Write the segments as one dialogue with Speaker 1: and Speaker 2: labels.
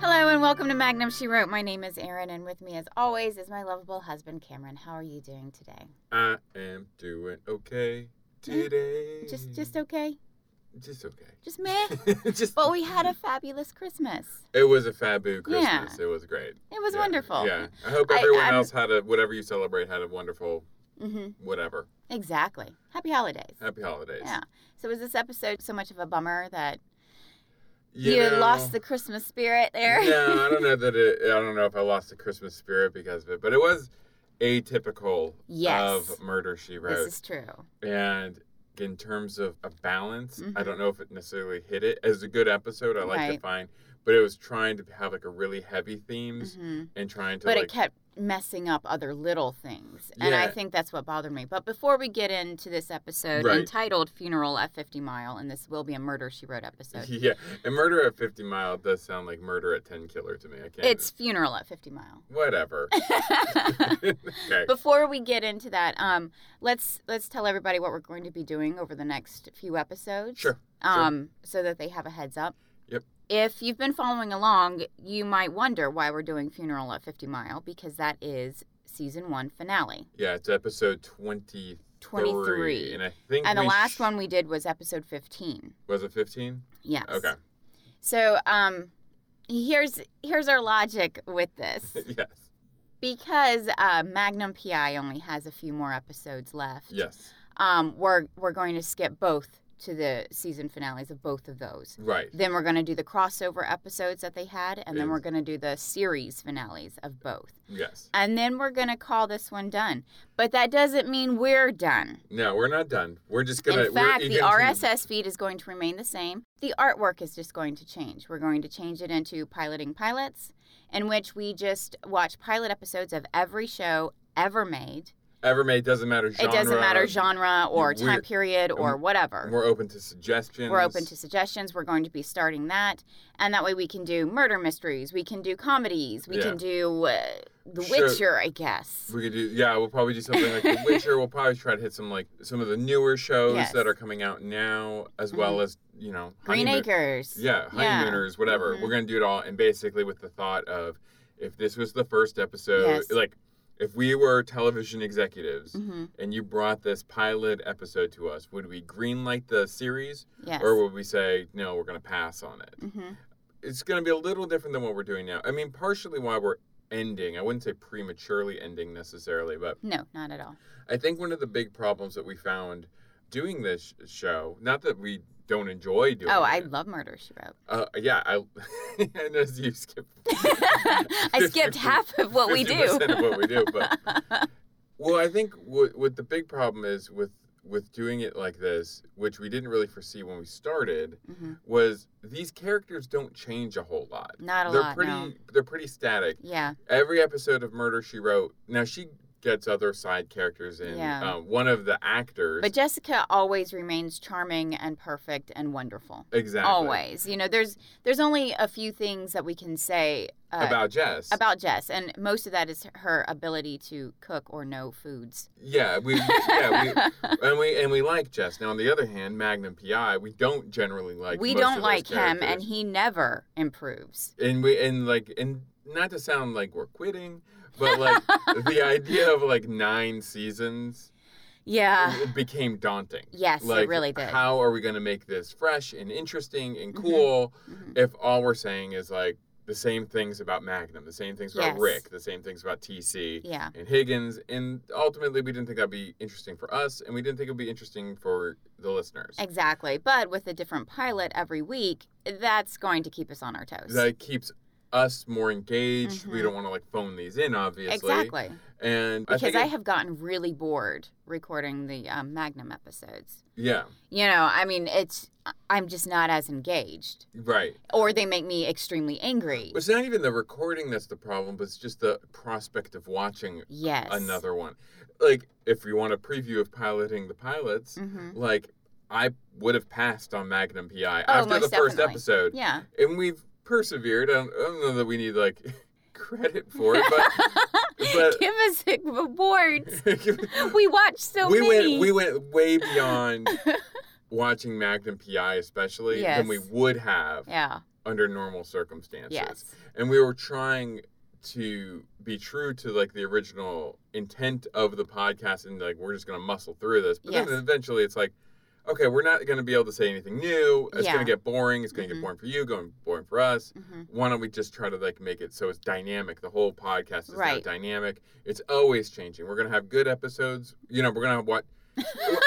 Speaker 1: Hello and welcome to Magnum She Wrote. My name is Erin, and with me, as always, is my lovable husband, Cameron. How are you doing today?
Speaker 2: I am doing okay today.
Speaker 1: Mm-hmm. Just, just okay,
Speaker 2: just okay.
Speaker 1: just meh.
Speaker 2: just
Speaker 1: but we had a fabulous Christmas.
Speaker 2: It was a fabu
Speaker 1: Yeah.
Speaker 2: Christmas. It was great.
Speaker 1: It was
Speaker 2: Yeah,
Speaker 1: wonderful.
Speaker 2: Yeah. I hope
Speaker 1: I-
Speaker 2: everyone
Speaker 1: I'm-
Speaker 2: else had a whatever you celebrate had a wonderful
Speaker 1: hmm
Speaker 2: whatever.
Speaker 1: Exactly. Happy holidays.
Speaker 2: Happy holidays.
Speaker 1: Yeah. So was this episode so much of a bummer that
Speaker 2: You, know,
Speaker 1: lost the Christmas spirit there?
Speaker 2: no, I don't know that it. I don't know if I lost the Christmas spirit because of it, but it was atypical
Speaker 1: Yes.
Speaker 2: of Murder She Wrote.
Speaker 1: this is true.
Speaker 2: and in terms of a balance i
Speaker 1: Mhm.
Speaker 2: don't know if it necessarily hit it as a good episode i like to
Speaker 1: Right.
Speaker 2: find but it was trying to have like a really heavy themes
Speaker 1: hmm
Speaker 2: and trying to
Speaker 1: But
Speaker 2: like
Speaker 1: it kept messing up other little things, and I
Speaker 2: Yeah.
Speaker 1: think that's what bothered me. But before we get into this episode
Speaker 2: Right.
Speaker 1: entitled "Funeral at 50 Mile," and this will be a murder she wrote episode.
Speaker 2: yeah and murder at 50 mile does sound like murder at 10 killer to me i can't
Speaker 1: It's funeral at 50 mile.
Speaker 2: whatever okay
Speaker 1: Before we get into that, um, let's let's tell everybody what we're going to be doing over the next few episodes.
Speaker 2: sure
Speaker 1: Um, so that they have a heads up.
Speaker 2: Yep.
Speaker 1: If you've been following along, you might wonder why we're doing funeral at 50 mile because that is season one finale.
Speaker 2: yeah it's episode 23
Speaker 1: 23.
Speaker 2: and i think
Speaker 1: And the
Speaker 2: we
Speaker 1: last
Speaker 2: sh-
Speaker 1: one we did was episode 15.
Speaker 2: was it 15
Speaker 1: Yes.
Speaker 2: okay
Speaker 1: So um, here's here's our logic with this.
Speaker 2: yes
Speaker 1: because uh, Magnum PI only has a few more episodes left.
Speaker 2: yes
Speaker 1: Um, we're we're going to skip both to the season finales of both of those.
Speaker 2: right
Speaker 1: Then we're going to do the crossover episodes that they had, and then
Speaker 2: Yes.
Speaker 1: we're going to do the series finales of both.
Speaker 2: yes
Speaker 1: And then we're going to call this one done. But that doesn't mean we're done.
Speaker 2: no we're not done we're just gonna
Speaker 1: In fact,
Speaker 2: we're
Speaker 1: the RSS feed is going to remain the same. The artwork is just going to change. We're going to change it into piloting pilots, in which we just watch pilot episodes of every show ever made.
Speaker 2: ever made doesn't matter genre,
Speaker 1: it doesn't matter genre or
Speaker 2: We're-
Speaker 1: time period or
Speaker 2: um,
Speaker 1: whatever.
Speaker 2: We're open to suggestions.
Speaker 1: We're open to suggestions. We're going to be starting that, and that way we can do murder mysteries. We can do comedies. We
Speaker 2: Yeah.
Speaker 1: can do uh, The
Speaker 2: Sure.
Speaker 1: Witcher, I guess.
Speaker 2: We could do yeah. We'll probably do something like The Witcher. We'll probably try to hit some like some of the newer shows
Speaker 1: Yes. Mm-hmm.
Speaker 2: that are coming out now, as well as you know
Speaker 1: Green
Speaker 2: honeymoon-
Speaker 1: Acres.
Speaker 2: Yeah,
Speaker 1: Yeah.
Speaker 2: honeymooners, whatever.
Speaker 1: Mhm.
Speaker 2: We're gonna do it all, and basically with the thought of if this was the first episode,
Speaker 1: Yes.
Speaker 2: like if we were television executives.
Speaker 1: hmm
Speaker 2: And you brought this pilot episode to us. Would we greenlight the series,
Speaker 1: Yes.
Speaker 2: or would we say no? We're going to pass on it.
Speaker 1: hmm
Speaker 2: it's going to be a little different than what we're doing now. I mean, partially why we're ending. I wouldn't say prematurely ending necessarily, but
Speaker 1: No, not at all.
Speaker 2: I think one of the big problems that we found doing this sh- show, not that we don't enjoy doing
Speaker 1: Oh, I
Speaker 2: it.
Speaker 1: love Murder She Wrote.
Speaker 2: Uh, yeah, I, I know you skipped.
Speaker 1: I skipped half of what we do.
Speaker 2: 50% of what we do, but- Well, I think what, what the big problem is with with doing it like this, which we didn't really foresee when we started,
Speaker 1: Mhm.
Speaker 2: was these characters don't change a whole lot.
Speaker 1: Not a
Speaker 2: they're
Speaker 1: lot,
Speaker 2: pretty
Speaker 1: no.
Speaker 2: they're pretty static.
Speaker 1: Yeah,
Speaker 2: every episode of Murder She Wrote. Now she gets other side characters in.
Speaker 1: Yeah.
Speaker 2: Uh, one of the actors.
Speaker 1: but Jessica always remains charming and perfect and wonderful.
Speaker 2: exactly.
Speaker 1: Always, you know, there's there's only a few things that we can say uh,
Speaker 2: about Jess.
Speaker 1: about Jess, and most of that is her ability to cook or know foods.
Speaker 2: yeah, we yeah we and we and we like Jess. Now on the other hand, Magnum PI, we don't generally like.
Speaker 1: we
Speaker 2: most of
Speaker 1: don't
Speaker 2: those
Speaker 1: like him, and
Speaker 2: characters.
Speaker 1: he never improves.
Speaker 2: and we and like and not to sound like we're quitting, but like the idea of like nine seasons
Speaker 1: Yeah.
Speaker 2: it became daunting.
Speaker 1: Uh, Yes,
Speaker 2: Like
Speaker 1: it really did.
Speaker 2: how are we going to make this fresh and interesting and cool?
Speaker 1: Mhm.
Speaker 2: if all we're saying is like the same things about Magnum, the same things about
Speaker 1: Yes.
Speaker 2: Rick, the same things about TC
Speaker 1: Yeah.
Speaker 2: and Higgins, and ultimately we didn't think that'd be interesting for us, and we didn't think it'd be interesting for the listeners.
Speaker 1: Exactly. But with a different pilot every week, that's going to keep us on our toes.
Speaker 2: That keeps us more engaged. We
Speaker 1: Mhm.
Speaker 2: don't want to like phone these in, obviously.
Speaker 1: exactly.
Speaker 2: And I
Speaker 1: Because
Speaker 2: think
Speaker 1: I,
Speaker 2: it-
Speaker 1: have gotten really bored recording the um, Magnum episodes.
Speaker 2: yeah,
Speaker 1: You know, I mean, it's I'm just not as engaged,
Speaker 2: right.
Speaker 1: or they make me extremely angry.
Speaker 2: It's not even the recording that's the problem, but it's just the prospect of watching
Speaker 1: yes.
Speaker 2: another one. Like if you want a preview of piloting the pilots,
Speaker 1: hmm
Speaker 2: Mm-hmm. like I would have passed on Magnum PI
Speaker 1: Oh,
Speaker 2: after the
Speaker 1: most
Speaker 2: first
Speaker 1: definitely.
Speaker 2: episode,
Speaker 1: Yeah.
Speaker 2: and we've persevered. I don't, I don't know that we need like credit for it, but
Speaker 1: Give us awards.
Speaker 2: but
Speaker 1: We watched so
Speaker 2: we
Speaker 1: many.
Speaker 2: went we went way beyond watching Magnum PI, especially than we
Speaker 1: Yes.
Speaker 2: would have
Speaker 1: yeah.
Speaker 2: under normal circumstances.
Speaker 1: Yes.
Speaker 2: And we were trying to be true to like the original intent of the podcast and like we're just going to muscle through this. But
Speaker 1: Yes.
Speaker 2: then eventually it's like okay, we're not going to be able to say anything new. It's
Speaker 1: Yeah.
Speaker 2: going to get boring. It's going to
Speaker 1: Mhm.
Speaker 2: get boring for you, going boring for us.
Speaker 1: hmm
Speaker 2: Why don't we just try to like make it so it's dynamic? The whole podcast is now
Speaker 1: Right.
Speaker 2: dynamic. It's always changing. We're going to have good episodes. You know, we're going to have what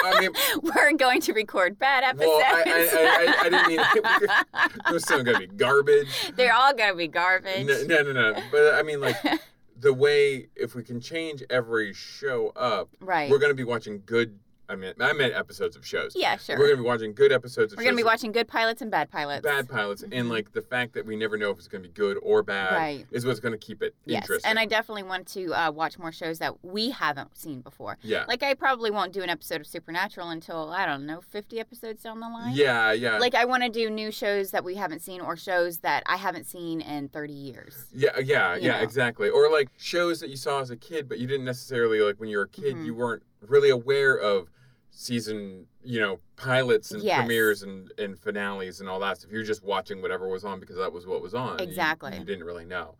Speaker 2: I mean,
Speaker 1: We're going to record bad episodes.
Speaker 2: Well, I- I- I- I- I didn't there's still going to be garbage.
Speaker 1: They're all gonna be garbage.
Speaker 2: No, no, no, no. But I mean, like the way if we can change every show up,
Speaker 1: right.
Speaker 2: we're gonna be watching good. I mean, I meant episodes of shows.
Speaker 1: yeah, sure.
Speaker 2: We're gonna be watching good episodes of
Speaker 1: We're
Speaker 2: shows.
Speaker 1: gonna be watching good pilots and bad pilots.
Speaker 2: bad pilots, and
Speaker 1: Mhm.
Speaker 2: like the fact that we never know if it's gonna be good or bad
Speaker 1: Right.
Speaker 2: is what's gonna keep it
Speaker 1: Yes,
Speaker 2: interesting.
Speaker 1: and I definitely want to uh, watch more shows that we haven't seen before.
Speaker 2: yeah,
Speaker 1: Like I probably won't do an episode of Supernatural until I don't know, fifty episodes down the line.
Speaker 2: yeah, yeah,
Speaker 1: Like I want to do new shows that we haven't seen or shows that I haven't seen in thirty years.
Speaker 2: yeah, uh, yeah,
Speaker 1: you
Speaker 2: yeah,
Speaker 1: know.
Speaker 2: exactly. Or like shows that you saw as a kid, but you didn't necessarily like when you were a kid,
Speaker 1: Mhm.
Speaker 2: you weren't really aware of season, you know, pilots and
Speaker 1: Yes.
Speaker 2: premieres and, and finales and all that stuff. You're just watching whatever was on because that was what was on. You-
Speaker 1: Exactly.
Speaker 2: You, didn't really know.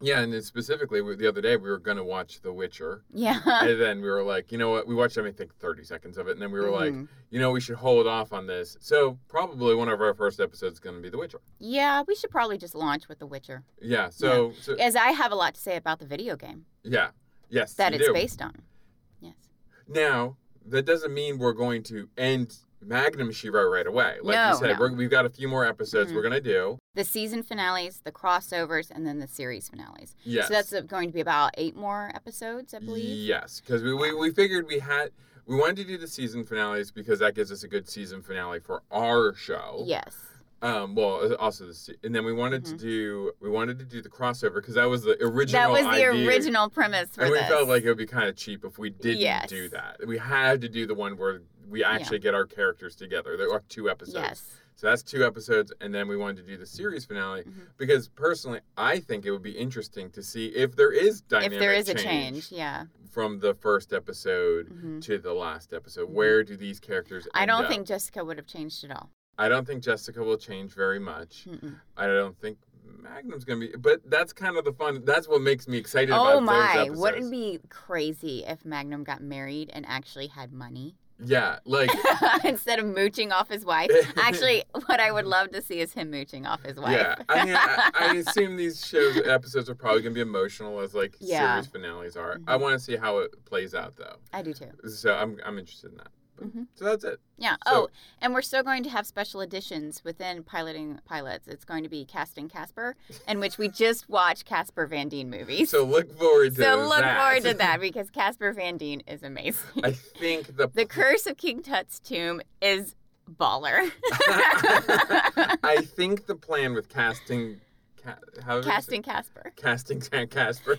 Speaker 2: Yeah, and then specifically we- the other day we were gonna watch The Witcher,
Speaker 1: Yeah.
Speaker 2: and then we were like, you know what? We watched I mean, I think 30 seconds of it, and then we were like,
Speaker 1: Mhm.
Speaker 2: you know, we should hold off on this. So probably one of our first episodes is gonna be The Witcher.
Speaker 1: yeah, we should probably just launch with The Witcher,
Speaker 2: Yeah. So, so
Speaker 1: as I have a lot to say about the video game
Speaker 2: yeah. Yes.
Speaker 1: that
Speaker 2: you
Speaker 1: it's
Speaker 2: do.
Speaker 1: based on. Yes.
Speaker 2: Now, that doesn't mean we're going to end Magnum Shiro right away. Like
Speaker 1: No,
Speaker 2: you said,
Speaker 1: no. Mm-hmm.
Speaker 2: we're, we've got a few more episodes we're gonna do.
Speaker 1: The season finales, the crossovers, and then the series finales.
Speaker 2: Yes.
Speaker 1: So that's uh, going to be about eight more episodes, I believe.
Speaker 2: Yes, because we, we we figured we had we wanted to do the season finales because that gives us a good season finale for our show.
Speaker 1: Yes.
Speaker 2: Um. Well, also the se- and then we wanted
Speaker 1: Mhm.
Speaker 2: to do we wanted to do the crossover because that was the original.
Speaker 1: That was the
Speaker 2: idea.
Speaker 1: original premise for
Speaker 2: And we
Speaker 1: this.
Speaker 2: felt like it would be kind of cheap if we didn't
Speaker 1: Yes.
Speaker 2: do that. We had to do the one where we actually get our characters together. There are two episodes.
Speaker 1: yes.
Speaker 2: So that's two episodes, and then we wanted to do the series finale
Speaker 1: Mhm.
Speaker 2: because personally, I think it would be interesting to see if there is dynamic
Speaker 1: If there is
Speaker 2: change Mm-hmm.
Speaker 1: a change, yeah.
Speaker 2: from the first episode
Speaker 1: hmm
Speaker 2: to the last episode.
Speaker 1: Mhm.
Speaker 2: Where do these characters?
Speaker 1: I
Speaker 2: end
Speaker 1: don't
Speaker 2: up?
Speaker 1: think Jessica would have changed at all.
Speaker 2: I don't think Jessica will change very much.
Speaker 1: Mm-mm.
Speaker 2: I don't think Magnum's gonna be, but that's kind of the fun. That's what makes me excited
Speaker 1: Oh
Speaker 2: about those
Speaker 1: my!
Speaker 2: episodes.
Speaker 1: Wouldn't it be crazy if Magnum got married and actually had money
Speaker 2: Yeah, like
Speaker 1: instead of mooching off his wife? Actually, what I would love to see is him mooching off his wife.
Speaker 2: yeah. I mean, I, I assume these shows episodes are probably gonna be emotional as like
Speaker 1: Yeah.
Speaker 2: series finales are. I
Speaker 1: Mhm.
Speaker 2: want to see how it plays out though.
Speaker 1: I do too.
Speaker 2: So I'm I'm interested in that. But-
Speaker 1: Mhm.
Speaker 2: So that's it.
Speaker 1: Yeah. oh,
Speaker 2: So-
Speaker 1: and we're still going to have special editions within piloting pilots. It's going to be casting Casper, in which we just watch Casper Van Dien movies.
Speaker 2: So look forward to
Speaker 1: So look
Speaker 2: that.
Speaker 1: forward to that because Casper Van Dien is amazing.
Speaker 2: I think the
Speaker 1: the Curse of King Tut's Tomb is baller.
Speaker 2: I think the plan with casting ca- how is it?
Speaker 1: Casting Casper.
Speaker 2: casting Tan Casper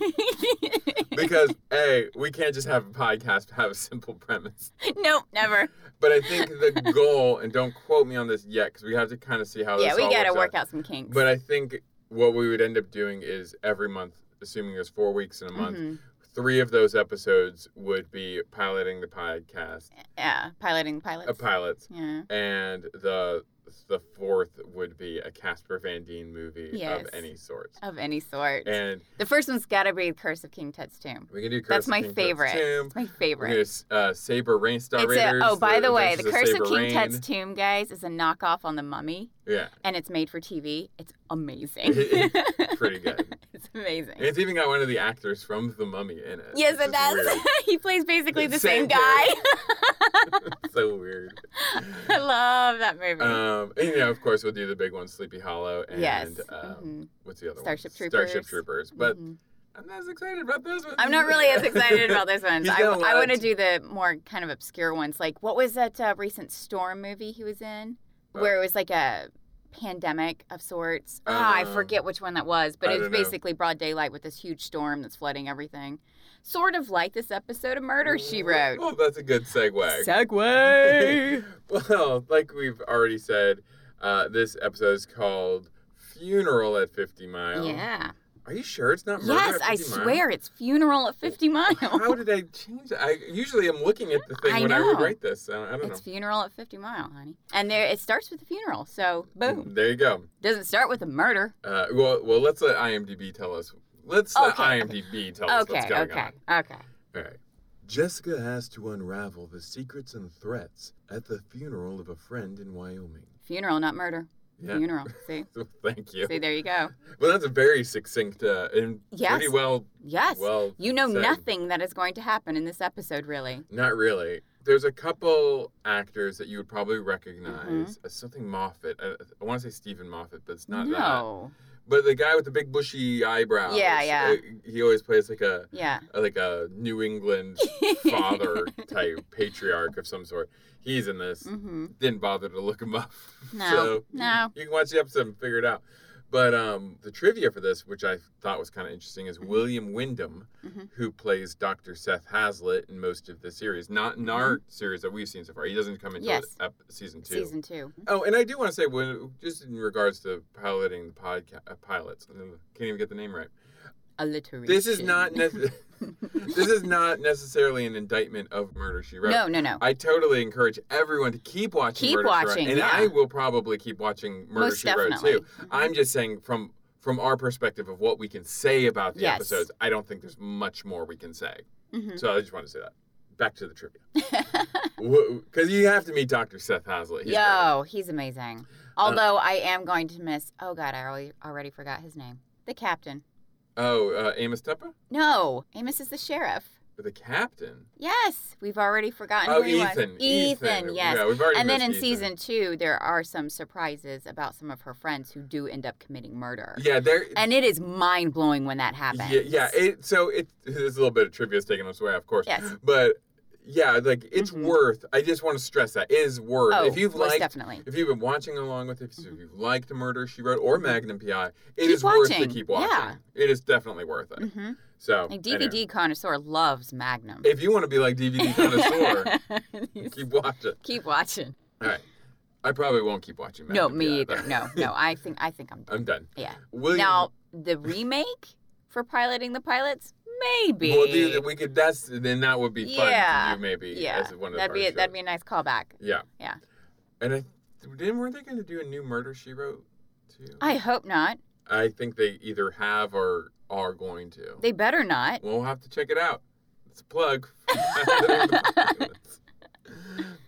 Speaker 2: because a we can't just have a podcast have a simple premise.
Speaker 1: nope, never.
Speaker 2: But I think the goal and don't quote me on this yet because we have to kind of see how
Speaker 1: yeah,
Speaker 2: this
Speaker 1: we
Speaker 2: all
Speaker 1: gotta
Speaker 2: works
Speaker 1: work out some kinks.
Speaker 2: But I think what we would end up doing is every month, assuming there's four weeks in a month,
Speaker 1: Mhm.
Speaker 2: three of those episodes would be piloting the podcast,
Speaker 1: Yeah, piloting pilots.
Speaker 2: a pilot,
Speaker 1: yeah.
Speaker 2: and the the fourth would be a Casper Van Dien movie
Speaker 1: Yes. Uh,
Speaker 2: of any sort.
Speaker 1: Of any sort.
Speaker 2: And
Speaker 1: the first one's gotta be Curse of King Tut's Tomb.
Speaker 2: we can do Curse
Speaker 1: That's
Speaker 2: of
Speaker 1: my
Speaker 2: King Tut's
Speaker 1: favorite.
Speaker 2: Tomb.
Speaker 1: It's my
Speaker 2: We're
Speaker 1: favorite.
Speaker 2: gonna do, uh, Saber Rain Star
Speaker 1: It's a,
Speaker 2: Raiders. uh,
Speaker 1: oh, by the, way, the
Speaker 2: Adventures
Speaker 1: Curse of
Speaker 2: Saber
Speaker 1: King
Speaker 2: Rain.
Speaker 1: Tut's Tomb, guys, is a knockoff on the Mummy,
Speaker 2: Yeah,
Speaker 1: and it's made for TV. It's amazing.
Speaker 2: pretty good.
Speaker 1: it's amazing.
Speaker 2: And it's even got one of the actors from The Mummy in it.
Speaker 1: yes,
Speaker 2: It's
Speaker 1: it
Speaker 2: just
Speaker 1: does. he plays basically the same,
Speaker 2: Same
Speaker 1: guy.
Speaker 2: weird. so weird.
Speaker 1: I love that movie.
Speaker 2: Um, and, you know, of course, we'll do the big one, Sleepy Hollow, and
Speaker 1: yes.
Speaker 2: um,
Speaker 1: Mhm.
Speaker 2: what's the other
Speaker 1: Starship
Speaker 2: one? Starship
Speaker 1: Troopers.
Speaker 2: Troopers. But
Speaker 1: Mhm.
Speaker 2: I'm not as excited about those ones.
Speaker 1: I'm not really as excited about those ones.
Speaker 2: He's
Speaker 1: I,
Speaker 2: got a lot
Speaker 1: want to
Speaker 2: to-
Speaker 1: do the more kind of obscure ones. Like, what was that uh, recent storm movie he was in?
Speaker 2: Uh,
Speaker 1: Where it was like a pandemic of sorts. Ah, I
Speaker 2: um,
Speaker 1: forget which one that was, but
Speaker 2: I
Speaker 1: it was
Speaker 2: don't know.
Speaker 1: basically broad daylight with this huge storm that's flooding everything. Sort of like this episode of Murder, she wrote.
Speaker 2: Well, that's a good segue.
Speaker 1: Segway!
Speaker 2: well, like we've already said, uh, this episode is called Funeral at 50 Mile.
Speaker 1: yeah.
Speaker 2: Are you sure it's not murder?
Speaker 1: Yes,
Speaker 2: at
Speaker 1: I
Speaker 2: 50 Mile?
Speaker 1: swear it's funeral at 50 Mile.
Speaker 2: How did I change it? I usually am looking at the thing
Speaker 1: I
Speaker 2: when I would
Speaker 1: know.
Speaker 2: write this. I don't, I don't
Speaker 1: It's funeral at 50 Mile, honey. And there it starts with a funeral. So,
Speaker 2: know.
Speaker 1: boom.
Speaker 2: There you go.
Speaker 1: Doesn't start with a murder.
Speaker 2: Uh, well, well, let's let IMDb tell us. Let's let
Speaker 1: Okay.
Speaker 2: IMDb tell us
Speaker 1: okay,
Speaker 2: what's going
Speaker 1: okay,
Speaker 2: on.
Speaker 1: okay.
Speaker 2: All right. Jessica has to unravel the secrets and threats at the funeral of a friend in Wyoming.
Speaker 1: Funeral, not murder.
Speaker 2: Yeah.
Speaker 1: Funeral. See?
Speaker 2: Thank you.
Speaker 1: See, there you go.
Speaker 2: Well, that's a very succinct uh, and
Speaker 1: Yes.
Speaker 2: pretty well.
Speaker 1: Yes.
Speaker 2: Well,
Speaker 1: you know
Speaker 2: said.
Speaker 1: nothing that is going to happen in this episode, really.
Speaker 2: Not really. There's a couple actors that you would probably recognize. Uh, something Moffat. I, I want to say Stephen Moffat, but it's not that.
Speaker 1: Mm-hmm. no.
Speaker 2: But the guy with the big bushy eyebrows.
Speaker 1: Yeah, yeah.
Speaker 2: uh, he always plays like a
Speaker 1: Yeah.
Speaker 2: like a New England father type patriarch of some sort. He's in this.
Speaker 1: hmm
Speaker 2: Didn't bother to look him up.
Speaker 1: No.
Speaker 2: So
Speaker 1: No.
Speaker 2: you can watch the episode and figure it out. But um, the trivia for this, which I thought was kind of interesting, is
Speaker 1: Mm-hmm.
Speaker 2: William Wyndham,
Speaker 1: Mhm.
Speaker 2: who plays Dr. Seth Hazlitt in most of the series. Not in our series that we've seen so far. He doesn't come until
Speaker 1: Mm-hmm. Yes.
Speaker 2: ep- season two.
Speaker 1: Season two.
Speaker 2: Oh, and I do want to say, when, just in regards to piloting the podcast, uh, pilots, I can't even get the name right.
Speaker 1: Alliteration.
Speaker 2: This is not nec- this is not necessarily an indictment of Murder She Wrote.
Speaker 1: No, no, no.
Speaker 2: I totally encourage everyone to keep watching.
Speaker 1: Keep
Speaker 2: Murder, She Wrote,
Speaker 1: watching,
Speaker 2: and
Speaker 1: yeah.
Speaker 2: I will probably keep watching Murder
Speaker 1: Most
Speaker 2: She
Speaker 1: definitely.
Speaker 2: Wrote too. I'm just saying from from our perspective of what we can say about the
Speaker 1: Yes.
Speaker 2: episodes, I don't think there's much more we can say.
Speaker 1: Mhm.
Speaker 2: So I just want to say that. Back to the trivia,
Speaker 1: Mm-hmm.
Speaker 2: because you have to meet Dr. Seth Haslett. He's great. Uh,
Speaker 1: Yo, he's amazing. Although I am going to miss. Oh God, I already, already forgot his name. The captain.
Speaker 2: Oh, uh, Amos Tupper,
Speaker 1: No, Amos is the sheriff.
Speaker 2: the captain.
Speaker 1: Yes, we've already forgotten
Speaker 2: oh,
Speaker 1: who he was.
Speaker 2: Ethan.
Speaker 1: Ethan, yes.
Speaker 2: Yeah, we've already
Speaker 1: and then in
Speaker 2: missed Ethan.
Speaker 1: season two, there are some surprises about some of her friends who do end up committing murder.
Speaker 2: Yeah, there.
Speaker 1: And it is mind blowing when that happens.
Speaker 2: Yeah, yeah. It, so it there's a little bit of trivia is taking us away, of course.
Speaker 1: Yes.
Speaker 2: But yeah, like it's
Speaker 1: Mhm.
Speaker 2: worth. I just want to stress that it is worth.
Speaker 1: oh,
Speaker 2: if you've
Speaker 1: most
Speaker 2: liked,
Speaker 1: definitely.
Speaker 2: if you've been watching along with it, if
Speaker 1: Mhm.
Speaker 2: you've liked Murder She Wrote or Magnum PI, it is
Speaker 1: Mm-hmm. Keep
Speaker 2: worth to
Speaker 1: watching,
Speaker 2: keep watching.
Speaker 1: yeah.
Speaker 2: It is definitely worth it.
Speaker 1: hmm
Speaker 2: So
Speaker 1: A
Speaker 2: anyway,
Speaker 1: DVD connoisseur loves Magnum.
Speaker 2: if you want to be like DVD connoisseur, keep watching.
Speaker 1: Keep watching.
Speaker 2: All right. I probably won't keep watching. Magnum
Speaker 1: no, me
Speaker 2: PI,
Speaker 1: either.
Speaker 2: though.
Speaker 1: No, no. I think I think I'm. Done.
Speaker 2: I'm done.
Speaker 1: Yeah.
Speaker 2: William,
Speaker 1: Now the remake for piloting the pilots, maybe.
Speaker 2: Well, dude, we could. That's then that would be fun
Speaker 1: Yeah.
Speaker 2: to do maybe.
Speaker 1: yeah,
Speaker 2: as one of the
Speaker 1: that'd be
Speaker 2: party
Speaker 1: that'd be a nice callback.
Speaker 2: Yeah.
Speaker 1: Yeah.
Speaker 2: And I didn't weren't they going to do a new murder she wrote too?
Speaker 1: I hope not.
Speaker 2: I think they either have or are going to.
Speaker 1: They better not.
Speaker 2: We'll have to check it out. It's a plug.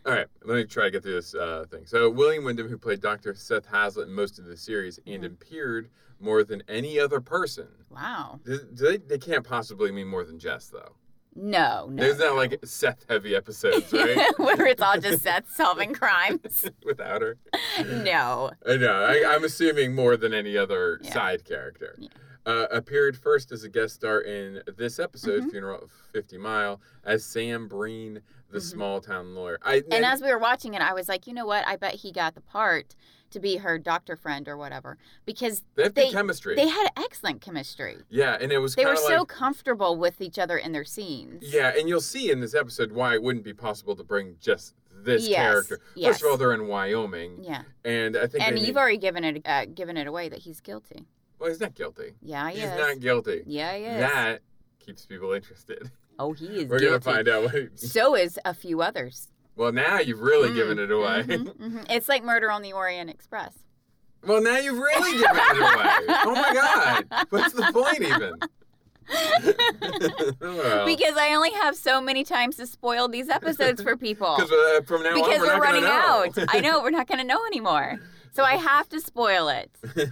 Speaker 2: All right, let me try to get through this uh, thing. So William Wyndham, who played Dr. Seth Hazlitt in most of the series and
Speaker 1: Mhm.
Speaker 2: appeared more than any other person.
Speaker 1: Wow.
Speaker 2: Do, do they, they can't possibly mean more than Jess, though.
Speaker 1: No, no.
Speaker 2: There's not like Seth-heavy episodes, right?
Speaker 1: Where it's all just Seth solving crimes.
Speaker 2: Without her.
Speaker 1: No.
Speaker 2: I know. I, I'm assuming more than any other
Speaker 1: Yeah.
Speaker 2: side character.
Speaker 1: Yeah.
Speaker 2: Uh, appeared first as a guest star in this episode,
Speaker 1: Mhm.
Speaker 2: Funeral of 50 Mile, as Sam Breen, the
Speaker 1: Mhm.
Speaker 2: small town lawyer. I,
Speaker 1: And as we were watching it, I was like, you know what? I bet he got the part to be her doctor friend or whatever because
Speaker 2: they have
Speaker 1: they-
Speaker 2: good chemistry.
Speaker 1: they had excellent chemistry.
Speaker 2: yeah, and it was
Speaker 1: They
Speaker 2: kind
Speaker 1: were
Speaker 2: of like.
Speaker 1: so comfortable with each other in their scenes.
Speaker 2: yeah, and you'll see in this episode why it wouldn't be possible to bring just this
Speaker 1: Yes,
Speaker 2: character. First
Speaker 1: yes.
Speaker 2: of all, they're in Wyoming,
Speaker 1: Yeah.
Speaker 2: and I think
Speaker 1: And
Speaker 2: they
Speaker 1: you've
Speaker 2: need-
Speaker 1: already given it uh, given it away that he's guilty.
Speaker 2: well, he's not guilty.
Speaker 1: Yeah, he
Speaker 2: he's
Speaker 1: is.
Speaker 2: not guilty.
Speaker 1: yeah, he is.
Speaker 2: That keeps people interested.
Speaker 1: Oh, he is
Speaker 2: We're
Speaker 1: guilty.
Speaker 2: gonna find out. What he,
Speaker 1: So is a few others.
Speaker 2: well, now you've really
Speaker 1: Mm,
Speaker 2: given it away.
Speaker 1: Mhm, mhm. It's like Murder on the Orient Express.
Speaker 2: Well, now you've really given it away. Oh my God. What's the point, even? well,
Speaker 1: Because I only have so many times to spoil these episodes for people.
Speaker 2: 'cause, uh, from now
Speaker 1: because
Speaker 2: on, we're,
Speaker 1: we're,
Speaker 2: not
Speaker 1: running
Speaker 2: gonna
Speaker 1: out.
Speaker 2: know.
Speaker 1: I know we're not going to know anymore. So I have to spoil it.
Speaker 2: uh,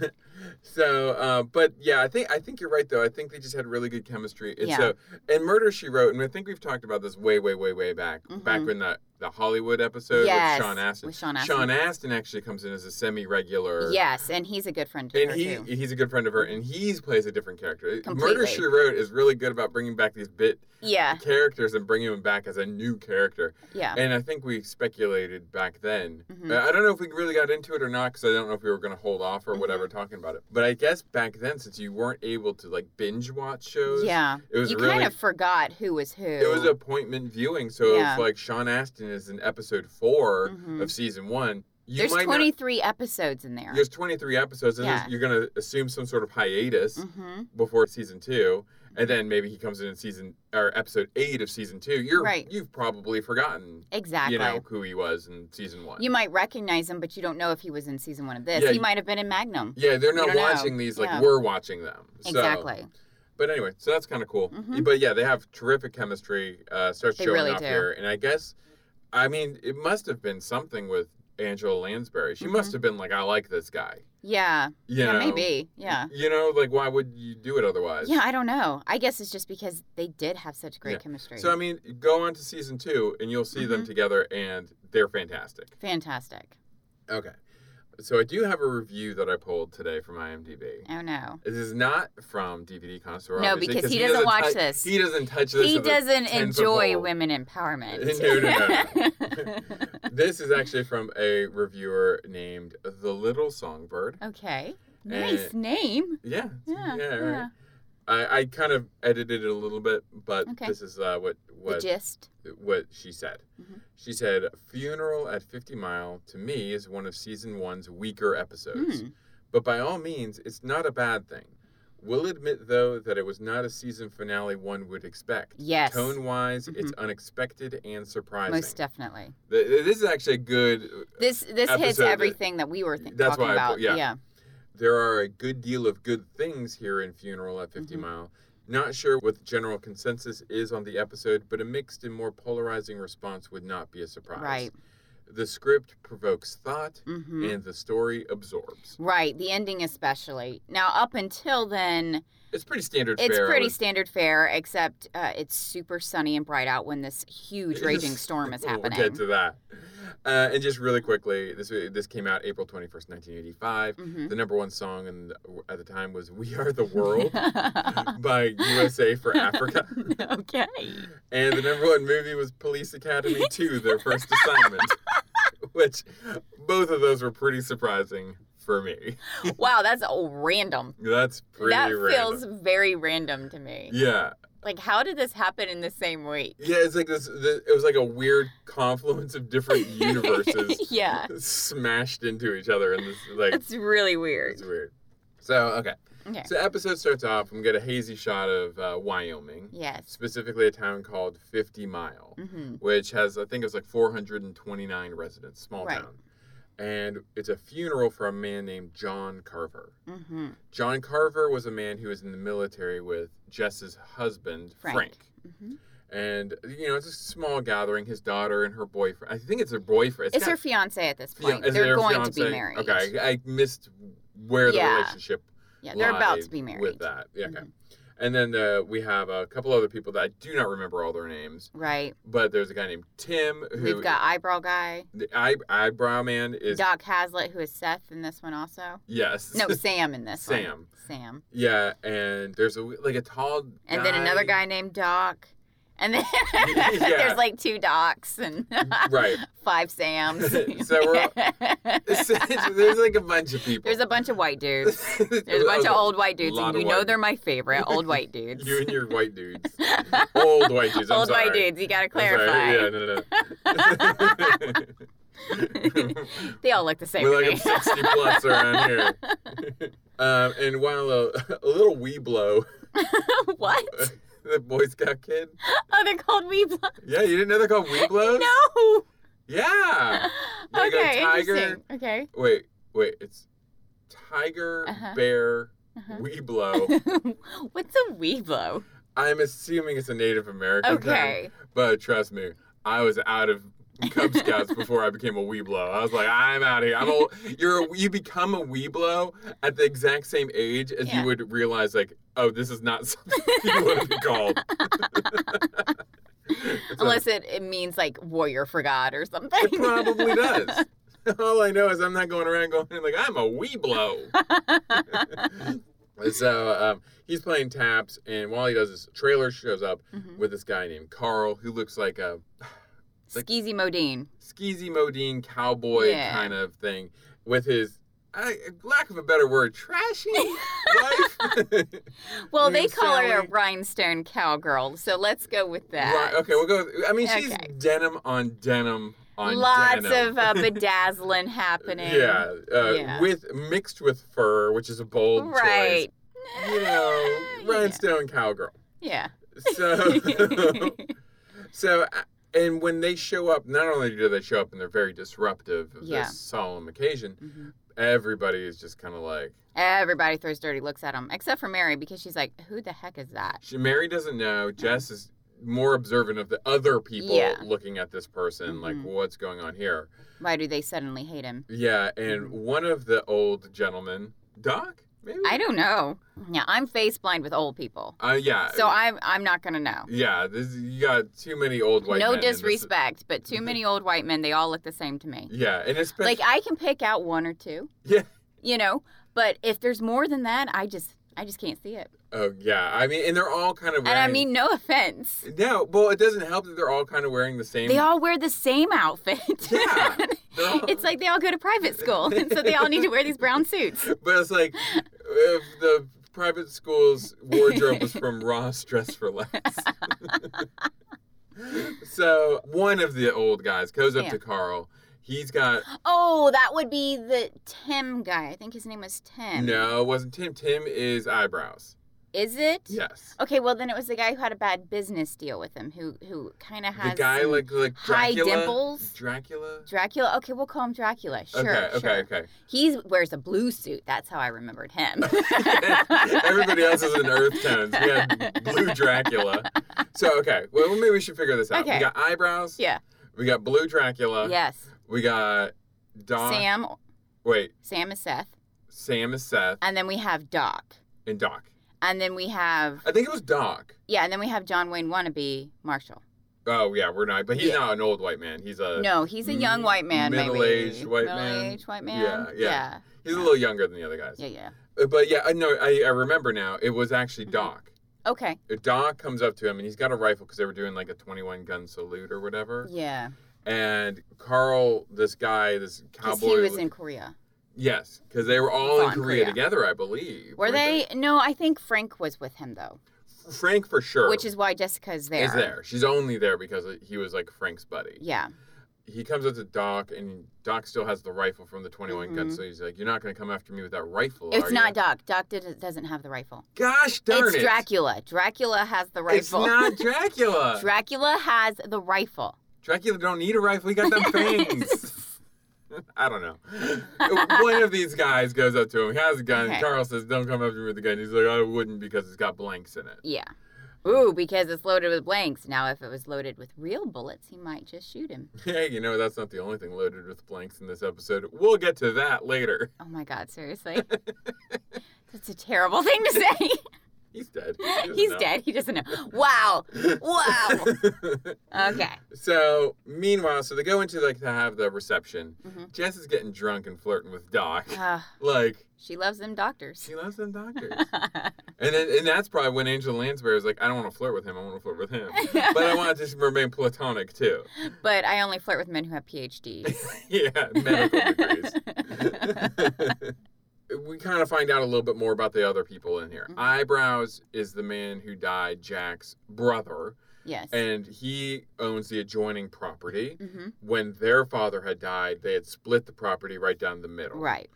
Speaker 2: So, uh, but yeah, I think I think you're right though. I think they just had really good chemistry. And
Speaker 1: Yeah.
Speaker 2: so, and Murder She Wrote, and I think we've talked about this way, way, way, way back, back
Speaker 1: Mhm.
Speaker 2: when the the Hollywood episode
Speaker 1: yes,
Speaker 2: with Sean Astin.
Speaker 1: with Sean Astin.
Speaker 2: Sean Astin actually comes in as a semi-regular.
Speaker 1: Yes, and he's a good friend to
Speaker 2: And
Speaker 1: her
Speaker 2: he
Speaker 1: too.
Speaker 2: he's a good friend of her, and he plays a different character. Murder
Speaker 1: Completely.
Speaker 2: She Wrote is really good about bringing back these bit
Speaker 1: Yeah,
Speaker 2: characters and bringing him back as a new character.
Speaker 1: yeah.
Speaker 2: And I think we speculated back then.
Speaker 1: Mhm.
Speaker 2: I I don't know if we really got into it or not because I don't know if we were going to hold off or whatever
Speaker 1: Mm-hmm.
Speaker 2: talking about it. But I guess back then, since you weren't able to like binge watch shows,
Speaker 1: yeah.
Speaker 2: it was
Speaker 1: You
Speaker 2: really.
Speaker 1: kind of forgot who was who.
Speaker 2: it was appointment viewing, so
Speaker 1: Yeah.
Speaker 2: if like Sean Astin is in episode 4
Speaker 1: Mhm.
Speaker 2: of season one, you
Speaker 1: there's
Speaker 2: might not-
Speaker 1: 23 episodes in there.
Speaker 2: there's 23 episodes, and there's-
Speaker 1: Yeah.
Speaker 2: you're gonna assume some sort of hiatus
Speaker 1: hmm
Speaker 2: before season two, and then maybe he comes in in season or episode eight of season two. You're
Speaker 1: Right.
Speaker 2: You've probably forgotten,
Speaker 1: Exactly.
Speaker 2: you know, who he was in season one.
Speaker 1: You might recognize him, but you don't know if he was in season one of this.
Speaker 2: Yeah,
Speaker 1: he
Speaker 2: you-
Speaker 1: might have been in Magnum.
Speaker 2: yeah, they're
Speaker 1: you
Speaker 2: not
Speaker 1: don't know.
Speaker 2: watching these like
Speaker 1: Yeah.
Speaker 2: we're watching them. So-
Speaker 1: Exactly.
Speaker 2: But anyway, so that's kind of cool.
Speaker 1: Mhm.
Speaker 2: But yeah, they have terrific chemistry. Uh, starts
Speaker 1: They
Speaker 2: showing
Speaker 1: really
Speaker 2: up
Speaker 1: do.
Speaker 2: here, and I guess, I mean, it must have been something with Angela Lansbury. She
Speaker 1: Mhm.
Speaker 2: must have been like, I like this guy.
Speaker 1: Yeah.
Speaker 2: You
Speaker 1: yeah.
Speaker 2: know?
Speaker 1: Maybe. Yeah.
Speaker 2: You know, like why would you do it otherwise?
Speaker 1: Yeah. I don't know. I guess it's just because they did have such great Mm-hmm.
Speaker 2: Yeah.
Speaker 1: chemistry.
Speaker 2: So I mean, go on to season two, and you'll see them together, and they're fantastic.
Speaker 1: Fantastic.
Speaker 2: Okay. So I do have a review that I pulled today from IMDb.
Speaker 1: Oh no.
Speaker 2: This is not from DVD Connoisseur.
Speaker 1: No,
Speaker 2: obviously,
Speaker 1: because he doesn't watch
Speaker 2: tou-
Speaker 1: this.
Speaker 2: He doesn't touch this.
Speaker 1: He
Speaker 2: with a
Speaker 1: doesn't
Speaker 2: tenth of a
Speaker 1: enjoy
Speaker 2: pole.
Speaker 1: women empowerment.
Speaker 2: No, no, This is actually from a reviewer named The Little Songbird.
Speaker 1: okay. Nice name.
Speaker 2: Yeah.
Speaker 1: Yeah.
Speaker 2: Eh. Yeah. right.
Speaker 1: yeah.
Speaker 2: I, I kind of edited it a little bit, but
Speaker 1: Okay.
Speaker 2: this is uh, what
Speaker 1: The
Speaker 2: what
Speaker 1: gist.
Speaker 2: what she said.
Speaker 1: Mhm.
Speaker 2: She said, "Funeral at Fifty Mile to me is one of season one's weaker episodes,
Speaker 1: Hmm.
Speaker 2: but by all means, it's not a bad thing. Will admit though that it was not a season finale one would expect.
Speaker 1: Yes. Mm-hmm.
Speaker 2: Tone wise, it's unexpected and surprising.
Speaker 1: Most definitely.
Speaker 2: Th- th- This is actually a good.
Speaker 1: This this hits
Speaker 2: Episode that-
Speaker 1: everything that we were th-
Speaker 2: That's
Speaker 1: talking
Speaker 2: why I
Speaker 1: about.
Speaker 2: put- yeah.
Speaker 1: yeah.
Speaker 2: There are a good deal of good things here in Funeral at 50
Speaker 1: Mhm.
Speaker 2: Mile. Not sure what the general consensus is on the episode, but a mixed and more polarizing response would not be a surprise.
Speaker 1: Right.
Speaker 2: The script provokes thought,
Speaker 1: hmm
Speaker 2: and the story absorbs.
Speaker 1: Right. The ending especially. Now up until then,
Speaker 2: It's pretty standard
Speaker 1: it's
Speaker 2: fare, I
Speaker 1: pretty
Speaker 2: would-
Speaker 1: standard fare, except uh, it's super sunny and bright out when this huge raging storm is happening.
Speaker 2: We'll get to that. Uh, and just really quickly, this this came out April 21st, 1985.
Speaker 1: hmm
Speaker 2: The number one song in the, at the time was "We Are the World" by USA for Africa.
Speaker 1: okay.
Speaker 2: And the number one movie was Police Academy 2, their first assignment. Which both of those were pretty surprising for me.
Speaker 1: Wow, that's all random.
Speaker 2: That's pretty
Speaker 1: that
Speaker 2: random.
Speaker 1: feels very random to me.
Speaker 2: Yeah.
Speaker 1: Like, how did this happen in the same week?
Speaker 2: Yeah, it's like this, the it was like a weird confluence of different universes
Speaker 1: yeah,
Speaker 2: smashed into each other and this like
Speaker 1: it's really weird.
Speaker 2: it's weird. So, okay.
Speaker 1: Okay.
Speaker 2: So episode starts off and we get a hazy shot of uh, Wyoming,
Speaker 1: Yes.
Speaker 2: specifically a town called 50 Mile.
Speaker 1: hmm
Speaker 2: which has I think it was like 429 residents, small
Speaker 1: Right.
Speaker 2: town. And it's a funeral for a man named John Carver.
Speaker 1: hmm
Speaker 2: John Carver was a man who was in the military with Jess's husband, Frank.
Speaker 1: Frank. hmm
Speaker 2: And you know, it's a small gathering. His daughter and her boyfriend. I think it's her boyfriend.
Speaker 1: It's, her fiance at this point.
Speaker 2: fian- is it
Speaker 1: they're
Speaker 2: her
Speaker 1: going to be
Speaker 2: fiancé?
Speaker 1: married.
Speaker 2: Okay, I missed where the
Speaker 1: Yeah.
Speaker 2: relationship
Speaker 1: Yeah, they're about
Speaker 2: lied
Speaker 1: to be married.
Speaker 2: with that. Yeah, okay.
Speaker 1: Mhm.
Speaker 2: And then uh, we have a couple other people that I do not remember all their names,
Speaker 1: Right.
Speaker 2: but there's a guy named Tim who
Speaker 1: We've got eyebrow guy.
Speaker 2: The eye, eyebrow man is
Speaker 1: Doc Hazlitt, who is Seth in this one also.
Speaker 2: yes.
Speaker 1: No, Sam in this one.
Speaker 2: Sam.
Speaker 1: Sam.
Speaker 2: Yeah, and there's a like a tall.
Speaker 1: And then another guy named Doc. And then
Speaker 2: Yeah.
Speaker 1: there's like two Docs and
Speaker 2: right.
Speaker 1: five Sams.
Speaker 2: So we're there's like a bunch of people.
Speaker 1: there's a bunch of white dudes. There's a bunch of old white dudes,
Speaker 2: Lot
Speaker 1: and
Speaker 2: of
Speaker 1: you know
Speaker 2: white-
Speaker 1: they're my favorite old white dudes.
Speaker 2: You and your white dudes. old white dudes. I'm
Speaker 1: old
Speaker 2: sorry.
Speaker 1: white dudes, you gotta
Speaker 2: I'm sorry.
Speaker 1: clarify.
Speaker 2: Yeah, no, no. no.
Speaker 1: They all look the same.
Speaker 2: We're
Speaker 1: to me.
Speaker 2: like a 60 plus around here. um, and while a, a little wee blow,
Speaker 1: what?
Speaker 2: the Boy Scout kid.
Speaker 1: Oh, they're called Weeblos.
Speaker 2: Yeah, you didn't know they're called wee blows?
Speaker 1: No.
Speaker 2: Yeah. They got
Speaker 1: okay,
Speaker 2: tiger-
Speaker 1: interesting. Okay.
Speaker 2: Wait, wait. It's tiger,
Speaker 1: Uh-huh.
Speaker 2: bear,
Speaker 1: Uh-huh.
Speaker 2: weeblow.
Speaker 1: What's a Weeblo?
Speaker 2: I'm assuming it's a Native American term,
Speaker 1: Okay.
Speaker 2: but trust me, I was out of Cub Scouts before I became a weeblow. I was like, I'm out of here. I'm a, you're a, you become a weeblow at the exact same age as
Speaker 1: Yeah.
Speaker 2: you would realize, like, oh, this is not something you want to be called. So-
Speaker 1: Unless it, it means like warrior for God or something.
Speaker 2: It probably does. All I know is I'm not going around going like I'm a weeblow. so um, he's playing taps, and while he does this, trailer shows up
Speaker 1: Mhm.
Speaker 2: with this guy named Carl, who looks like a Like-
Speaker 1: Skeezy Modine.
Speaker 2: skeezy modine cowboy
Speaker 1: Yeah.
Speaker 2: kind of thing, with his, I, lack of a better word, trashy wife.
Speaker 1: Well, they
Speaker 2: Named
Speaker 1: call her
Speaker 2: Sally.
Speaker 1: a rhinestone cowgirl, so let's go with that.
Speaker 2: Right, okay, we'll go. With, I mean, she's
Speaker 1: Okay.
Speaker 2: denim on denim on
Speaker 1: Lots
Speaker 2: denim.
Speaker 1: of uh, bedazzling happening.
Speaker 2: Yeah, uh,
Speaker 1: Yeah.
Speaker 2: with mixed with fur, which is a bold
Speaker 1: Right.
Speaker 2: choice. You know, rhinestone cowgirl.
Speaker 1: Yeah. Mm-hmm.
Speaker 2: So, so, uh, and when they show up, not only do they show up and they're very disruptive of
Speaker 1: Yeah.
Speaker 2: this solemn occasion,
Speaker 1: Mhm.
Speaker 2: everybody is just kind of like,
Speaker 1: Everybody throws dirty looks at him, except for Mary because she's like, "Who the heck is that?"
Speaker 2: she, Mary doesn't know. Jess is more observant of the other people
Speaker 1: Yeah.
Speaker 2: looking at this person, like
Speaker 1: Mhm.
Speaker 2: what's going on here.
Speaker 1: Why do they suddenly hate him?
Speaker 2: Yeah, and
Speaker 1: Mhm.
Speaker 2: one of the old gentlemen, Doc, maybe.
Speaker 1: I don't know. Yeah, I'm face blind with old people,
Speaker 2: Uh, yeah.
Speaker 1: so I'm I'm not gonna know.
Speaker 2: Yeah, this you got too many old white
Speaker 1: no
Speaker 2: men. in this- Mm-hmm.
Speaker 1: disrespect, but too many old white men. They all look the same to me.
Speaker 2: Yeah, and especially
Speaker 1: Like I can pick out one or two.
Speaker 2: Yeah.
Speaker 1: You know, but if there's more than that, I just I just can't see it.
Speaker 2: oh yeah, I mean, and they're all kind of.
Speaker 1: And
Speaker 2: Wearing,
Speaker 1: I mean, no offense.
Speaker 2: no, well, it doesn't help that they're all kind of wearing the same.
Speaker 1: They all wear the same outfit.
Speaker 2: Yeah. they're all-
Speaker 1: it's like they all go to private school, and so they all need to wear these brown suits.
Speaker 2: but it's like if the private school's wardrobe was from Ross Dress for Less. so one of the old guys goes up
Speaker 1: Yeah.
Speaker 2: to Carl. He's got
Speaker 1: Oh, that would be the Tim guy. I think his name was Tim.
Speaker 2: no, it wasn't Tim. Tim is eyebrows.
Speaker 1: Is it?
Speaker 2: Yes.
Speaker 1: Okay, well then it was the guy who had a bad business deal with him, who who kind of has
Speaker 2: the guy
Speaker 1: some
Speaker 2: like like
Speaker 1: high
Speaker 2: Dracula.
Speaker 1: dimples.
Speaker 2: Dracula.
Speaker 1: Dracula. Okay, we'll call him Dracula. Sure,
Speaker 2: okay,
Speaker 1: sure.
Speaker 2: okay, okay.
Speaker 1: He wears a blue suit. That's how I remembered him.
Speaker 2: Everybody else is in earth tones. We had blue Dracula. So okay, well maybe we should figure this out.
Speaker 1: Okay.
Speaker 2: We got eyebrows.
Speaker 1: Yeah.
Speaker 2: We got blue Dracula.
Speaker 1: Yes,
Speaker 2: We got Doc.
Speaker 1: Sam.
Speaker 2: Wait,
Speaker 1: Sam is Seth,
Speaker 2: Sam is Seth
Speaker 1: and then we have Doc,
Speaker 2: and Doc.
Speaker 1: and then we have
Speaker 2: I think it was Doc.
Speaker 1: yeah, and then we have John Wayne wannabe Marshall.
Speaker 2: Oh yeah, we're not. But he's
Speaker 1: Yeah.
Speaker 2: not an old white man. He's a.
Speaker 1: No, he's a young
Speaker 2: m-
Speaker 1: white man. maybe.
Speaker 2: Mm, middle-aged white man.
Speaker 1: Middle-aged white man.
Speaker 2: Yeah, yeah. He's a
Speaker 1: no.
Speaker 2: little younger than the other guys.
Speaker 1: yeah, yeah, yeah.
Speaker 2: Uh, But yeah, I know. I, I remember now. It was actually
Speaker 1: Mhm.
Speaker 2: Doc.
Speaker 1: Okay.
Speaker 2: Doc comes up to him and he's got a rifle because they were doing like a 21 gun salute or whatever.
Speaker 1: Yeah,
Speaker 2: and Carl, this guy, this
Speaker 1: because
Speaker 2: cowboy.
Speaker 1: he was in Korea.
Speaker 2: Yes, because they were all in
Speaker 1: Gone,
Speaker 2: Korea,
Speaker 1: Korea.
Speaker 2: together, I believe.
Speaker 1: Were
Speaker 2: weren't
Speaker 1: they? No, I think Frank was with him though,
Speaker 2: Frank for sure.
Speaker 1: which is why Jessica's there.
Speaker 2: is there? She's only there because he was like Frank's buddy.
Speaker 1: Yeah.
Speaker 2: He comes up to Doc, and Doc still has the rifle from the 21 gun.
Speaker 1: Mhm.
Speaker 2: So he's like, "You're not going to come after me with that rifle."
Speaker 1: It's
Speaker 2: are
Speaker 1: not
Speaker 2: you?
Speaker 1: Doc. Doc did, doesn't have the rifle.
Speaker 2: Gosh darn
Speaker 1: it's
Speaker 2: it!
Speaker 1: Dracula. Dracula has the
Speaker 2: It's
Speaker 1: rifle.
Speaker 2: not Dracula.
Speaker 1: Dracula has the rifle.
Speaker 2: Dracula don't need a rifle. He got them fangs. I don't know. One of these guys goes up to him. He has a gun.
Speaker 1: Okay.
Speaker 2: Carl says, "Don't come up to me with a gun." He's like, "I wouldn't because it's got blanks in it."
Speaker 1: yeah. Ooh, because it's loaded with blanks. Now, if it was loaded with real bullets, he might just shoot him.
Speaker 2: Hey, you know that's not the only thing loaded with blanks in this episode. We'll get to that later.
Speaker 1: Oh my God, seriously? That's a terrible thing to say.
Speaker 2: He's dead. He doesn't
Speaker 1: He's
Speaker 2: know.
Speaker 1: dead. He doesn't know. Wow. Wow. Okay.
Speaker 2: so meanwhile, so they go into like to have the reception.
Speaker 1: Mhm.
Speaker 2: Jess is getting drunk and flirting with Doc.
Speaker 1: Ah,
Speaker 2: Like
Speaker 1: she loves them doctors.
Speaker 2: she loves them doctors. and then, and that's probably when Angela Lansbury was like, I don't want to flirt with him. I want to flirt with him. but I want it to remain platonic too.
Speaker 1: But I only flirt with men who have PhDs.
Speaker 2: yeah, medical degrees. we kind of find out a little bit more about the other people in here.
Speaker 1: Mhm.
Speaker 2: Eyebrows is the man who died, Jack's brother,
Speaker 1: yes.
Speaker 2: and he owns the adjoining property.
Speaker 1: hmm
Speaker 2: When their father had died, they had split the property right down the middle.
Speaker 1: Right.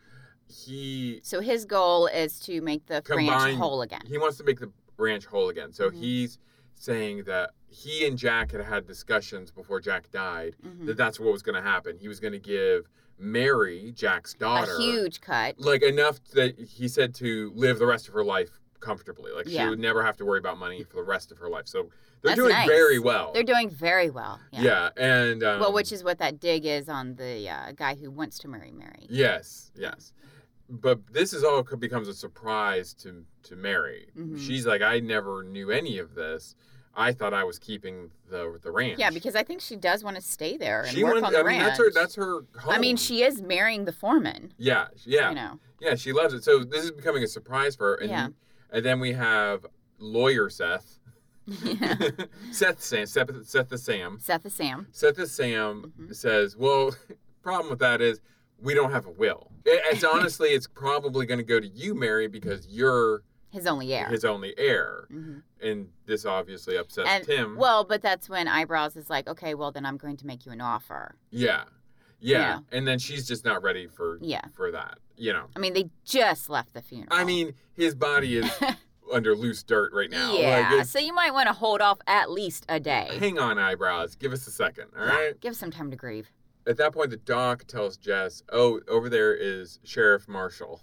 Speaker 2: He
Speaker 1: So his goal is to make the
Speaker 2: Combine-
Speaker 1: ranch whole again.
Speaker 2: he wants to make the ranch whole again. So
Speaker 1: Mhm.
Speaker 2: he's saying that he and Jack had had discussions before Jack died
Speaker 1: Mhm.
Speaker 2: that that's what was going to happen. He was going to give Mary, Jack's daughter,
Speaker 1: A huge cut.
Speaker 2: like enough that he said to live the rest of her life comfortably. Like she
Speaker 1: Yeah.
Speaker 2: would never have to worry about money for the rest of her life. So they're
Speaker 1: That's
Speaker 2: doing
Speaker 1: nice.
Speaker 2: very well.
Speaker 1: They're doing very well. Yeah.
Speaker 2: yeah. and um,
Speaker 1: well, which is what that dig is on the uh, guy who wants to marry Mary.
Speaker 2: yes, yes. But this is all co- becomes a surprise to to Mary.
Speaker 1: Mhm.
Speaker 2: She's like, I never knew any of this. I thought I was keeping the the ranch.
Speaker 1: Yeah, because I think she does want to stay there and
Speaker 2: she
Speaker 1: work
Speaker 2: wants.
Speaker 1: on the
Speaker 2: I mean,
Speaker 1: ranch.
Speaker 2: that's her. That's her home.
Speaker 1: I mean, she is marrying the foreman.
Speaker 2: Yeah, yeah,
Speaker 1: You know.
Speaker 2: yeah. She loves it. So this is becoming a surprise for her. And,
Speaker 1: Yeah.
Speaker 2: And then we have lawyer Seth.
Speaker 1: Yeah.
Speaker 2: Seth Sam Seth, Seth the Sam.
Speaker 1: Seth is Sam.
Speaker 2: Seth the Sam
Speaker 1: Mhm.
Speaker 2: says, "Well, problem with that is we don't have a will. It- It's honestly, it's probably going to go to you, Mary, because you're
Speaker 1: His his only heir.
Speaker 2: his only heir.
Speaker 1: Mhm.
Speaker 2: And this obviously upsets
Speaker 1: And
Speaker 2: Tim.
Speaker 1: well, but that's when eyebrows is like, okay, well then I'm going to make you an offer.
Speaker 2: yeah. yeah.
Speaker 1: Yeah.
Speaker 2: And then she's just not ready for
Speaker 1: Yeah.
Speaker 2: for that. You know.
Speaker 1: I mean, they just left the funeral.
Speaker 2: I mean, his body is under loose dirt right now. Like,
Speaker 1: yeah.
Speaker 2: it's-
Speaker 1: so you might want to hold off at least a day.
Speaker 2: hang on, eyebrows. Give us a second, all
Speaker 1: Yeah,
Speaker 2: right?
Speaker 1: Give some time to grieve.
Speaker 2: At that point, the doc tells Jess, "Oh, over there is Sheriff Marshall.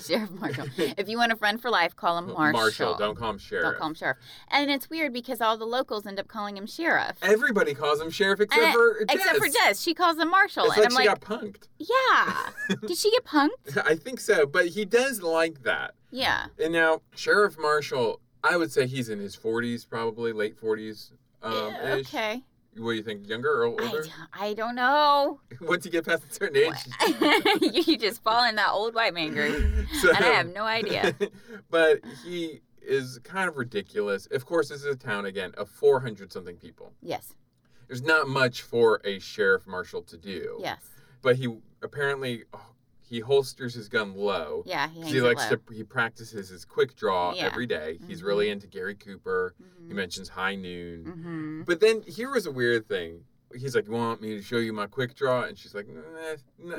Speaker 1: Sheriff Marshall. if you want a friend for life, call him Marshall.
Speaker 2: don't call him Sheriff.
Speaker 1: Don't call him Sheriff. And it's weird because all the locals end up calling him Sheriff.
Speaker 2: Everybody calls him Sheriff except
Speaker 1: And-
Speaker 2: for Jess.
Speaker 1: Except for Jess. She calls him Marshall.
Speaker 2: It's
Speaker 1: and
Speaker 2: like
Speaker 1: I'm like,
Speaker 2: she Um, got punked.
Speaker 1: yeah. Did she get punked?
Speaker 2: I think so, but he does like that.
Speaker 1: Yeah.
Speaker 2: And now Sheriff Marshall, I would say he's in his 40s, probably late 40s. Um,
Speaker 1: Yeah,
Speaker 2: ish.
Speaker 1: okay.
Speaker 2: What do you think, younger or
Speaker 1: I,
Speaker 2: older?
Speaker 1: don't- I don't know.
Speaker 2: Once you get past a certain age,
Speaker 1: you you just fall in that old white man group.
Speaker 2: so,
Speaker 1: And I have no idea.
Speaker 2: but he is kind of ridiculous. Of course, this is a town again of 400 something people.
Speaker 1: Yes.
Speaker 2: There's not much for a sheriff marshal to do.
Speaker 1: Yes.
Speaker 2: But he apparently he holsters his gun low.
Speaker 1: Yeah. He
Speaker 2: 'cause
Speaker 1: hangs
Speaker 2: He
Speaker 1: it
Speaker 2: likes
Speaker 1: low.
Speaker 2: to he practices his quick draw
Speaker 1: Yeah.
Speaker 2: every day. He's
Speaker 1: Mhm.
Speaker 2: really into Gary Cooper. He
Speaker 1: Mhm.
Speaker 2: mentions High Noon.
Speaker 1: Mhm.
Speaker 2: But then here was a weird thing. He's like, "You want me to show you my quick draw?" And she's like, nah, nah,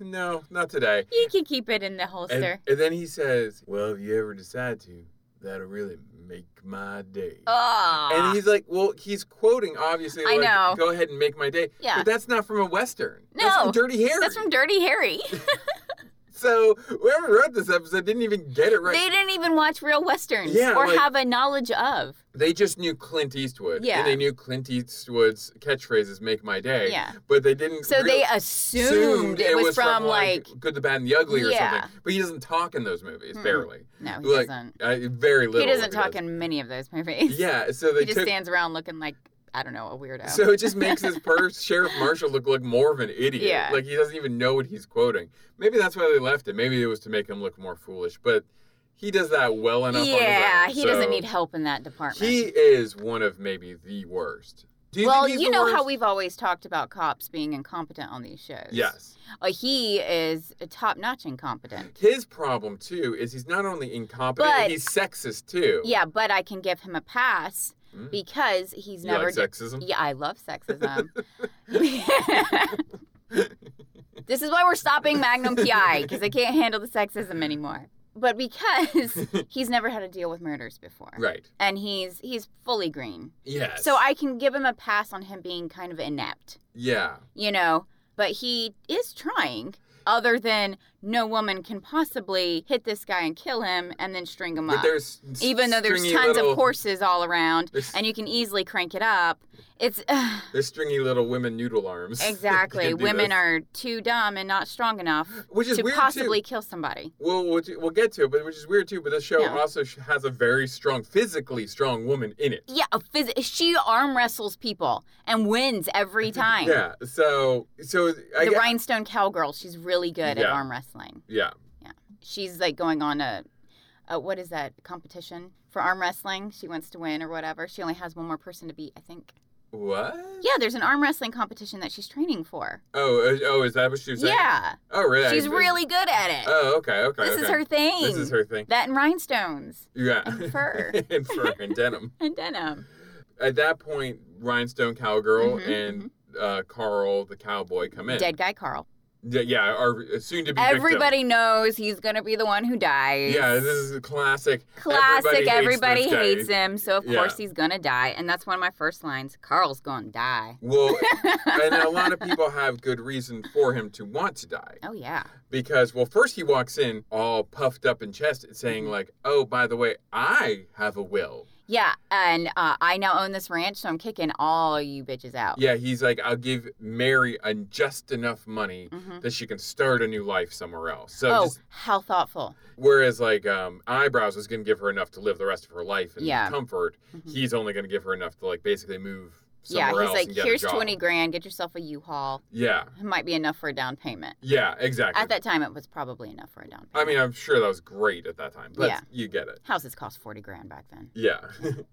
Speaker 2: "No, not today."
Speaker 1: you can keep it in the Mm-hmm. holster.
Speaker 2: And, and then he says, Well, if you ever decide to, that'll really make my day.
Speaker 1: Oh.
Speaker 2: And he's like, Well, he's quoting, obviously,
Speaker 1: I
Speaker 2: like,
Speaker 1: know.
Speaker 2: go ahead and make my day.
Speaker 1: yeah.
Speaker 2: But that's not from a Western. That's
Speaker 1: No.
Speaker 2: from Dirty Harry.
Speaker 1: That's from Dirty Harry.
Speaker 2: So whoever wrote this episode didn't even get it right.
Speaker 1: They didn't even watch real westerns
Speaker 2: Yeah,
Speaker 1: or
Speaker 2: like-
Speaker 1: have a knowledge of.
Speaker 2: They just knew Clint Eastwood.
Speaker 1: Yeah.
Speaker 2: And they knew Clint Eastwood's catchphrases, make my day.
Speaker 1: Yeah.
Speaker 2: But they didn't.
Speaker 1: So
Speaker 2: real-
Speaker 1: they assumed it was, from like,
Speaker 2: Good, the Bad, and the Ugly or
Speaker 1: Yeah.
Speaker 2: something. But he doesn't talk in those movies,
Speaker 1: Mm-mm.
Speaker 2: barely.
Speaker 1: no, he
Speaker 2: like,
Speaker 1: doesn't.
Speaker 2: I, very little.
Speaker 1: He doesn't
Speaker 2: if
Speaker 1: talk
Speaker 2: does.
Speaker 1: in many of those movies.
Speaker 2: Yeah, so they
Speaker 1: he just
Speaker 2: took
Speaker 1: stands around looking like I don't know a weirdo.
Speaker 2: So it just makes this per- Sheriff Marshall look like more of an idiot.
Speaker 1: Yeah.
Speaker 2: Like he doesn't even know what he's quoting. Maybe that's why they left it. Maybe it was to make him look more foolish. But he does that well enough. on his
Speaker 1: yeah,
Speaker 2: own.
Speaker 1: he
Speaker 2: So
Speaker 1: doesn't need help in that department.
Speaker 2: He is one of maybe the worst. Do you
Speaker 1: well,
Speaker 2: think
Speaker 1: you
Speaker 2: he's the
Speaker 1: know how
Speaker 2: worst?
Speaker 1: we've always talked about cops being incompetent on these shows.
Speaker 2: Yes.
Speaker 1: Uh, he is top-notch incompetent.
Speaker 2: His problem too is he's not only incompetent,
Speaker 1: But-
Speaker 2: he's sexist too.
Speaker 1: Yeah, but I can give him a pass
Speaker 2: Mm.
Speaker 1: because he's
Speaker 2: You
Speaker 1: never.
Speaker 2: like
Speaker 1: d-
Speaker 2: sexism?
Speaker 1: Yeah, I love sexism. this is why we're stopping Magnum PI because I can't handle the sexism anymore. But because he's never had to deal with murders before,
Speaker 2: Right.
Speaker 1: and he's he's fully green,
Speaker 2: Yes.
Speaker 1: so I can give him a pass on him being kind of inept,
Speaker 2: Yeah.
Speaker 1: you know. But he is trying. Other than no woman can possibly hit this guy and kill him and then string him
Speaker 2: But
Speaker 1: up.
Speaker 2: there's
Speaker 1: Um, uh, Even though there's
Speaker 2: stringy
Speaker 1: tons
Speaker 2: little-
Speaker 1: of horses all around
Speaker 2: There's,
Speaker 1: and you can easily crank it up, it's
Speaker 2: there's stringy little women noodle arms. that
Speaker 1: exactly
Speaker 2: can do
Speaker 1: women
Speaker 2: this.
Speaker 1: are too dumb and not strong enough
Speaker 2: which is
Speaker 1: to
Speaker 2: weird
Speaker 1: possibly
Speaker 2: too.
Speaker 1: kill somebody.
Speaker 2: We'll, we'll we'll get to it, but which is weird too. But this show
Speaker 1: Yeah.
Speaker 2: also sh- has a very strong, physically strong woman in it.
Speaker 1: Yeah, a phys- she arm wrestles people and wins every time.
Speaker 2: Yeah. So so I
Speaker 1: the
Speaker 2: get-
Speaker 1: rhinestone cowgirl, she's really good at
Speaker 2: Yeah.
Speaker 1: arm wrestling.
Speaker 2: yeah
Speaker 1: She's like going on a, a what is that competition for arm wrestling? She wants to win or whatever. She only has one more person to beat, I think.
Speaker 2: what
Speaker 1: Yeah, there's an arm wrestling competition that she's training for.
Speaker 2: oh uh, oh is that what she was saying
Speaker 1: Yeah,
Speaker 2: oh really
Speaker 1: she's
Speaker 2: I-
Speaker 1: really good at it.
Speaker 2: oh okay okay
Speaker 1: this is
Speaker 2: okay.
Speaker 1: her thing.
Speaker 2: this is her thing
Speaker 1: That and rhinestones
Speaker 2: yeah
Speaker 1: and fur.
Speaker 2: and fur and denim
Speaker 1: and denim.
Speaker 2: at that point rhinestone cowgirl
Speaker 1: Mhm,
Speaker 2: and uh, Carl the cowboy come in
Speaker 1: Dead guy Carl.
Speaker 2: yeah, yeah our soon to be
Speaker 1: Everybody knows he's gonna be the one who dies.
Speaker 2: yeah this is a classic
Speaker 1: classic. Everybody,
Speaker 2: this guy.
Speaker 1: hates him, so of
Speaker 2: Yeah.
Speaker 1: course he's gonna die. And that's one of my first lines. Carl's gonna die.
Speaker 2: well and a lot of people have good reason for him to want to die
Speaker 1: Oh yeah.
Speaker 2: because well first he walks in all puffed up and chested saying
Speaker 1: Mm-hmm.
Speaker 2: like oh by the way i have a will
Speaker 1: Yeah, and uh, I now own this ranch, so I'm kicking all you bitches out.
Speaker 2: yeah he's like i'll give mary a just enough money
Speaker 1: Mhm.
Speaker 2: that she can start a new life somewhere else so
Speaker 1: oh,
Speaker 2: just,
Speaker 1: how thoughtful.
Speaker 2: whereas like um, eyebrows was going to give her enough to live the rest of her life in
Speaker 1: Yeah.
Speaker 2: comfort
Speaker 1: Mhm.
Speaker 2: he's only going to give her enough to like basically move
Speaker 1: Yeah,
Speaker 2: somewhere
Speaker 1: he's
Speaker 2: else
Speaker 1: like,
Speaker 2: and get
Speaker 1: here's
Speaker 2: a job.
Speaker 1: 20 grand, get yourself a U-Haul.
Speaker 2: yeah
Speaker 1: It might be enough for a down payment.
Speaker 2: yeah exactly
Speaker 1: At that time, it was probably enough for a down payment.
Speaker 2: i mean i'm sure that was great at that time but
Speaker 1: Yeah.
Speaker 2: you get it
Speaker 1: houses cost 40 grand back then.
Speaker 2: Yeah.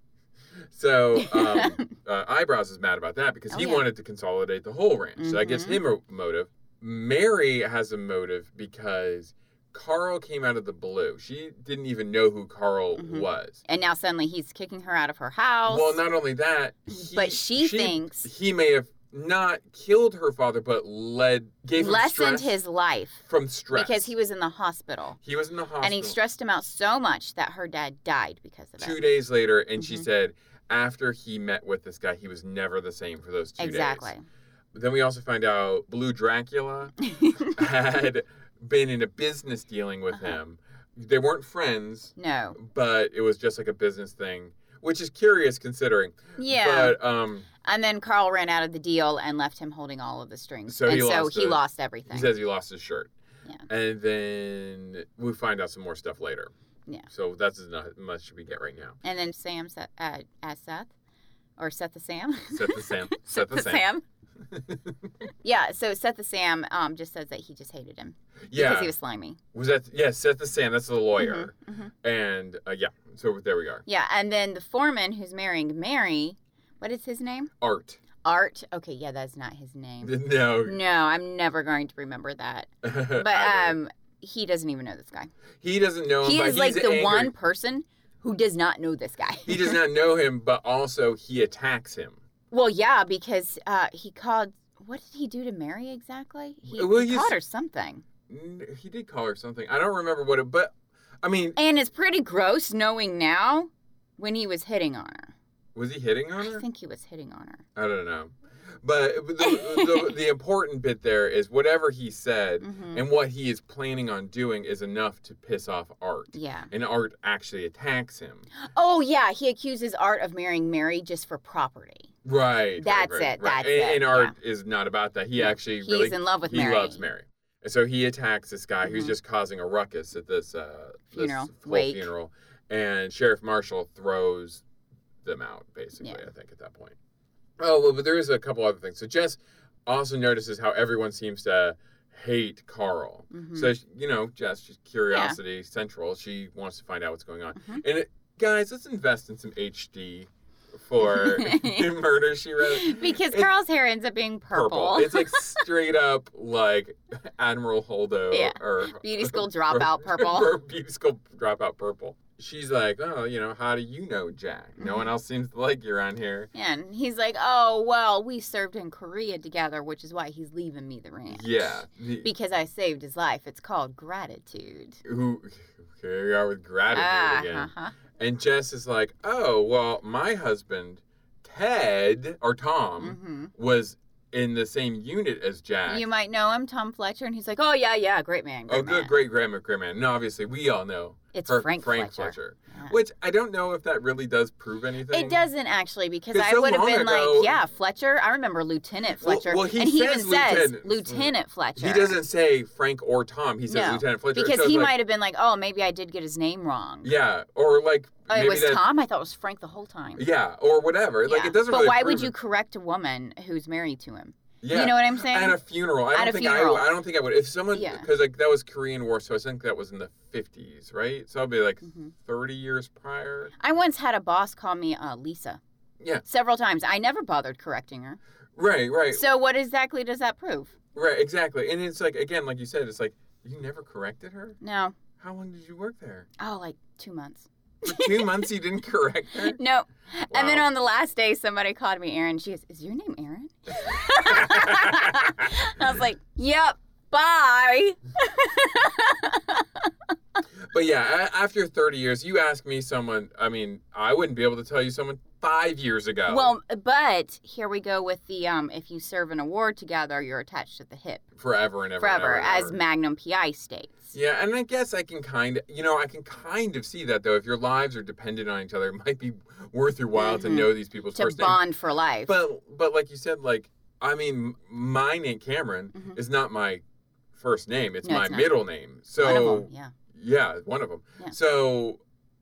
Speaker 2: so um, uh, eyebrows is mad about that because
Speaker 1: Oh,
Speaker 2: he
Speaker 1: yeah. Mm-hmm.
Speaker 2: wanted to consolidate the whole ranch. So that gives
Speaker 1: Mhm.
Speaker 2: him a motive. Mary has a motive because Carl came out of the blue. She didn't even know who Carl
Speaker 1: Mhm.
Speaker 2: was.
Speaker 1: And now suddenly he's kicking her out of her house.
Speaker 2: Well, not only that, he-
Speaker 1: but she, thinks
Speaker 2: he may have not killed her father, but led gave him
Speaker 1: lessened
Speaker 2: stress
Speaker 1: his life
Speaker 2: from stress
Speaker 1: because he was in the hospital.
Speaker 2: he was in the hospital.
Speaker 1: And he stressed him out so much that her dad died because of
Speaker 2: two
Speaker 1: it.
Speaker 2: days later, and she
Speaker 1: Mhm.
Speaker 2: said after he met with this guy, he was never the same for those two
Speaker 1: Exactly.
Speaker 2: days. Exactly. Then we also find out Blue Dracula had been in a business dealing with
Speaker 1: Uh-huh.
Speaker 2: him. They weren't friends,
Speaker 1: No.
Speaker 2: but it was just like a business thing, which is curious considering.
Speaker 1: Yeah.
Speaker 2: But um,
Speaker 1: and then Carl ran out of the deal and left him holding all of the strings.
Speaker 2: So
Speaker 1: and
Speaker 2: he
Speaker 1: so
Speaker 2: lost
Speaker 1: he
Speaker 2: the-
Speaker 1: lost
Speaker 2: he
Speaker 1: everything.
Speaker 2: says he lost his shirt.
Speaker 1: Yeah.
Speaker 2: And then we find out some more stuff later.
Speaker 1: Yeah.
Speaker 2: So that's as not- much we get right now.
Speaker 1: and then Sam sa- uh, asked Seth, or Seth the Sam.
Speaker 2: Set the Sam. Set the Sam.
Speaker 1: Sam. yeah, so Seth the Sam um, just says that he just hated him because
Speaker 2: Yeah.
Speaker 1: he was slimy.
Speaker 2: Was that yeah? Seth the Sam. That's the lawyer.
Speaker 1: Mhm, mhm.
Speaker 2: And uh, yeah, so there we are.
Speaker 1: Yeah, and then the foreman who's marrying Mary, what is his name?
Speaker 2: Art.
Speaker 1: Art. Okay, yeah, that's not his name.
Speaker 2: No.
Speaker 1: No, I'm never going to remember that. But
Speaker 2: Uh, I don't.
Speaker 1: um, he doesn't even know this guy.
Speaker 2: he doesn't know him.
Speaker 1: He
Speaker 2: but
Speaker 1: is like
Speaker 2: he's
Speaker 1: the
Speaker 2: angry.
Speaker 1: one person who does not know this guy.
Speaker 2: He does not know him, but also he attacks him.
Speaker 1: Well, yeah, because uh, he called. What did he do to Mary exactly? He,
Speaker 2: Well,
Speaker 1: he
Speaker 2: you
Speaker 1: called
Speaker 2: s-
Speaker 1: her something.
Speaker 2: N- He did call her something. I don't remember what it. But I mean,
Speaker 1: And it's pretty gross knowing now when he was hitting on her.
Speaker 2: was he hitting on
Speaker 1: I
Speaker 2: her?
Speaker 1: think he was hitting on her.
Speaker 2: I don't know. But the, the, the important bit there is whatever he said
Speaker 1: hmm
Speaker 2: and what he is planning on doing is enough to piss off Art.
Speaker 1: Yeah.
Speaker 2: And Art actually attacks him.
Speaker 1: Oh, yeah. He accuses Art of marrying Mary just for property.
Speaker 2: Right. right,
Speaker 1: That's
Speaker 2: right,
Speaker 1: it,
Speaker 2: right.
Speaker 1: that's
Speaker 2: and,
Speaker 1: it,
Speaker 2: And Art is not about that. He
Speaker 1: No,
Speaker 2: actually
Speaker 1: He's
Speaker 2: really
Speaker 1: in love with
Speaker 2: he
Speaker 1: Mary.
Speaker 2: loves Mary. And so he attacks this guy who's
Speaker 1: Mhm.
Speaker 2: just causing a ruckus at this uh this
Speaker 1: Funeral.
Speaker 2: full
Speaker 1: Wake.
Speaker 2: funeral. And Sheriff Marshall throws them out, basically,
Speaker 1: Yeah.
Speaker 2: I think, at that point. Oh well, but there is a couple other things. So Jess also notices how everyone seems to hate Carl.
Speaker 1: Mhm.
Speaker 2: So she- you know, Jess, she's curiosity central. She wants to find out what's going on.
Speaker 1: Mhm.
Speaker 2: And it, guys, let's invest in some HD for Murder She Wrote.
Speaker 1: because
Speaker 2: It's
Speaker 1: Carl's hair ends up being purple.
Speaker 2: It's like straight up like Admiral Holdo
Speaker 1: Yeah.
Speaker 2: or
Speaker 1: Beauty school dropout purple.
Speaker 2: or Beauty school dropout purple. She's like, oh, you know, how do you know Jack? No
Speaker 1: Mm-hmm.
Speaker 2: one else seems to like you around here.
Speaker 1: And he's like, oh, well, we served in Korea together, which is why he's leaving me the ranch.
Speaker 2: Yeah. the-
Speaker 1: Because I saved his life. It's called gratitude.
Speaker 2: who? Here we are with gratitude again.
Speaker 1: uh-huh.
Speaker 2: And Jess is like, oh, well, my husband, Ted, or Tom,
Speaker 1: hmm
Speaker 2: was in the same unit as Jack.
Speaker 1: You might know him, Tom Fletcher, and he's like, oh, yeah, yeah, great man. Great
Speaker 2: oh,
Speaker 1: man.
Speaker 2: good, great grandma, great man. And obviously, we all know
Speaker 1: It's
Speaker 2: her-
Speaker 1: Frank, Fletcher.
Speaker 2: Fletcher.
Speaker 1: Yeah.
Speaker 2: Which I don't know if that really does prove anything.
Speaker 1: It doesn't actually because
Speaker 2: 'Cause
Speaker 1: I
Speaker 2: so
Speaker 1: would have
Speaker 2: long
Speaker 1: been
Speaker 2: ago-
Speaker 1: like, yeah, Fletcher. I remember Lieutenant
Speaker 2: Well-
Speaker 1: Fletcher,
Speaker 2: well, he
Speaker 1: and he even
Speaker 2: says
Speaker 1: says
Speaker 2: Lieutenant. Mm.
Speaker 1: Lieutenant Fletcher.
Speaker 2: He doesn't say Frank or Tom. He says
Speaker 1: No,
Speaker 2: Lieutenant Fletcher.
Speaker 1: because
Speaker 2: So it's
Speaker 1: he
Speaker 2: like-
Speaker 1: might have been like, oh, maybe I did get his name wrong.
Speaker 2: Yeah, or like.
Speaker 1: Oh, it
Speaker 2: maybe
Speaker 1: was
Speaker 2: that-
Speaker 1: Tom. I thought it was Frank the whole time.
Speaker 2: Yeah, or whatever. Like,
Speaker 1: Yeah.
Speaker 2: it doesn't
Speaker 1: But
Speaker 2: really
Speaker 1: why
Speaker 2: prove
Speaker 1: would you
Speaker 2: it.
Speaker 1: correct a woman who's married to him?
Speaker 2: Yeah.
Speaker 1: You know what I'm saying?
Speaker 2: at a funeral. I
Speaker 1: At
Speaker 2: don't
Speaker 1: a
Speaker 2: think
Speaker 1: funeral.
Speaker 2: I, I don't think I would. If someone,
Speaker 1: Yeah.
Speaker 2: because like that was Korean War, so I think that was in the fifties, right? So I'll be like
Speaker 1: Mhm.
Speaker 2: thirty years prior.
Speaker 1: I once had a boss call me uh, Lisa.
Speaker 2: Yeah.
Speaker 1: Several times. I never bothered correcting her.
Speaker 2: Right, right,
Speaker 1: So what exactly does that prove?
Speaker 2: right, exactly. And it's like again, like you said, it's like you never corrected her.
Speaker 1: No.
Speaker 2: How long did you work there?
Speaker 1: Oh, like two months.
Speaker 2: For two months, you didn't correct her.
Speaker 1: No. And then
Speaker 2: Wow.
Speaker 1: on the last day, somebody called me Aaron. She goes, Is your name Aaron? I was like, Yep, bye.
Speaker 2: But yeah, a- after thirty years, you ask me someone. I mean, I wouldn't be able to tell you someone five years ago.
Speaker 1: Well, but here we go with the um, if you serve an award together, you're attached at the hip
Speaker 2: forever and ever. and
Speaker 1: forever,
Speaker 2: ever, and
Speaker 1: as
Speaker 2: ever.
Speaker 1: Magnum PI states.
Speaker 2: Yeah, and I guess I can kind of, you know, I can kind of see that though. If your lives are dependent on each other, it might be worth your while to
Speaker 1: Mhm.
Speaker 2: know these people's
Speaker 1: To
Speaker 2: first
Speaker 1: bond for life.
Speaker 2: names. But but like you said, like I mean, m- my name Cameron
Speaker 1: Mhm.
Speaker 2: is not my first name; it's
Speaker 1: No,
Speaker 2: my
Speaker 1: it's not.
Speaker 2: middle name. So
Speaker 1: One of 'em, yeah.
Speaker 2: yeah, one of them.
Speaker 1: Yeah.
Speaker 2: So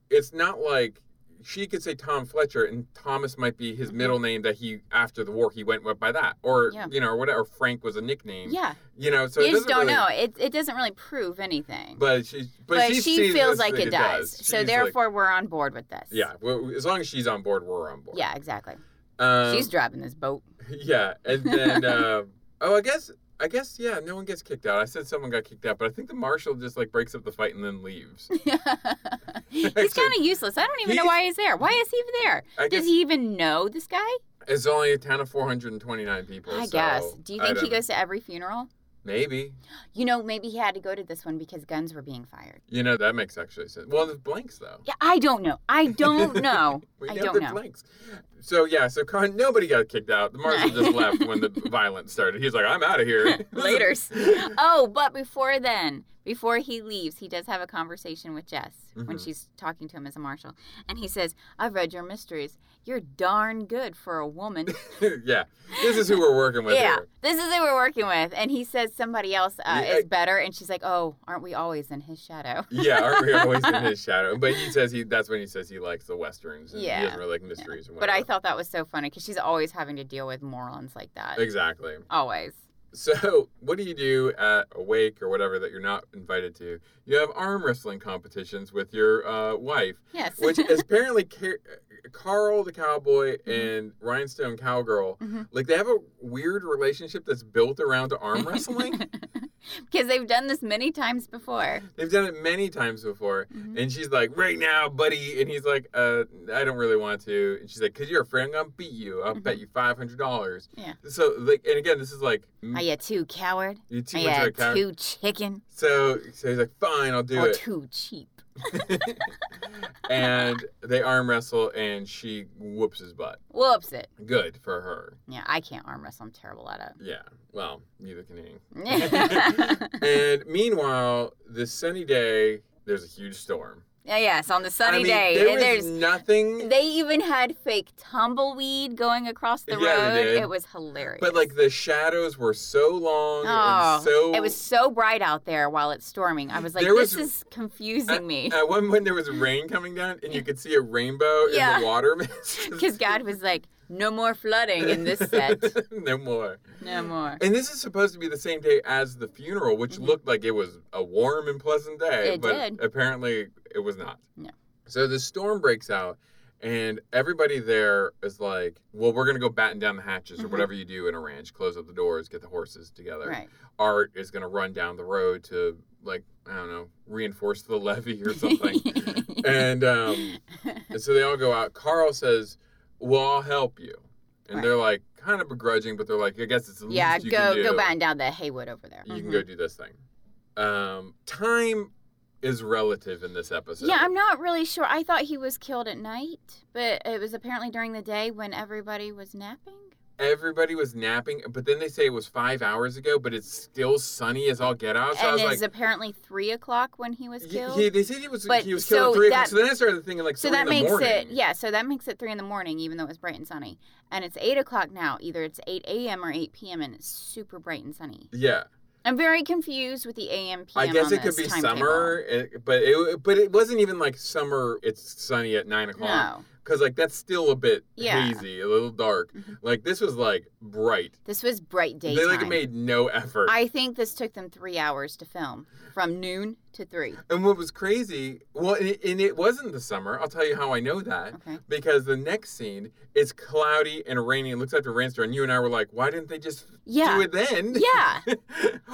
Speaker 2: it's not like she could say Tom Fletcher, and Thomas might be his
Speaker 1: Mhm.
Speaker 2: middle name that he after the war he went with by that, or
Speaker 1: Yeah.
Speaker 2: you know, or whatever. Frank was a nickname.
Speaker 1: Yeah.
Speaker 2: You know, so it
Speaker 1: you just
Speaker 2: doesn't
Speaker 1: don't
Speaker 2: really-
Speaker 1: know. It, it doesn't really prove anything.
Speaker 2: but she, but,
Speaker 1: But
Speaker 2: she,
Speaker 1: she
Speaker 2: sees
Speaker 1: feels
Speaker 2: this
Speaker 1: like
Speaker 2: that
Speaker 1: it does. So
Speaker 2: She's
Speaker 1: therefore, we're on board with this.
Speaker 2: like, yeah. Well, as long as she's on board, we're on board.
Speaker 1: Yeah, exactly.
Speaker 2: Um,
Speaker 1: She's driving this boat.
Speaker 2: yeah, and then uh, um, oh, I guess I guess yeah, no one gets kicked out. I said someone got kicked out, but I think the marshal just like breaks up the fight and then leaves.
Speaker 1: he's kind of useless. I don't even know
Speaker 2: He's-
Speaker 1: why he's there. Why is he even there?
Speaker 2: I
Speaker 1: Does
Speaker 2: guess-
Speaker 1: he even know this guy?
Speaker 2: It's only a town of 429 people.
Speaker 1: I
Speaker 2: so
Speaker 1: guess. Do you
Speaker 2: I
Speaker 1: think he
Speaker 2: don't know.
Speaker 1: goes to every funeral?
Speaker 2: Maybe.
Speaker 1: You know, maybe he had to go to this one because guns were being fired.
Speaker 2: You know that makes actually sense. Well, the blanks though.
Speaker 1: Yeah, I don't know. I don't know.
Speaker 2: We
Speaker 1: I
Speaker 2: know
Speaker 1: don't
Speaker 2: the
Speaker 1: know.
Speaker 2: blanks. So yeah, so Con- nobody got kicked out. The marshal just left when the violence started. He's like, I'm out of here.
Speaker 1: Laters. Oh, but before then, before he leaves, he does have a conversation with Jess when
Speaker 2: Mhm.
Speaker 1: she's talking to him as a marshal. And he says, I've read your mysteries. You're darn good for a woman.
Speaker 2: yeah, this is who we're working with.
Speaker 1: yeah,
Speaker 2: here.
Speaker 1: this is who we're working with. And he says somebody else uh,
Speaker 2: Yeah,
Speaker 1: is
Speaker 2: I-
Speaker 1: better. And she's like, Oh, aren't we always in his shadow?
Speaker 2: yeah, aren't we always in his shadow? But he says he that's when he says he likes the westerns and
Speaker 1: Yeah.
Speaker 2: he doesn't really like mysteries and
Speaker 1: But I
Speaker 2: whatever.
Speaker 1: thought that was so funny because she's always having to deal with morons like that.
Speaker 2: Exactly.
Speaker 1: Always.
Speaker 2: So what do you do at a wake or whatever that you're not invited to? You have arm wrestling competitions with your uh, wife.
Speaker 1: Yes.
Speaker 2: Which is apparently Car- Carl the cowboy
Speaker 1: Mhm.
Speaker 2: and Rhinestone cowgirl.
Speaker 1: Mhm.
Speaker 2: Like they have a weird relationship that's built around arm wrestling.
Speaker 1: Because they've done this many times before.
Speaker 2: They've done it many times before.
Speaker 1: Mhm.
Speaker 2: And she's like, right now, buddy. And he's like, uh, I don't really want to. And she's like, because you're afraid I'm going to beat you. I'll bet you $500.
Speaker 1: Yeah.
Speaker 2: So, like, and again, this is like, m-
Speaker 1: Are you too coward?
Speaker 2: you're too
Speaker 1: Are
Speaker 2: much of
Speaker 1: you
Speaker 2: a coward.
Speaker 1: too chicken?
Speaker 2: So, so he's like, fine, I'll do
Speaker 1: or
Speaker 2: it.
Speaker 1: too cheap?
Speaker 2: and they arm wrestle and she whoops his butt.
Speaker 1: Whoops it.
Speaker 2: Good for her.
Speaker 1: Yeah, I can't arm wrestle. I'm terrible at it.
Speaker 2: Yeah. Well, neither can he.
Speaker 1: yeah,
Speaker 2: and meanwhile, this sunny day, there's a huge storm.
Speaker 1: yes, on the
Speaker 2: I
Speaker 1: sunny
Speaker 2: mean,
Speaker 1: day.
Speaker 2: There
Speaker 1: and
Speaker 2: was
Speaker 1: there's
Speaker 2: nothing.
Speaker 1: they even had fake tumbleweed going across the
Speaker 2: Yeah,
Speaker 1: road.
Speaker 2: they did.
Speaker 1: It was hilarious.
Speaker 2: But like the shadows were so long
Speaker 1: Oh,
Speaker 2: and so
Speaker 1: it was so bright out there while it's storming. I was like,
Speaker 2: There
Speaker 1: this
Speaker 2: was-
Speaker 1: is confusing me.
Speaker 2: at one point there was rain coming down and you could see a rainbow
Speaker 1: Yeah.
Speaker 2: in the water mist.
Speaker 1: Because God was like, no more flooding in this set.
Speaker 2: no more.
Speaker 1: No more.
Speaker 2: And this is supposed to be the same day as the funeral, which
Speaker 1: Mhm.
Speaker 2: looked like it was a warm and pleasant day,
Speaker 1: It
Speaker 2: but
Speaker 1: did.
Speaker 2: apparently it was not.
Speaker 1: No.
Speaker 2: So the storm breaks out, and everybody there is like, "Well, we're gonna go batten down the hatches or
Speaker 1: Mhm.
Speaker 2: whatever you do in a ranch. Close up the doors, get the horses together.
Speaker 1: Right.
Speaker 2: Art is gonna run down the road to like I don't know, reinforce the levee or something." and um, and so they all go out. Carl says, "Well, I'll help you," and
Speaker 1: Right.
Speaker 2: they're like kind of begrudging, but they're like, "I guess it's the
Speaker 1: yeah,
Speaker 2: least you can
Speaker 1: go
Speaker 2: do."
Speaker 1: go batten down the Haywood over there.
Speaker 2: You can
Speaker 1: Mhm.
Speaker 2: go do this thing. Um, time is relative in this episode.
Speaker 1: Yeah, I'm not really sure. I thought he was killed at night, but it was apparently during the day when everybody was napping.
Speaker 2: Everybody was napping, but then they say it was five hours ago, but it's still sunny as all get out. So I
Speaker 1: and
Speaker 2: was
Speaker 1: it's
Speaker 2: like,
Speaker 1: apparently three o'clock when he was
Speaker 2: he-
Speaker 1: killed.
Speaker 2: he- they said he was
Speaker 1: But
Speaker 2: he was killed
Speaker 1: so
Speaker 2: at three o'clock.
Speaker 1: that-
Speaker 2: So then I started thinking like,
Speaker 1: so
Speaker 2: three
Speaker 1: that
Speaker 2: in the
Speaker 1: makes it
Speaker 2: morning.
Speaker 1: yeah. So that makes it three in the morning, even though it was bright and sunny. And it's eight o'clock now. Either it's eight a.m. or eight p.m. and it's super bright and sunny.
Speaker 2: Yeah,
Speaker 1: I'm very confused with the a.m. p.m.
Speaker 2: I guess
Speaker 1: on
Speaker 2: it could
Speaker 1: this
Speaker 2: be
Speaker 1: timetable.
Speaker 2: summer, it, but it but it wasn't even like summer. It's sunny at nine o'clock
Speaker 1: No,
Speaker 2: because like that's still a bit
Speaker 1: Yeah.
Speaker 2: hazy, a little dark.
Speaker 1: Mhm.
Speaker 2: Like this was like bright.
Speaker 1: this was bright daytime.
Speaker 2: They like made no effort.
Speaker 1: I think this took them three hours to film, from noon to three.
Speaker 2: And what was crazy, well, and it, and it wasn't the summer. I'll tell you how I know that.
Speaker 1: Okay.
Speaker 2: Because the next scene is cloudy and rainy. It looks like a rainstorm. And you and I were like, why didn't they just do
Speaker 1: Yeah.
Speaker 2: it then?
Speaker 1: Yeah.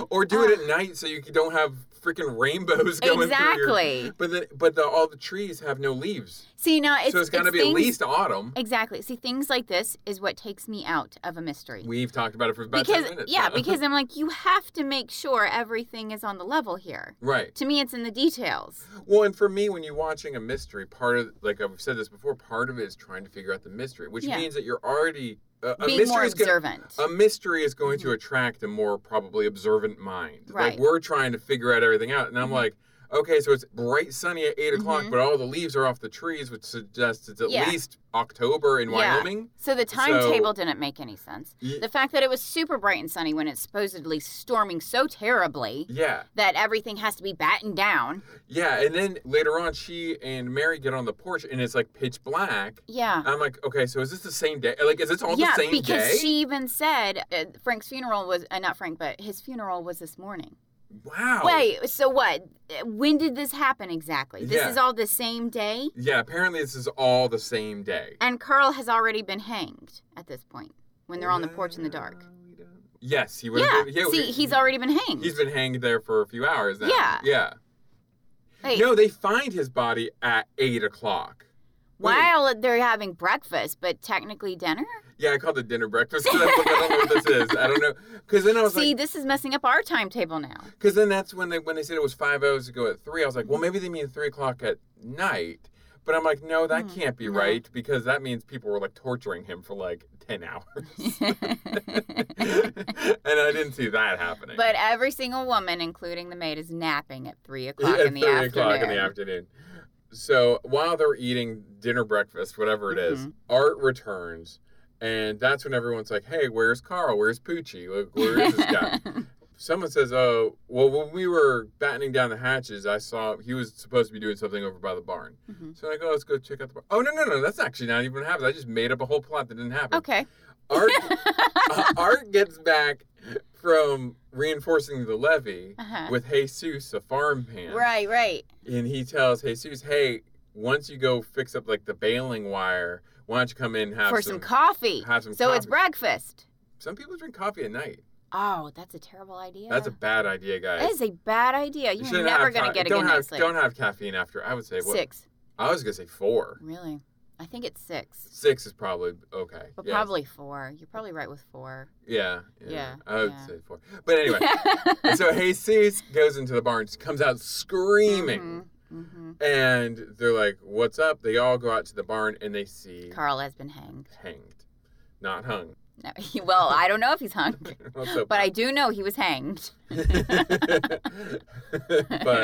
Speaker 2: or do it
Speaker 1: Ah.
Speaker 2: at night so you don't have freaking rainbows going through. your-
Speaker 1: Exactly.
Speaker 2: But the, but the, all the trees have no leaves.
Speaker 1: See now, it's
Speaker 2: so it's got to be
Speaker 1: things-
Speaker 2: at least autumn.
Speaker 1: exactly. See, things like this is what takes me out of a mystery.
Speaker 2: We've talked about it for about 10
Speaker 1: because
Speaker 2: minutes.
Speaker 1: yeah,
Speaker 2: now.
Speaker 1: because I'm like, you have to make sure everything is on the level here.
Speaker 2: Right.
Speaker 1: To me, it's in the details.
Speaker 2: Well, and for me, when you're watching a mystery, part of like I've said this before, part of it is trying to figure out the mystery, which
Speaker 1: Yeah.
Speaker 2: means that you're already uh, a
Speaker 1: Being more
Speaker 2: mystery is gonna, um,
Speaker 1: observant. Mm-hmm.
Speaker 2: a mystery is going to attract a more probably observant mind.
Speaker 1: Right.
Speaker 2: Like we're trying to figure out everything out, and I'm
Speaker 1: Mhm.
Speaker 2: like, okay, so it's bright sunny at 8 o'clock,
Speaker 1: Mhm.
Speaker 2: but all the leaves are off the trees, which suggests it's at
Speaker 1: Yeah.
Speaker 2: least October in
Speaker 1: Yeah.
Speaker 2: Wyoming.
Speaker 1: so the timetable
Speaker 2: so-
Speaker 1: didn't make any sense.
Speaker 2: Y-
Speaker 1: The fact that it was super bright and sunny when it's supposedly storming so terribly
Speaker 2: yeah,
Speaker 1: that everything has to be battened down.
Speaker 2: yeah, and then later on, she and Mary get on the porch, and it's like pitch black.
Speaker 1: Yeah.
Speaker 2: I'm like, okay, so is this the same day? Like, is this all
Speaker 1: yeah,
Speaker 2: Uh, the same
Speaker 1: because
Speaker 2: day?
Speaker 1: she even said uh, Frank's funeral was uh, not Frank, but his funeral was this morning.
Speaker 2: wow.
Speaker 1: Wait, so what? Uh, When did this happen exactly? This
Speaker 2: Yeah.
Speaker 1: is all the same day?
Speaker 2: Yeah, apparently this is all the same day.
Speaker 1: And Carl has already been hanged at this point when they're on the porch in the dark.
Speaker 2: Well, we don't- Yes, he would.
Speaker 1: Yeah.
Speaker 2: Been, yeah
Speaker 1: See,
Speaker 2: he-
Speaker 1: he's already been hanged.
Speaker 2: he's been hanged there for a few hours now.
Speaker 1: Yeah.
Speaker 2: Yeah.
Speaker 1: Like,
Speaker 2: No, they find his body at eight o'clock. wait.
Speaker 1: while they're having breakfast, but technically dinner.
Speaker 2: Yeah, I called it dinner breakfast. 'cause I was like, I don't know what this is. I don't know. Because then I was
Speaker 1: See,
Speaker 2: like,
Speaker 1: this is messing up our timetable now.
Speaker 2: because then that's when they when they said it was five hours ago at three. I was like, well, maybe they mean three o'clock at night. But I'm like, no, that
Speaker 1: Mm,
Speaker 2: can't be
Speaker 1: no.
Speaker 2: right because that means people were like torturing him for like ten hours, and I didn't see that happening.
Speaker 1: but every single woman, including the maid, is napping at three
Speaker 2: Yeah,
Speaker 1: o'clock in the
Speaker 2: three
Speaker 1: afternoon.
Speaker 2: o'clock in the afternoon. So while they're eating dinner, breakfast, whatever it is,
Speaker 1: Mhm.
Speaker 2: Art returns, and that's when everyone's like, "Hey, where's Carl? Where's Poochie? Like, where is this guy?" Someone says, "Oh, well, when we were battening down the hatches, I saw he was supposed to be doing something over by the barn."
Speaker 1: Mhm.
Speaker 2: So I go, "Let's go check out the barn." Oh no, no, no, that's actually not even what happened. I just made up a whole plot that didn't happen.
Speaker 1: Okay.
Speaker 2: Art, uh, Art gets back from reinforcing the levee
Speaker 1: Uh-huh.
Speaker 2: with Jesus, a farm hand
Speaker 1: Right, right.
Speaker 2: and he tells Jesus, "Hey, once you go fix up like the baling wire, why don't you come in and have
Speaker 1: For some, coffee.
Speaker 2: have some
Speaker 1: so it's
Speaker 2: coffee.
Speaker 1: breakfast.
Speaker 2: Some people drink coffee at night.
Speaker 1: Oh, that's a terrible idea.
Speaker 2: That's a bad idea, guys.
Speaker 1: That is a bad idea.
Speaker 2: You
Speaker 1: You're
Speaker 2: shouldn't
Speaker 1: never
Speaker 2: have
Speaker 1: going
Speaker 2: co-
Speaker 1: to get a
Speaker 2: don't
Speaker 1: good
Speaker 2: have,
Speaker 1: night's sleep.
Speaker 2: Don't have caffeine after. I would say what?
Speaker 1: Six.
Speaker 2: I was gonna say four.
Speaker 1: Really? I think it's six.
Speaker 2: Six is probably okay.
Speaker 1: But
Speaker 2: Yes.
Speaker 1: probably four. You're probably right with four.
Speaker 2: Yeah. Yeah.
Speaker 1: Yeah,
Speaker 2: I would
Speaker 1: yeah.
Speaker 2: say four. But anyway, and so Jesus goes into the barn, comes out screaming,
Speaker 1: hmm
Speaker 2: and they're like, "What's up?" They all go out to the barn and they see
Speaker 1: Carl has been hanged.
Speaker 2: hanged, not hung.
Speaker 1: No, he- well, I don't know if he's hung,
Speaker 2: Let's hope
Speaker 1: but
Speaker 2: not.
Speaker 1: I do know he was hanged.
Speaker 2: but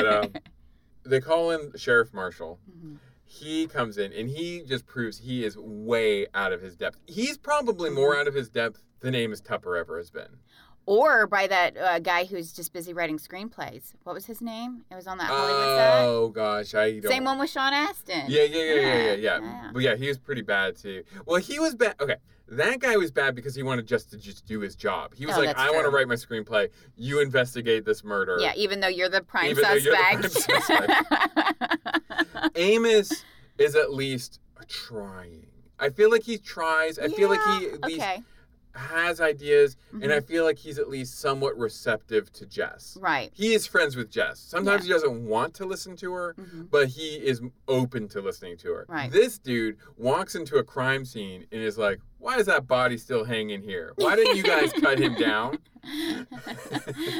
Speaker 2: um, they call in Sheriff Marshall.
Speaker 1: Mhm.
Speaker 2: He comes in and he just proves he is way out of his depth. He's probably
Speaker 1: Mm-hmm.
Speaker 2: more out of his depth than Amos Tupper ever has been.
Speaker 1: Or by that uh, guy who's just busy writing screenplays. What was his name? It was on that Hollywood
Speaker 2: Oh gosh, I
Speaker 1: set.
Speaker 2: don't.
Speaker 1: Same one with Sean Astin.
Speaker 2: Yeah, yeah, yeah, yeah, yeah,
Speaker 1: Yeah,
Speaker 2: yeah.
Speaker 1: yeah.
Speaker 2: But yeah, he was pretty bad too. Well, he was bad. Okay, that guy was bad because he wanted just to just do his job. He was
Speaker 1: Oh,
Speaker 2: like,
Speaker 1: that's
Speaker 2: I want to
Speaker 1: true.
Speaker 2: write my screenplay. You investigate this murder.
Speaker 1: Yeah, even though you're the prime
Speaker 2: Even though you're the prime
Speaker 1: suspect.
Speaker 2: Amos is at least trying. I feel like he tries. I feel like he
Speaker 1: Yeah,
Speaker 2: at least
Speaker 1: okay.
Speaker 2: has ideas, and I
Speaker 1: Mhm.
Speaker 2: feel like he's at least somewhat receptive to Jess.
Speaker 1: Mm-hmm. right.
Speaker 2: He is friends with Jess. Sometimes he doesn't want to listen to her,
Speaker 1: hmm
Speaker 2: but he is open to listening to her.
Speaker 1: Right.
Speaker 2: This dude walks into a crime scene and is like, "Why is that body still hanging here? Why didn't you guys cut him down?"
Speaker 1: Mm-hmm.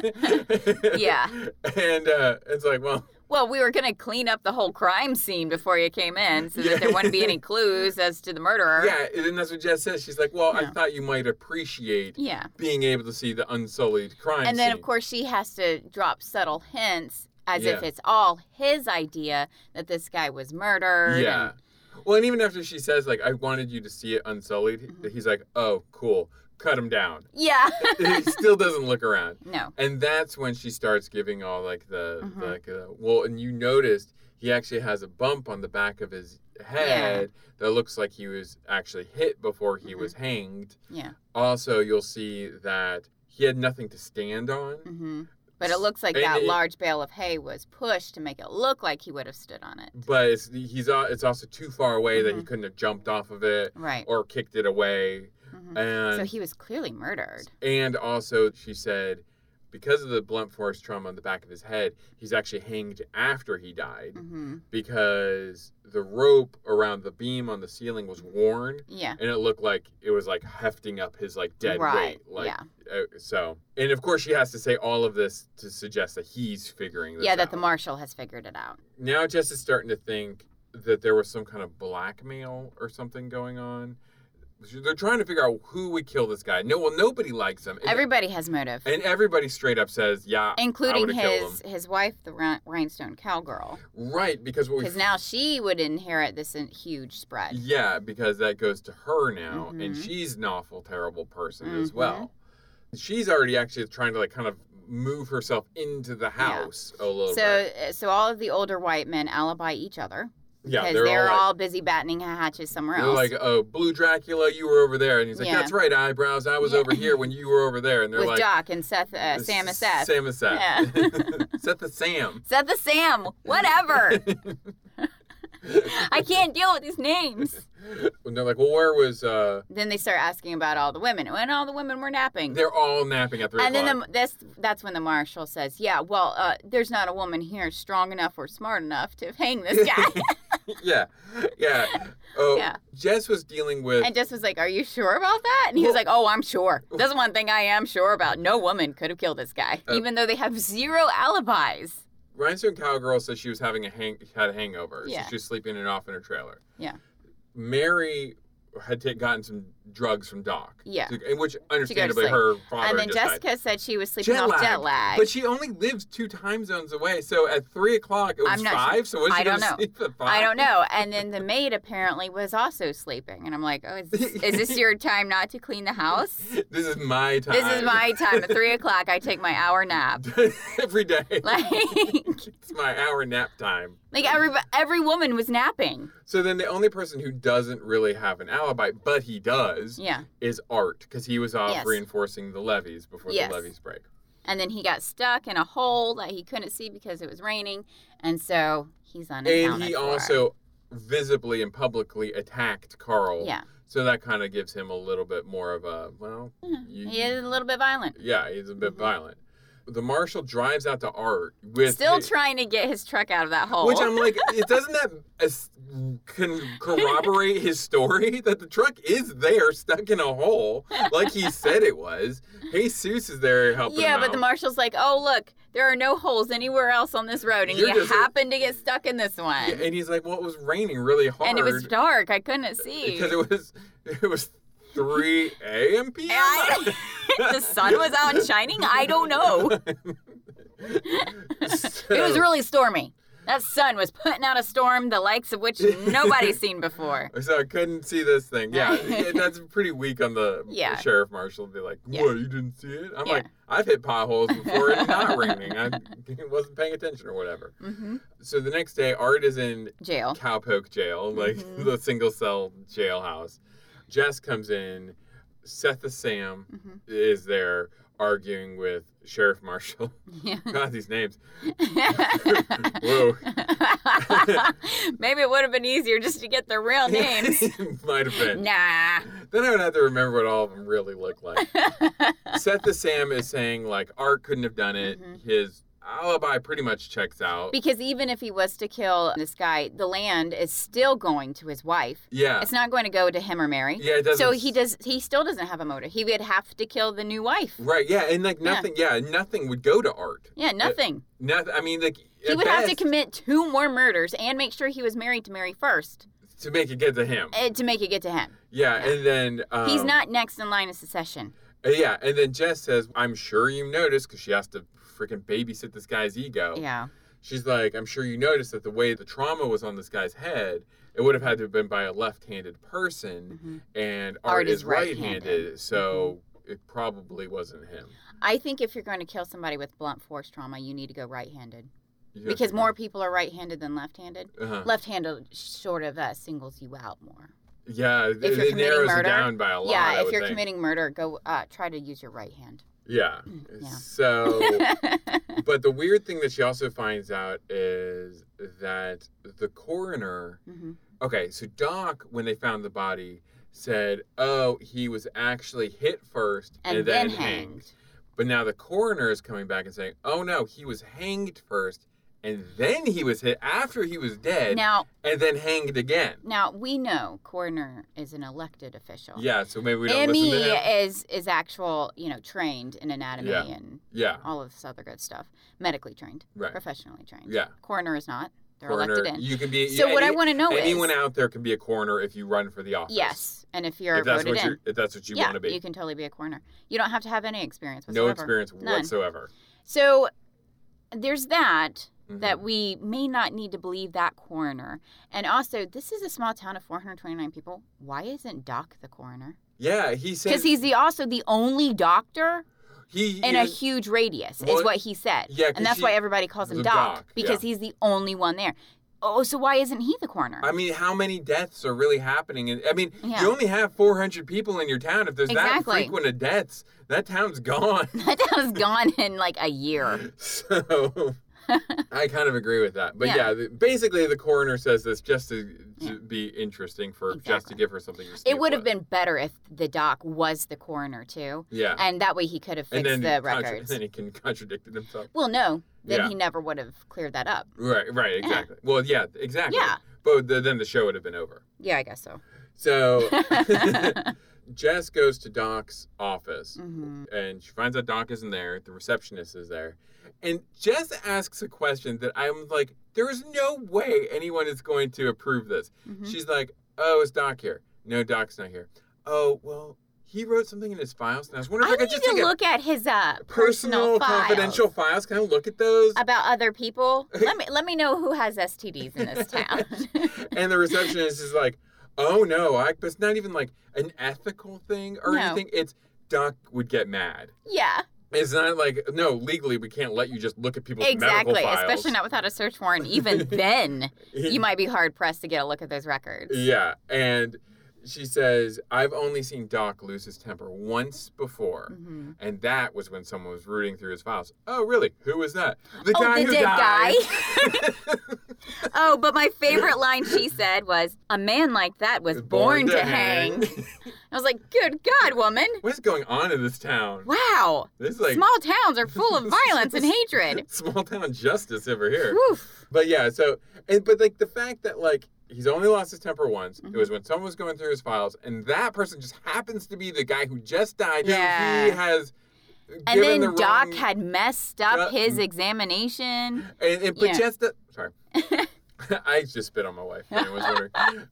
Speaker 1: Yeah.
Speaker 2: And uh, it's like, well,
Speaker 1: Well, we were going to clean up the whole crime scene before you came in so
Speaker 2: Yeah.
Speaker 1: that there wouldn't be any clues as to the murderer.
Speaker 2: Yeah, and then that's what Jess says. She's like, "Well, I
Speaker 1: Yeah.
Speaker 2: thought you might appreciate
Speaker 1: Yeah.
Speaker 2: being able to see the unsullied crime."
Speaker 1: And then,
Speaker 2: scene."
Speaker 1: of course, she has to drop subtle hints as if
Speaker 2: Yeah.
Speaker 1: it's all his idea that this guy was murdered.
Speaker 2: yeah. Well, and even after she says, "Like, I wanted you to see it unsullied,"
Speaker 1: Mhm.
Speaker 2: he's like, "Oh, cool, cut him down."
Speaker 1: and- yeah.
Speaker 2: he still doesn't look around,
Speaker 1: no.
Speaker 2: and that's when she starts giving all like the
Speaker 1: Mhm.
Speaker 2: like uh, well, and you noticed he actually has a bump on the back of his head that looks like he was actually hit before he
Speaker 1: Mhm.
Speaker 2: was hanged.
Speaker 1: Yeah.
Speaker 2: Also, you'll see that he had nothing to stand on.
Speaker 1: hmm But it looks like
Speaker 2: And
Speaker 1: that
Speaker 2: it-
Speaker 1: large bale of hay was pushed to make it look like he would have stood on it.
Speaker 2: but it's, he's al- it's also too far away that he
Speaker 1: Mhm.
Speaker 2: couldn't have jumped off of it
Speaker 1: Right.
Speaker 2: or kicked it away
Speaker 1: Mhm.
Speaker 2: and
Speaker 1: So he was clearly murdered.
Speaker 2: and also she said because of the blunt force trauma on the back of his head he's actually hanged after he died
Speaker 1: hmm
Speaker 2: because the rope around the beam on the ceiling was worn
Speaker 1: Yeah.
Speaker 2: and it looked like it was like hefting up his like dead
Speaker 1: right.
Speaker 2: weight like
Speaker 1: yeah.
Speaker 2: uh, so and of course she has to say all of this to suggest that he's figuring this
Speaker 1: Yeah, that
Speaker 2: out.
Speaker 1: the marshal has figured it out.
Speaker 2: now Jess is starting to think that there was some kind of blackmail or something going on. They're trying to figure out who would kill this guy. No, well, nobody likes him. And,
Speaker 1: Everybody has motive.
Speaker 2: and everybody straight up says, yeah,
Speaker 1: including
Speaker 2: would've killed
Speaker 1: his his wife, the rhin- rhinestone cowgirl,
Speaker 2: right, because what we.
Speaker 1: because now she would inherit this in- huge spread.
Speaker 2: Yeah, because that goes to her now, and
Speaker 1: Mhm.
Speaker 2: she's an awful, terrible person as
Speaker 1: Mhm.
Speaker 2: well. She's already actually trying to, like, kind of move herself into the house a little bit.
Speaker 1: So, uh, so all of the older white men alibi each other
Speaker 2: Yeah,
Speaker 1: because
Speaker 2: they're, all. like-
Speaker 1: busy battening hatches somewhere
Speaker 2: They're
Speaker 1: else.
Speaker 2: like, oh, Blue Dracula, you were over there. And he's like,
Speaker 1: Yeah.
Speaker 2: that's right, eyebrows. I was
Speaker 1: Yeah.
Speaker 2: over here when you were over there. And they're
Speaker 1: with
Speaker 2: like,
Speaker 1: Doc and Seth, uh, Sam and Seth.
Speaker 2: Sam and Seth.
Speaker 1: Yeah.
Speaker 2: Seth the Sam.
Speaker 1: Seth the Sam, whatever. I can't deal with these names.
Speaker 2: When they're like, well, where was? uh
Speaker 1: Then they start asking about all the women, and all the women were napping.
Speaker 2: They're all napping at three
Speaker 1: and
Speaker 2: o'clock.
Speaker 1: then the, that's that's when the marshal says, "Yeah, well, uh, there's not a woman here strong enough or smart enough to hang this guy."
Speaker 2: yeah, yeah. Oh,
Speaker 1: Yeah.
Speaker 2: Jess was dealing with.
Speaker 1: and Jess was like, "Are you sure about that?" And he was
Speaker 2: Well-
Speaker 1: like, "Oh, I'm sure. That's one thing I am sure about. No woman could have killed this guy,
Speaker 2: Uh,
Speaker 1: even though they have zero alibis."
Speaker 2: Rhinestone Cowgirl says she was having a hang had a hangover.
Speaker 1: Yeah.
Speaker 2: So she was sleeping it off in her trailer.
Speaker 1: Yeah.
Speaker 2: Mary had ta gotten some drugs from Doc.
Speaker 1: Yeah.
Speaker 2: To- in which understandably
Speaker 1: sleep.
Speaker 2: her father
Speaker 1: and then
Speaker 2: just died.
Speaker 1: Jessica said she was sleeping off jet lag.
Speaker 2: But she only lives two time zones away. So at three o'clock it was
Speaker 1: I'm not sure.
Speaker 2: five. So was
Speaker 1: I
Speaker 2: she
Speaker 1: don't
Speaker 2: gonna
Speaker 1: know.
Speaker 2: sleep at five?
Speaker 1: I don't know. And then the maid apparently was also sleeping, and I'm like, "Oh, is this, is this your time not to clean the house?"
Speaker 2: This is my time.
Speaker 1: This is my time at three o'clock. I take my hour nap.
Speaker 2: every day.
Speaker 1: Like,
Speaker 2: it's my hour nap time.
Speaker 1: like every every woman was napping.
Speaker 2: So then the only person who doesn't really have an alibi, but he does,
Speaker 1: Yeah,
Speaker 2: is Art, because he was off
Speaker 1: Yes.
Speaker 2: reinforcing the levees before
Speaker 1: Yes.
Speaker 2: the levees break.
Speaker 1: and then he got stuck in a hole that he couldn't see because it was raining, and so he's unaccounted
Speaker 2: And he
Speaker 1: for.
Speaker 2: also visibly and publicly attacked Carl.
Speaker 1: yeah,
Speaker 2: So that kind of gives him a little bit more of a, well, you-
Speaker 1: Mm-hmm. he is Mm-hmm. a little bit violent.
Speaker 2: yeah, he's a bit violent. The marshal drives out to Art with.
Speaker 1: Still
Speaker 2: his-
Speaker 1: trying to get his truck out of that hole.
Speaker 2: Which I'm like, it doesn't that as- can corroborate his story that the truck is there, stuck in a hole, like he said it was. Jesus is there helping.
Speaker 1: yeah,
Speaker 2: him
Speaker 1: but the
Speaker 2: out.
Speaker 1: marshal's like, "Oh look, there are no holes anywhere else on this road, and
Speaker 2: You're
Speaker 1: you
Speaker 2: just a-
Speaker 1: happen to get stuck in this one."
Speaker 2: Yeah, and he's like, well, it was raining really hard.
Speaker 1: and it was dark; I couldn't see.
Speaker 2: because it was it was three a.m. p.m.
Speaker 1: I- the sun was out and shining. I don't know. It was
Speaker 2: So-
Speaker 1: really stormy. That sun was putting out a storm the likes of which nobody's seen before.
Speaker 2: So I couldn't see this thing. Yeah, yeah, that's pretty weak on the
Speaker 1: Yeah.
Speaker 2: sheriff marshal to be like,
Speaker 1: Yeah.
Speaker 2: "What? You didn't see it?" I'm
Speaker 1: Yeah.
Speaker 2: like, "I've hit potholes before and not raining. I wasn't paying attention or whatever."
Speaker 1: hmm
Speaker 2: So the next day, Art is in
Speaker 1: Jail.
Speaker 2: cowpoke jail, like
Speaker 1: Mhm.
Speaker 2: the single cell jailhouse. Jess comes in. Seth the Sam
Speaker 1: Mhm.
Speaker 2: is there arguing with sheriff marshal.
Speaker 1: Yeah.
Speaker 2: God, these names. Whoa.
Speaker 1: Maybe it would have been easier just to get their real names.
Speaker 2: Might have been.
Speaker 1: nah.
Speaker 2: Then I would have to remember what all of them really look like. Seth the Sam is saying like Art couldn't have done it.
Speaker 1: Mhm.
Speaker 2: His alibi pretty much checks out.
Speaker 1: Because even if he was to kill this guy, the land is still going to his wife.
Speaker 2: yeah,
Speaker 1: It's not going to go to him or Mary.
Speaker 2: yeah, it doesn't.
Speaker 1: So he does he still doesn't have a motive. He would have to kill the new wife.
Speaker 2: Right, yeah, and like
Speaker 1: Yeah.
Speaker 2: nothing, yeah, nothing would go to Art.
Speaker 1: Yeah, nothing.
Speaker 2: Nothing. I mean, like
Speaker 1: He
Speaker 2: at
Speaker 1: would have to
Speaker 2: best,
Speaker 1: commit two more murders and make sure he was married to Mary first
Speaker 2: to make it get to him.
Speaker 1: eh, to make it get to him.
Speaker 2: Yeah, and then um, uh,
Speaker 1: He's not next in line of succession.
Speaker 2: Yeah, and then Jess says, "I'm sure you noticed," because she has to freaking babysit this guy's ego.
Speaker 1: Yeah.
Speaker 2: She's like, I'm sure you noticed that the way the trauma was on this guy's head, it would have had to have been by a left handed person,
Speaker 1: Mhm.
Speaker 2: and Art,
Speaker 1: Art
Speaker 2: is,
Speaker 1: is
Speaker 2: right
Speaker 1: right-handed. Mm-hmm.
Speaker 2: handed, so it probably wasn't him.
Speaker 1: I think if you're going to kill somebody with blunt force trauma, you need to go right handed
Speaker 2: You know,
Speaker 1: because
Speaker 2: she-
Speaker 1: more people are right handed than left handed.
Speaker 2: Uh-huh.
Speaker 1: Left handed sort of uh, singles you out more.
Speaker 2: Yeah, it,
Speaker 1: you're
Speaker 2: it
Speaker 1: committing
Speaker 2: narrows
Speaker 1: murder-
Speaker 2: it down by a lot. I
Speaker 1: yeah, if
Speaker 2: would
Speaker 1: you're
Speaker 2: think.
Speaker 1: committing murder, go uh, try to use your right hand.
Speaker 2: Yeah.
Speaker 1: yeah.
Speaker 2: So, but the weird thing that she also finds out is that the coroner
Speaker 1: hmm
Speaker 2: Okay, so Doc, when they found the body, said, "Oh, he was actually hit first
Speaker 1: And,
Speaker 2: and,
Speaker 1: then,
Speaker 2: hanged."
Speaker 1: hanged.
Speaker 2: But now the coroner is coming back and saying, "Oh no, he was hanged first, and then he was hit after he was dead,
Speaker 1: Now,
Speaker 2: and then hanged again."
Speaker 1: now we know coroner is an elected official.
Speaker 2: Yeah, so maybe we don't
Speaker 1: Emmy
Speaker 2: listen to him.
Speaker 1: is is actual, you know, trained in anatomy
Speaker 2: Yeah.
Speaker 1: and
Speaker 2: Yeah,
Speaker 1: all of this other good stuff, medically trained,
Speaker 2: right.
Speaker 1: professionally trained.
Speaker 2: Yeah,
Speaker 1: Coroner is not; they're
Speaker 2: coroner.
Speaker 1: elected in.
Speaker 2: You can be.
Speaker 1: So
Speaker 2: you-
Speaker 1: what I
Speaker 2: any-
Speaker 1: want to know
Speaker 2: Anyone
Speaker 1: is
Speaker 2: out there can be a coroner if you run for the office.
Speaker 1: yes, and if you're
Speaker 2: if that's
Speaker 1: voted
Speaker 2: what
Speaker 1: in,
Speaker 2: you if that's what you
Speaker 1: yeah,
Speaker 2: want to be.
Speaker 1: you can totally be a coroner. You don't have to have any experience
Speaker 2: no
Speaker 1: whatsoever.
Speaker 2: experience
Speaker 1: None.
Speaker 2: whatsoever.
Speaker 1: So there's that that
Speaker 2: Mhm.
Speaker 1: we may not need to believe that coroner, and also this is a small town of 429 people. Why isn't Doc the coroner?
Speaker 2: Yeah, he said
Speaker 1: Because he's the, also the only doctor
Speaker 2: he
Speaker 1: in a
Speaker 2: is-
Speaker 1: huge radius
Speaker 2: Well,
Speaker 1: is what he said.
Speaker 2: yeah, 'cause
Speaker 1: and that's
Speaker 2: he-
Speaker 1: why everybody calls him
Speaker 2: the
Speaker 1: Doc,
Speaker 2: doc,
Speaker 1: because he's the only one there. Oh, so why isn't he the coroner?
Speaker 2: I mean, how many deaths are really happening? And I mean,
Speaker 1: Yeah.
Speaker 2: you only have 400 people in your town. If there's
Speaker 1: Exactly.
Speaker 2: that frequent of deaths, that town's gone.
Speaker 1: that town's gone in like a year.
Speaker 2: So I kind of agree with that. But
Speaker 1: Yeah.
Speaker 2: yeah, the, basically the coroner says this just to, to
Speaker 1: Yeah.
Speaker 2: be interesting for just to
Speaker 1: Exactly.
Speaker 2: give her something to
Speaker 1: it would have
Speaker 2: sniff at.
Speaker 1: been better if the doc was the coroner too,
Speaker 2: Yeah.
Speaker 1: and that way he could have fixed
Speaker 2: then
Speaker 1: the
Speaker 2: he contra-
Speaker 1: records.
Speaker 2: then he con- contradicted himself.
Speaker 1: Well, no, then
Speaker 2: Yeah.
Speaker 1: he never would have cleared that up.
Speaker 2: Right, right, exactly. Well, yeah, exactly.
Speaker 1: Yeah.
Speaker 2: But the, then the show would have been over.
Speaker 1: Yeah, I guess so. Mm-hmm.
Speaker 2: So Jess goes to Doc's office
Speaker 1: hmm
Speaker 2: and she finds out Doc isn't there. The receptionist is there. And Jess asks a question that I'm like, there is no way anyone is going to approve this.
Speaker 1: hmm
Speaker 2: She's like, oh, is Doc here? No, Doc's not here. Oh, well, he wrote something in his files. And I was wondering
Speaker 1: I
Speaker 2: if I
Speaker 1: need
Speaker 2: could just
Speaker 1: to
Speaker 2: take
Speaker 1: look at his uh, personal,
Speaker 2: a personal,
Speaker 1: files
Speaker 2: confidential files. Can I look at those?
Speaker 1: about other people. Let me let me know who has STDs in this town.
Speaker 2: and the receptionist is like, "Oh no, I." But it's not even like an ethical thing or
Speaker 1: No.
Speaker 2: anything. It's Doc would get mad.
Speaker 1: yeah,
Speaker 2: It's not like no, legally we can't let you just look at people's
Speaker 1: exactly.
Speaker 2: medical files.
Speaker 1: Especially not without a search warrant. Even then, you might be hard pressed to get a look at those records.
Speaker 2: yeah, and she says, "I've only seen Doc lose his temper once before."
Speaker 1: Mhm.
Speaker 2: And that was when someone was rooting through his files. Oh, really? Who was that? The
Speaker 1: Oh,
Speaker 2: guy
Speaker 1: the
Speaker 2: who
Speaker 1: dead
Speaker 2: died.
Speaker 1: guy. oh, but my favorite line she said was, "A man like that was born, to hang." I was like, "Good God, woman!
Speaker 2: What's going on in this town?
Speaker 1: Wow,
Speaker 2: This is like
Speaker 1: small towns are full of violence and hatred."
Speaker 2: small town justice over here.
Speaker 1: Oof.
Speaker 2: But yeah, so and but like the fact that like he's only lost his temper once.
Speaker 1: Mhm.
Speaker 2: It was when someone was going through his files, and that person just happens to be the guy who just died.
Speaker 1: Yeah.
Speaker 2: Who he has.
Speaker 1: And then
Speaker 2: given the
Speaker 1: Doc
Speaker 2: wrong,
Speaker 1: had messed up
Speaker 2: Uh,
Speaker 1: his examination.
Speaker 2: And, and but
Speaker 1: yeah.
Speaker 2: just the- sorry. I just spit on my wife. if Anyone's wondering.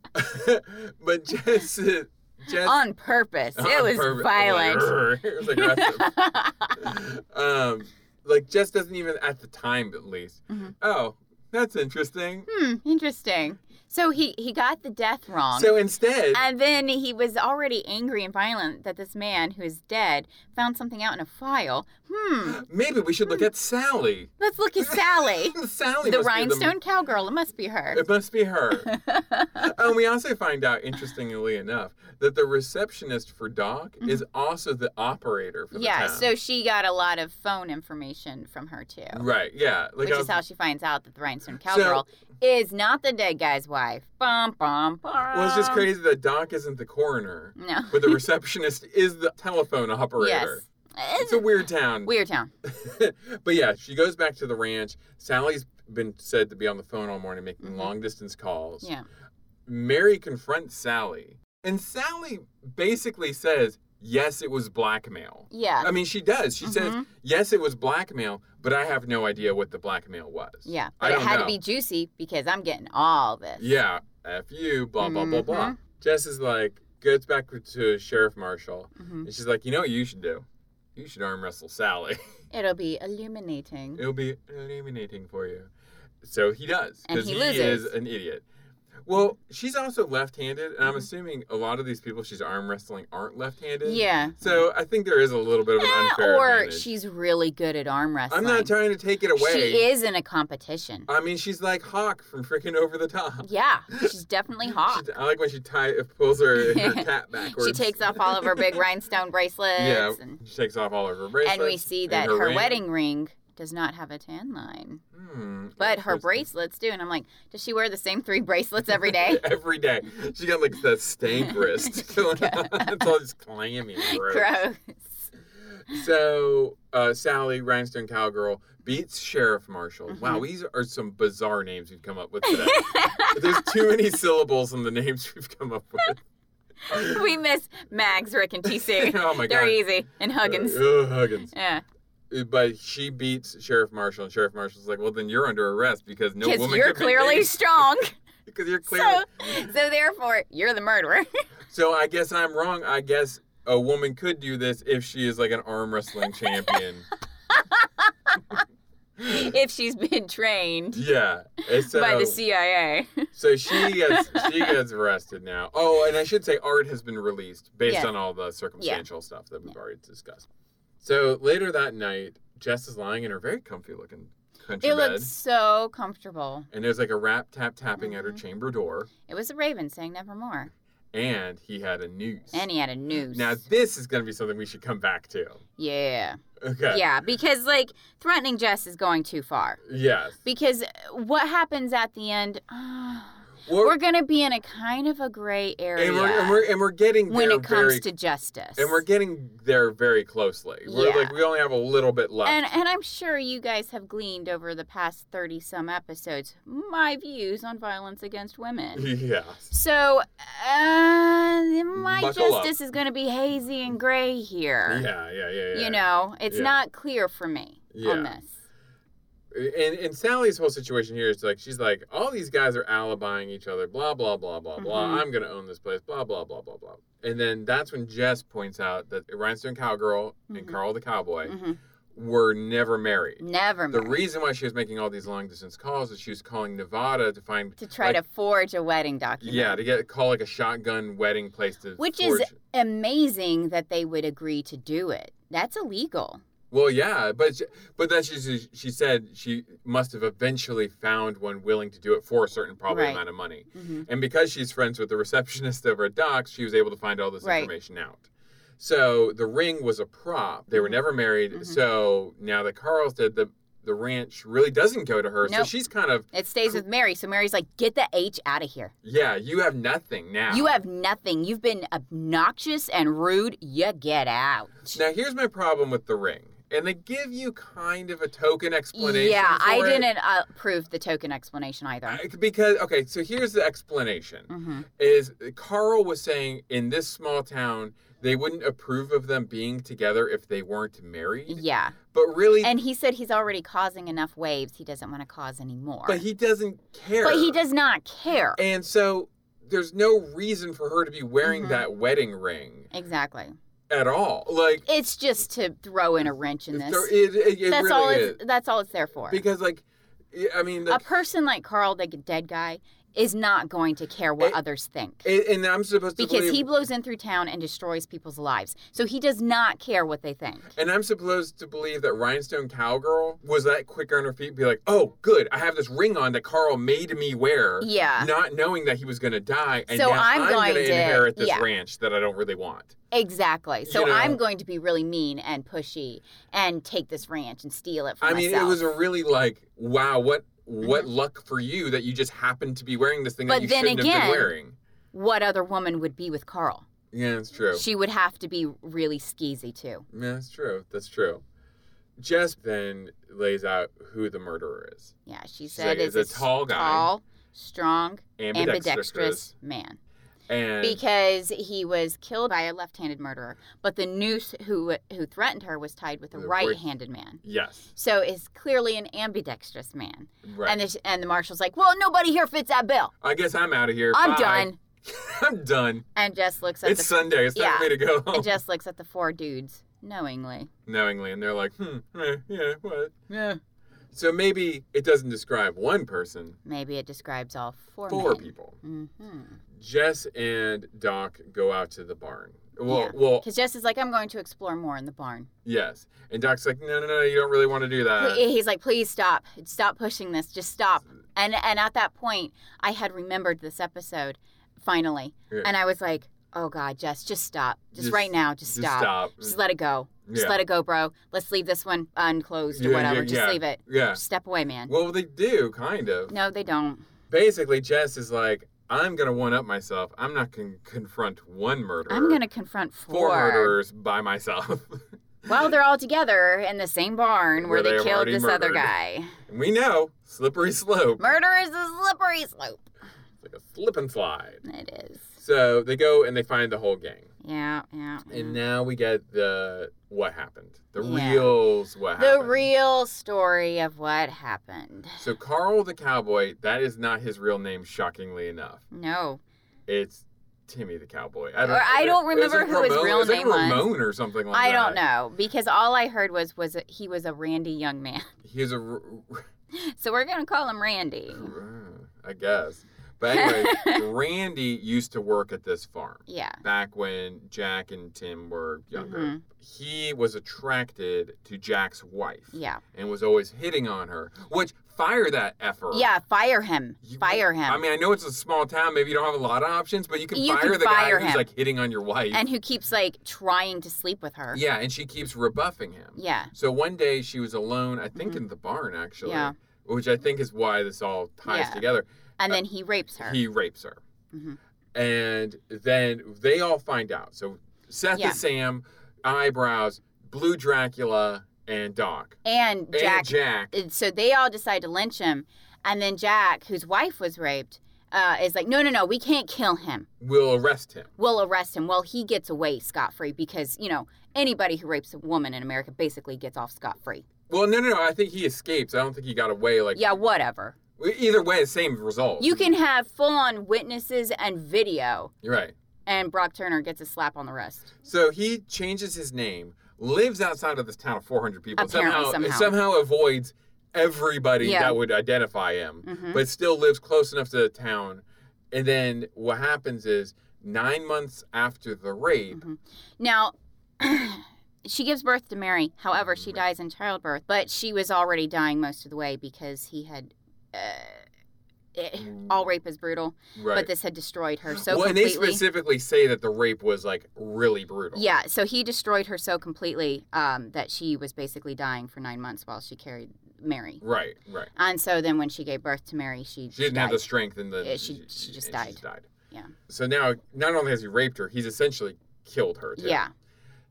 Speaker 2: but just uh, just
Speaker 1: on purpose.
Speaker 2: on
Speaker 1: it was
Speaker 2: purpose.
Speaker 1: violent.
Speaker 2: It was aggressive. um, like Jess doesn't even at the time, at least.
Speaker 1: Mhm.
Speaker 2: Oh, that's interesting.
Speaker 1: hmm, interesting. So he he got the death wrong.
Speaker 2: So instead,
Speaker 1: and then he was already angry and violent that this man who is dead found something out in a file. Hmm.
Speaker 2: Maybe we should look at Sally.
Speaker 1: Let's look at Sally,
Speaker 2: Sally,
Speaker 1: the
Speaker 2: must be
Speaker 1: rhinestone cowgirl. It must be her.
Speaker 2: it must be her. and we also find out, interestingly enough, that the receptionist for Doc is also the operator for the
Speaker 1: Mm-hmm. yeah.
Speaker 2: town.
Speaker 1: So she got a lot of phone information from her too,
Speaker 2: right, yeah,
Speaker 1: which
Speaker 2: like I
Speaker 1: is
Speaker 2: was-
Speaker 1: how she finds out that the rhinestone cowgirl is not the dead guy's wife. Bum bum bum.
Speaker 2: well, it's just crazy that Doc isn't the coroner,
Speaker 1: No.
Speaker 2: but the receptionist is the telephone
Speaker 1: Yes.
Speaker 2: operator. It's
Speaker 1: It's
Speaker 2: a weird town.
Speaker 1: weird town.
Speaker 2: but yeah, she goes back to the ranch. Sally's been said to be on the phone all morning making
Speaker 1: Mhm.
Speaker 2: long distance calls.
Speaker 1: Yeah.
Speaker 2: Mary confronts Sally, and Sally basically says, Yes, it was blackmail.
Speaker 1: Yeah.
Speaker 2: I mean, she does. She says,
Speaker 1: Mhm.
Speaker 2: Yes, it was blackmail, but I have no idea what the blackmail was.
Speaker 1: Yeah,
Speaker 2: I
Speaker 1: but it
Speaker 2: don't
Speaker 1: had
Speaker 2: know.
Speaker 1: to be juicy because I'm getting all this.
Speaker 2: Yeah, F you, blah, blah, blah, blah.
Speaker 1: Mhm.
Speaker 2: Jess is like, goes back to Sheriff Marshall,
Speaker 1: Mhm.
Speaker 2: and she's like, You know what you should do? You should arm wrestle Sally.
Speaker 1: It'll be illuminating.
Speaker 2: It'll be illuminating for you. So he does.
Speaker 1: And
Speaker 2: Because
Speaker 1: he
Speaker 2: he,
Speaker 1: loses.
Speaker 2: is an idiot. Well, she's also left handed, and I'm
Speaker 1: Mhm.
Speaker 2: assuming a lot of these people she's arm wrestling aren't left handed.
Speaker 1: Yeah.
Speaker 2: So I think there is a little bit of an
Speaker 1: Eh,
Speaker 2: unfair
Speaker 1: or
Speaker 2: advantage.
Speaker 1: she's really good at arm wrestling.
Speaker 2: I'm not trying to take it away.
Speaker 1: She is in a competition.
Speaker 2: I mean, she's like Hawk from freaking Over the Top.
Speaker 1: yeah, she's definitely hot.
Speaker 2: She- I like when she tie, pulls her, her cap backwards.
Speaker 1: Ah. She takes off all of her big rhinestone bracelets.
Speaker 2: Yeah,
Speaker 1: and,
Speaker 2: she takes off all of her bracelets.
Speaker 1: and we see
Speaker 2: and
Speaker 1: that her,
Speaker 2: ring.
Speaker 1: wedding ring does not have a tan line,
Speaker 2: Hmm,
Speaker 1: but her
Speaker 2: interesting.
Speaker 1: bracelets do. And I'm like, does she wear the same three bracelets every day?
Speaker 2: Every day. She got like the stank wrist. going on. it's all just clammy. and Gross.
Speaker 1: Gross.
Speaker 2: So uh, Sally, Rhinestone Cowgirl, beats Sheriff Marshall.
Speaker 1: Mm-hmm.
Speaker 2: Wow, these are some bizarre names we've come up with today. There's too many syllables in the names we've come up with.
Speaker 1: we miss Mags, Rick, and TC.
Speaker 2: oh my
Speaker 1: They're
Speaker 2: god.
Speaker 1: easy. And Huggins.
Speaker 2: Uh, Huggins.
Speaker 1: Yeah.
Speaker 2: Uh, But she beats Sheriff Marshall, and Sheriff Marshall's like, "Well, then you're under arrest because no
Speaker 1: Because
Speaker 2: woman."
Speaker 1: you're
Speaker 2: could be
Speaker 1: clearly
Speaker 2: named-
Speaker 1: strong.
Speaker 2: Because you're clearly.
Speaker 1: so, so therefore, you're the murderer.
Speaker 2: So I guess I'm wrong. I guess a woman could do this if she is like an arm wrestling champion.
Speaker 1: if she's been trained
Speaker 2: yeah. And so,
Speaker 1: by the CIA.
Speaker 2: so she gets she gets arrested now. Oh, and I should say Art has been released based
Speaker 1: Yes.
Speaker 2: on all the circumstantial stuff that we've already discussed. So later that night, Jess is lying in her very comfy looking country
Speaker 1: It
Speaker 2: bed.
Speaker 1: looked so comfortable.
Speaker 2: And there's like a rap tap tapping at her
Speaker 1: Mhm.
Speaker 2: chamber door.
Speaker 1: It was a raven saying nevermore.
Speaker 2: and he had a noose.
Speaker 1: And he had a noose.
Speaker 2: now this is going to be something we should come back to.
Speaker 1: yeah.
Speaker 2: Okay.
Speaker 1: Yeah, because like threatening Jess is going too far.
Speaker 2: Yes.
Speaker 1: Because what happens at the end,
Speaker 2: We're-
Speaker 1: we're going to be in a kind of a gray area
Speaker 2: and we're, and we're and we're getting
Speaker 1: when
Speaker 2: there
Speaker 1: it comes
Speaker 2: very,
Speaker 1: to justice.
Speaker 2: and we're getting there very closely. We're
Speaker 1: Yeah.
Speaker 2: like we only have a little bit left.
Speaker 1: and, and I'm sure you guys have gleaned over the past 30 some episodes my views on violence against
Speaker 2: Mm-hmm.
Speaker 1: women.
Speaker 2: yes.
Speaker 1: So, uh, my
Speaker 2: Buckle up.
Speaker 1: justice is going to be hazy and gray here.
Speaker 2: Yeah, yeah, yeah, yeah.
Speaker 1: You know, it's
Speaker 2: Yeah.
Speaker 1: not clear for me
Speaker 2: Yeah.
Speaker 1: on this.
Speaker 2: and, and Sally's whole situation here is like she's like all these guys are alibiing each other, blah blah blah blah blah.
Speaker 1: Mhm.
Speaker 2: I'm gonna own this place, blah blah blah blah blah. And then that's when Jess points out that Rhinestone Cowgirl and
Speaker 1: Mhm.
Speaker 2: Carl the Cowboy
Speaker 1: Mhm.
Speaker 2: were never married.
Speaker 1: Never
Speaker 2: The
Speaker 1: mind.
Speaker 2: reason why she was making all these long distance calls is she was calling Nevada to find
Speaker 1: to try
Speaker 2: like-
Speaker 1: to forge a wedding document.
Speaker 2: yeah to get call like a shotgun wedding place to
Speaker 1: Which is-
Speaker 2: forge-
Speaker 1: Amazing that they would agree to do it. That's illegal.
Speaker 2: well yeah but she, but then she she- she said she must have eventually found one willing to do it for a certain probably
Speaker 1: Right.
Speaker 2: amount of money.
Speaker 1: Mm-hmm.
Speaker 2: And because she's friends with the receptionist over at Doc's, she was able to find all this
Speaker 1: Right.
Speaker 2: information out. So the ring was a prop. They were
Speaker 1: Mhm.
Speaker 2: never married.
Speaker 1: Mhm.
Speaker 2: So now that Carl's dead, the the ranch really doesn't go to her. So
Speaker 1: Nope.
Speaker 2: she's kind of
Speaker 1: It stays with Mary. So Mary's like, get the H out of here.
Speaker 2: yeah, you have nothing now.
Speaker 1: You have nothing. You've been obnoxious and rude. You get out.
Speaker 2: now. Here's my problem with the ring, and they give you kind of a token explanation.
Speaker 1: Yeah, I
Speaker 2: for it.
Speaker 1: didn't uh, approve the token explanation either.
Speaker 2: I- Because okay, so here's the explanation:
Speaker 1: mm-hmm.
Speaker 2: is Carl was saying in this small town they wouldn't approve of them being together if they weren't married.
Speaker 1: Yeah.
Speaker 2: But really,
Speaker 1: And he said he's already causing enough waves. He doesn't want to cause any more.
Speaker 2: But he doesn't care.
Speaker 1: But he does not care.
Speaker 2: And so there's no reason for her to be wearing
Speaker 1: Mhm.
Speaker 2: that wedding ring
Speaker 1: Exactly.
Speaker 2: at all. Like
Speaker 1: It's just to throw in a wrench in
Speaker 2: it's-
Speaker 1: this.
Speaker 2: it, it, it
Speaker 1: that's
Speaker 2: really
Speaker 1: all.
Speaker 2: is.
Speaker 1: It's, that's all it's there for.
Speaker 2: Because like I- I mean
Speaker 1: a
Speaker 2: like,
Speaker 1: person like Carl, the dead guy, is not going to care what
Speaker 2: It-
Speaker 1: others think
Speaker 2: and- and I'm supposed to
Speaker 1: because
Speaker 2: believe,
Speaker 1: he blows in through town and destroys people's lives. So he does not care what they think.
Speaker 2: and I'm supposed to believe that Rhinestone Cowgirl was that quick on her feet and be like, "Oh, good. I have this ring on that Carl made me wear."
Speaker 1: Yeah,
Speaker 2: Not knowing that he was going to die, and
Speaker 1: So
Speaker 2: now
Speaker 1: I'm going
Speaker 2: going to
Speaker 1: to-
Speaker 2: inherit this
Speaker 1: yeah.
Speaker 2: ranch that I don't really want.
Speaker 1: exactly. So
Speaker 2: You know-
Speaker 1: I'm going to be really mean and pushy and take this ranch and steal it for
Speaker 2: I
Speaker 1: myself.
Speaker 2: mean, it was a really like, wow, what what luck for you that you just happened to be wearing this thing that
Speaker 1: But
Speaker 2: you
Speaker 1: then
Speaker 2: shouldn't have been
Speaker 1: again-
Speaker 2: wearing.
Speaker 1: what other woman would be with Carl?
Speaker 2: Yeah, that's true.
Speaker 1: She would have to be really skeezy too.
Speaker 2: yeah, that's true. That's true. Jess then lays out who the murderer is.
Speaker 1: Yeah, she
Speaker 2: She's
Speaker 1: said
Speaker 2: like,
Speaker 1: is
Speaker 2: it's a tall guy,
Speaker 1: tall, strong,
Speaker 2: ambidextrous,
Speaker 1: ambidextrous man.
Speaker 2: and
Speaker 1: because he was killed by a left-handed murderer, but the noose who who threatened her was tied with a
Speaker 2: The right-
Speaker 1: right-handed man.
Speaker 2: yes,
Speaker 1: So it's clearly an ambidextrous man.
Speaker 2: right.
Speaker 1: And the and the marshal's like, "Well, nobody here fits that bill.
Speaker 2: I guess I'm out of here.
Speaker 1: I'm
Speaker 2: Bye.
Speaker 1: done."
Speaker 2: I'm done.
Speaker 1: And Jess looks at
Speaker 2: It's
Speaker 1: the
Speaker 2: Sunday. It's time
Speaker 1: yeah.
Speaker 2: for me to go home.
Speaker 1: and Jess looks at the four dudes knowingly.
Speaker 2: Knowingly, and they're like, hmm, eh, yeah, what?
Speaker 1: Yeah.
Speaker 2: So maybe it doesn't describe one person,
Speaker 1: Maybe it describes all four.
Speaker 2: four people.
Speaker 1: Mm-hmm.
Speaker 2: Jess and Doc go out to the barn. Well,
Speaker 1: Yeah.
Speaker 2: well,
Speaker 1: Because Jess is like, "I'm going to explore more in the barn."
Speaker 2: yes. And Doc's like, no, no, no, you don't really want to do
Speaker 1: He-
Speaker 2: that.
Speaker 1: He's like, "Please stop. Stop pushing this. Just stop." And and at that point, I had remembered this episode finally.
Speaker 2: Yeah.
Speaker 1: And I was like, "Oh god, Jess, just stop. Just,
Speaker 2: Just-
Speaker 1: right now, just,
Speaker 2: Just
Speaker 1: stop.
Speaker 2: stop.
Speaker 1: Just let it go. Just
Speaker 2: Yeah.
Speaker 1: let it go, bro. Let's leave this one unclosed or
Speaker 2: Yeah,
Speaker 1: whatever.
Speaker 2: yeah,
Speaker 1: just
Speaker 2: yeah.
Speaker 1: leave it.
Speaker 2: Yeah.
Speaker 1: Just step away, man."
Speaker 2: Well, they do, kind of.
Speaker 1: No, they don't.
Speaker 2: Basically, Jess is like, I'm going to one up myself. I'm not going to confront one murderer.
Speaker 1: I'm going to confront
Speaker 2: Four
Speaker 1: four.
Speaker 2: murderers by myself.
Speaker 1: Well, they're all together in the same barn where,
Speaker 2: Where they
Speaker 1: they
Speaker 2: have
Speaker 1: killed
Speaker 2: already
Speaker 1: this other
Speaker 2: murdered.
Speaker 1: guy.
Speaker 2: and we know, slippery slope.
Speaker 1: Murder is a slippery slope.
Speaker 2: It's like a slip and slide.
Speaker 1: It is.
Speaker 2: So they go and they find the whole gang.
Speaker 1: Yeah, yeah. yeah.
Speaker 2: And now we get the what happened. The
Speaker 1: Mm-hmm. Yeah.
Speaker 2: reals what
Speaker 1: the
Speaker 2: happened.
Speaker 1: real story of what happened.
Speaker 2: So Carl the cowboy, that is not his real name. Shockingly enough,
Speaker 1: No,
Speaker 2: it's Timmy the cowboy.
Speaker 1: Or I don't
Speaker 2: it was
Speaker 1: remember who his
Speaker 2: Ramon-
Speaker 1: real
Speaker 2: it was like
Speaker 1: name was.
Speaker 2: Ramon or something like
Speaker 1: I
Speaker 2: that.
Speaker 1: don't know because all I heard was was that he was a Randy young man.
Speaker 2: He's a, r-
Speaker 1: So we're gonna call him Randy.
Speaker 2: r- I guess. But anyway, Randy used to work at this farm
Speaker 1: Yeah.
Speaker 2: back when Jack and Tim were younger.
Speaker 1: Mhm.
Speaker 2: He was attracted to Jack's wife
Speaker 1: Yeah.
Speaker 2: and was always hitting on her, which fire that effer.
Speaker 1: Yeah. Fire him.
Speaker 2: You-
Speaker 1: Fire him.
Speaker 2: I mean, I know it's a small town. Maybe you don't have a lot of options, but you can
Speaker 1: You
Speaker 2: fire
Speaker 1: can
Speaker 2: the
Speaker 1: fire
Speaker 2: guy
Speaker 1: him.
Speaker 2: who's like hitting on your wife.
Speaker 1: and who keeps like trying to sleep with her.
Speaker 2: yeah, and she keeps rebuffing him.
Speaker 1: Yeah. Mm-hmm.
Speaker 2: So one day she was alone, I think in the barn actually,
Speaker 1: Yeah.
Speaker 2: which I think is why this all ties
Speaker 1: Yeah.
Speaker 2: together.
Speaker 1: And then he rapes her.
Speaker 2: Uh, He rapes her.
Speaker 1: Mhm.
Speaker 2: And then they all find out. So Seth
Speaker 1: Yeah.
Speaker 2: and Sam, Eyebrows, Blue Dracula, and Doc.
Speaker 1: and
Speaker 2: And
Speaker 1: Jack.
Speaker 2: Jack.
Speaker 1: and So they all decide to lynch him. And then Jack, whose wife was raped, uh, is like, no, no, no, we can't kill him.
Speaker 2: will arrest him.
Speaker 1: We'll arrest him. Well, he gets away scot free because, you know, anybody who rapes a woman in America basically gets off scot free.
Speaker 2: Well, no, no, no. I think he escapes. I don't think he got away. Like,
Speaker 1: Yeah, whatever.
Speaker 2: either way, the same result.
Speaker 1: You can have full on witnesses and video,
Speaker 2: You're right.
Speaker 1: and Brock Turner gets a slap on the wrist.
Speaker 2: So he changes his name, lives outside of this town of 400 people,
Speaker 1: Apparently,
Speaker 2: somehow,
Speaker 1: somehow.
Speaker 2: avoids everybody
Speaker 1: Yeah.
Speaker 2: that would identify him,
Speaker 1: Mhm.
Speaker 2: but still lives close enough to the town. And then what happens is nine months after the rape,
Speaker 1: Mm-hmm. Now, she gives birth to Mary. However, she
Speaker 2: Mhm.
Speaker 1: dies in childbirth, but she was already dying most of the way because he had. Uh, eh, all rape is brutal,
Speaker 2: right?
Speaker 1: but this had destroyed her so
Speaker 2: well, and they
Speaker 1: completely.
Speaker 2: specifically say that the rape was like really brutal.
Speaker 1: Yeah, so he destroyed her so completely um, that she was basically dying for nine months while she carried Mary.
Speaker 2: Right, right.
Speaker 1: And so then when she gave birth to Mary, she,
Speaker 2: She didn't have
Speaker 1: died.
Speaker 2: the strength and the.
Speaker 1: Yeah, she- she just
Speaker 2: and
Speaker 1: Yeah.
Speaker 2: So now, not only has he raped her, he's essentially killed her too.
Speaker 1: Yeah.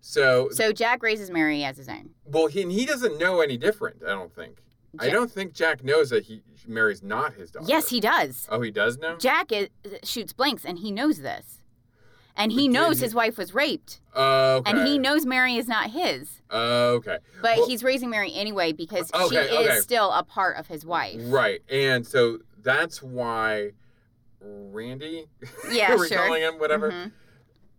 Speaker 2: So,
Speaker 1: So Jack raises Mary as his own.
Speaker 2: well, he, and he doesn't know any different. I don't think. I
Speaker 1: Ja-
Speaker 2: don't think Jack knows that he Mary's not his daughter.
Speaker 1: Yes, he does.
Speaker 2: Oh, he does know.
Speaker 1: Jack is, shoots blanks, and he knows this, and he
Speaker 2: But did
Speaker 1: knows
Speaker 2: he-
Speaker 1: his wife was raped.
Speaker 2: Oh, okay.
Speaker 1: and he knows Mary is not his,
Speaker 2: Okay.
Speaker 1: but
Speaker 2: Well-
Speaker 1: he's raising Mary anyway because she
Speaker 2: Okay,
Speaker 1: is
Speaker 2: okay.
Speaker 1: still a part of his wife.
Speaker 2: Right, and so that's why Randy.
Speaker 1: Yeah,
Speaker 2: we're
Speaker 1: sure.
Speaker 2: calling him whatever.
Speaker 1: Mhm.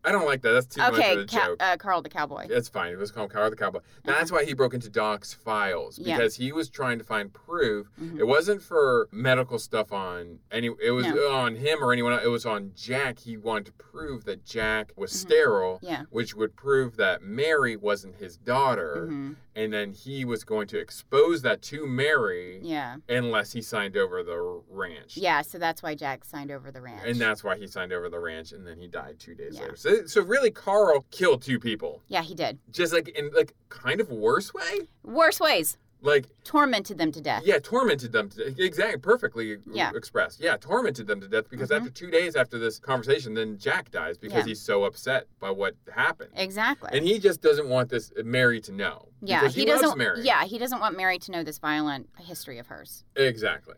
Speaker 2: I don't like that. That's too much of
Speaker 1: Okay,
Speaker 2: a
Speaker 1: Ca-
Speaker 2: joke.
Speaker 1: uh, Carl the cowboy.
Speaker 2: It's fine. It was called Coward the Cowboy. That's why he broke into Doc's files
Speaker 1: Mm-hmm. Yeah.
Speaker 2: because he was trying to find proof.
Speaker 1: Mhm.
Speaker 2: It wasn't for medical stuff on any. It was
Speaker 1: No.
Speaker 2: on him or anyone. Else. It was on Jack. He wanted to prove that Jack was sterile,
Speaker 1: Mm-hmm. Yeah.
Speaker 2: which would prove that Mary wasn't his daughter,
Speaker 1: Mhm.
Speaker 2: and then he was going to expose that to Mary
Speaker 1: Yeah.
Speaker 2: unless he signed over the ranch.
Speaker 1: Yeah. So that's why Jack signed over the ranch.
Speaker 2: And that's why he signed over the ranch, and then he died two days
Speaker 1: Yeah.
Speaker 2: later. So, so really, Carl killed two people,
Speaker 1: yeah, he did.
Speaker 2: just like in like kind of worse way.
Speaker 1: Worse ways.
Speaker 2: like
Speaker 1: Tormented them to death.
Speaker 2: yeah tormented them to death. exactly perfectly uh,
Speaker 1: Yeah.
Speaker 2: expressed yeah tormented them to death because
Speaker 1: Mhm.
Speaker 2: after two days after this conversation then jack dies because
Speaker 1: Yeah.
Speaker 2: he's so upset by what happened
Speaker 1: Exactly.
Speaker 2: and he just doesn't want this uh, mary to know
Speaker 1: yeah,
Speaker 2: because he, loves
Speaker 1: doesn't.
Speaker 2: mary
Speaker 1: Yeah, he doesn't want Mary to know this violent history of hers.
Speaker 2: exactly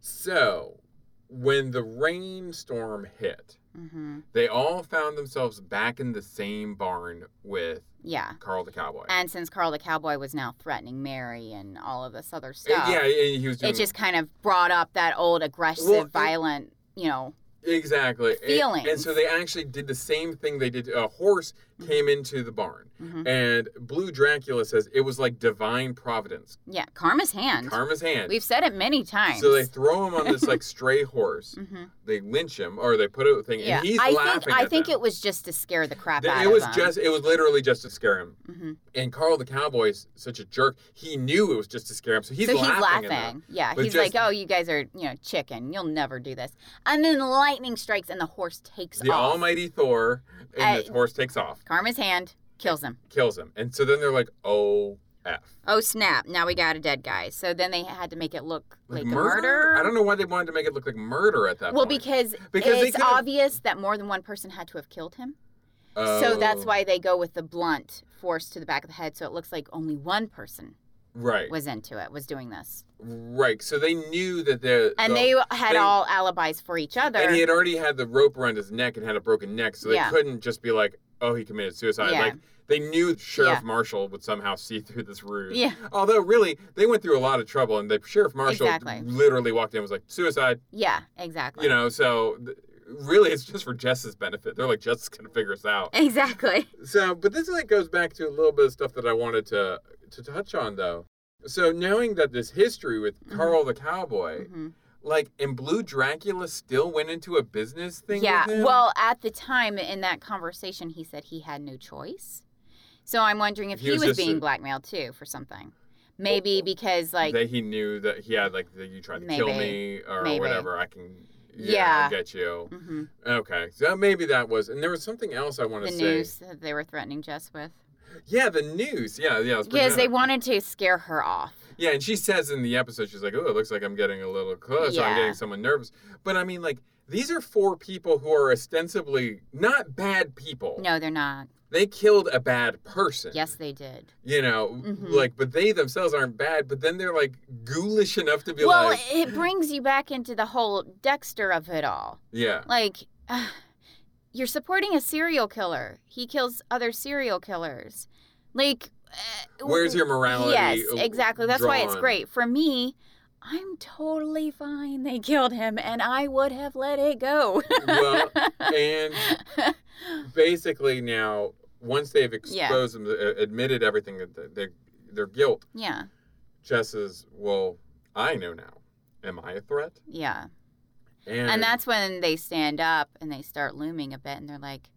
Speaker 2: so when the rainstorm hit
Speaker 1: hmm
Speaker 2: they all found themselves back in the same barn with
Speaker 1: Yeah,
Speaker 2: carl the cowboy
Speaker 1: and since Carl the cowboy was now threatening Mary and all of this other
Speaker 2: And-
Speaker 1: stuff,
Speaker 2: Uh, yeah and he was doing
Speaker 1: it just kind of brought up that old aggressive,
Speaker 2: Well, it-
Speaker 1: violent, you know.
Speaker 2: Exactly. And-
Speaker 1: feelings. Mm-hmm.
Speaker 2: And, so they actually did the same thing they did. A horse came into the barn,
Speaker 1: Mhm.
Speaker 2: and Blue Dracula says it was like divine providence,
Speaker 1: Yeah, karma's hand.
Speaker 2: karma's hand.
Speaker 1: We've said it many times.
Speaker 2: so they throw him on this like stray horse.
Speaker 1: hmm
Speaker 2: They lynch him, or they put a thing,
Speaker 1: Yeah,
Speaker 2: and he's
Speaker 1: I
Speaker 2: laughing.
Speaker 1: think I
Speaker 2: at
Speaker 1: think
Speaker 2: them.
Speaker 1: it was just to scare the crap out
Speaker 2: It
Speaker 1: of
Speaker 2: was
Speaker 1: them.
Speaker 2: just. It was literally just to scare him.
Speaker 1: Mhm.
Speaker 2: And Carl the Cowboy's such a jerk. He knew it was just to scare him, so he's
Speaker 1: so
Speaker 2: laughing.
Speaker 1: he's
Speaker 2: At
Speaker 1: laughing.
Speaker 2: them.
Speaker 1: Yeah,
Speaker 2: But
Speaker 1: he's
Speaker 2: just-
Speaker 1: like, "Oh, you guys are, you know, chicken. You'll never do this." And then lightning strikes, and the horse takes
Speaker 2: The
Speaker 1: off.
Speaker 2: Almighty Thor and
Speaker 1: Uh,
Speaker 2: the horse takes off,
Speaker 1: Karma's hand kills him.
Speaker 2: kills him, and so then they're like, "Oh f."
Speaker 1: Oh snap! Now we got a dead guy. So then they had to make it look like, a murder.
Speaker 2: I don't know why they wanted to make it look like murder at that
Speaker 1: Well,
Speaker 2: point.
Speaker 1: because,
Speaker 2: Because they
Speaker 1: it's
Speaker 2: could've-
Speaker 1: obvious that more than one person had to have killed him. So that's
Speaker 2: Oh,
Speaker 1: why they go with the blunt force to the back of the head, so it looks like only one person
Speaker 2: Right.
Speaker 1: was into it, was doing this,
Speaker 2: Right. So they knew that the
Speaker 1: and
Speaker 2: the-
Speaker 1: they had
Speaker 2: they-
Speaker 1: all alibis for each other.
Speaker 2: and he had already had the rope around his neck and had a broken neck, so they
Speaker 1: Yeah.
Speaker 2: couldn't just be like, "Oh, he committed suicide."
Speaker 1: Yeah.
Speaker 2: Like they knew Sheriff
Speaker 1: Yeah.
Speaker 2: Marshall would somehow see through this ruse.
Speaker 1: yeah,
Speaker 2: Although really, they went through a lot of trouble, and the Sheriff Marshall
Speaker 1: Exactly.
Speaker 2: literally walked in and was like, "Suicide,"
Speaker 1: yeah, exactly.
Speaker 2: you know. So th- really, it's just for Jess's benefit. They're like, "Jess is gonna figure us out."
Speaker 1: exactly.
Speaker 2: So, but this like goes back to a little bit of stuff that I wanted to to touch on though. So, knowing that this history with
Speaker 1: Mhm.
Speaker 2: Carl the Cowboy,
Speaker 1: hmm
Speaker 2: Like, and Blue Dracula still went into a business thing.
Speaker 1: yeah.
Speaker 2: with him?
Speaker 1: Well, at the time in that conversation, he said he had no choice. So I'm wondering if
Speaker 2: He
Speaker 1: he,
Speaker 2: was
Speaker 1: was,
Speaker 2: just
Speaker 1: being
Speaker 2: a-
Speaker 1: blackmailed too for something. Maybe because like
Speaker 2: that he knew that he had like that you tried to kill me
Speaker 1: Maybe.
Speaker 2: or
Speaker 1: Maybe.
Speaker 2: whatever. I can. Yeah,
Speaker 1: Yeah.
Speaker 2: I'll get you.
Speaker 1: mhm,
Speaker 2: Okay, so maybe that was, and there was something else I want
Speaker 1: the
Speaker 2: to say.
Speaker 1: news that they were threatening Jess with
Speaker 2: Yeah, the news. Yeah, yeah. I was bringing
Speaker 1: because they
Speaker 2: that up.
Speaker 1: wanted to scare her off.
Speaker 2: Yeah, and she says in the episode, she's like, "Oh, it looks like I'm getting a little close. or I'm
Speaker 1: Yeah.
Speaker 2: getting someone nervous." But I mean, like, these are four people who are ostensibly not bad people.
Speaker 1: No, they're not.
Speaker 2: They killed a bad person.
Speaker 1: Yes, they did.
Speaker 2: You know,
Speaker 1: Mhm.
Speaker 2: like, but they themselves aren't bad. But then they're like ghoulish enough to be
Speaker 1: Well,
Speaker 2: like,
Speaker 1: it brings you back into the whole Dexter of it all.
Speaker 2: "Yeah,
Speaker 1: Like, you're supporting a serial killer. He kills other serial killers. Like, uh,
Speaker 2: where's your morality?"
Speaker 1: Yes, exactly. That's why it's
Speaker 2: drawn?
Speaker 1: great. For me, I'm totally fine they killed him, and I would have let it go.
Speaker 2: well, and basically now, once they've exposed them, uh, admitted everything that th- their their guilt,
Speaker 1: yeah,
Speaker 2: Jess says, "Well, I know now. Am I a threat?"
Speaker 1: yeah. And that's when they stand up and they start looming a bit, and they're like,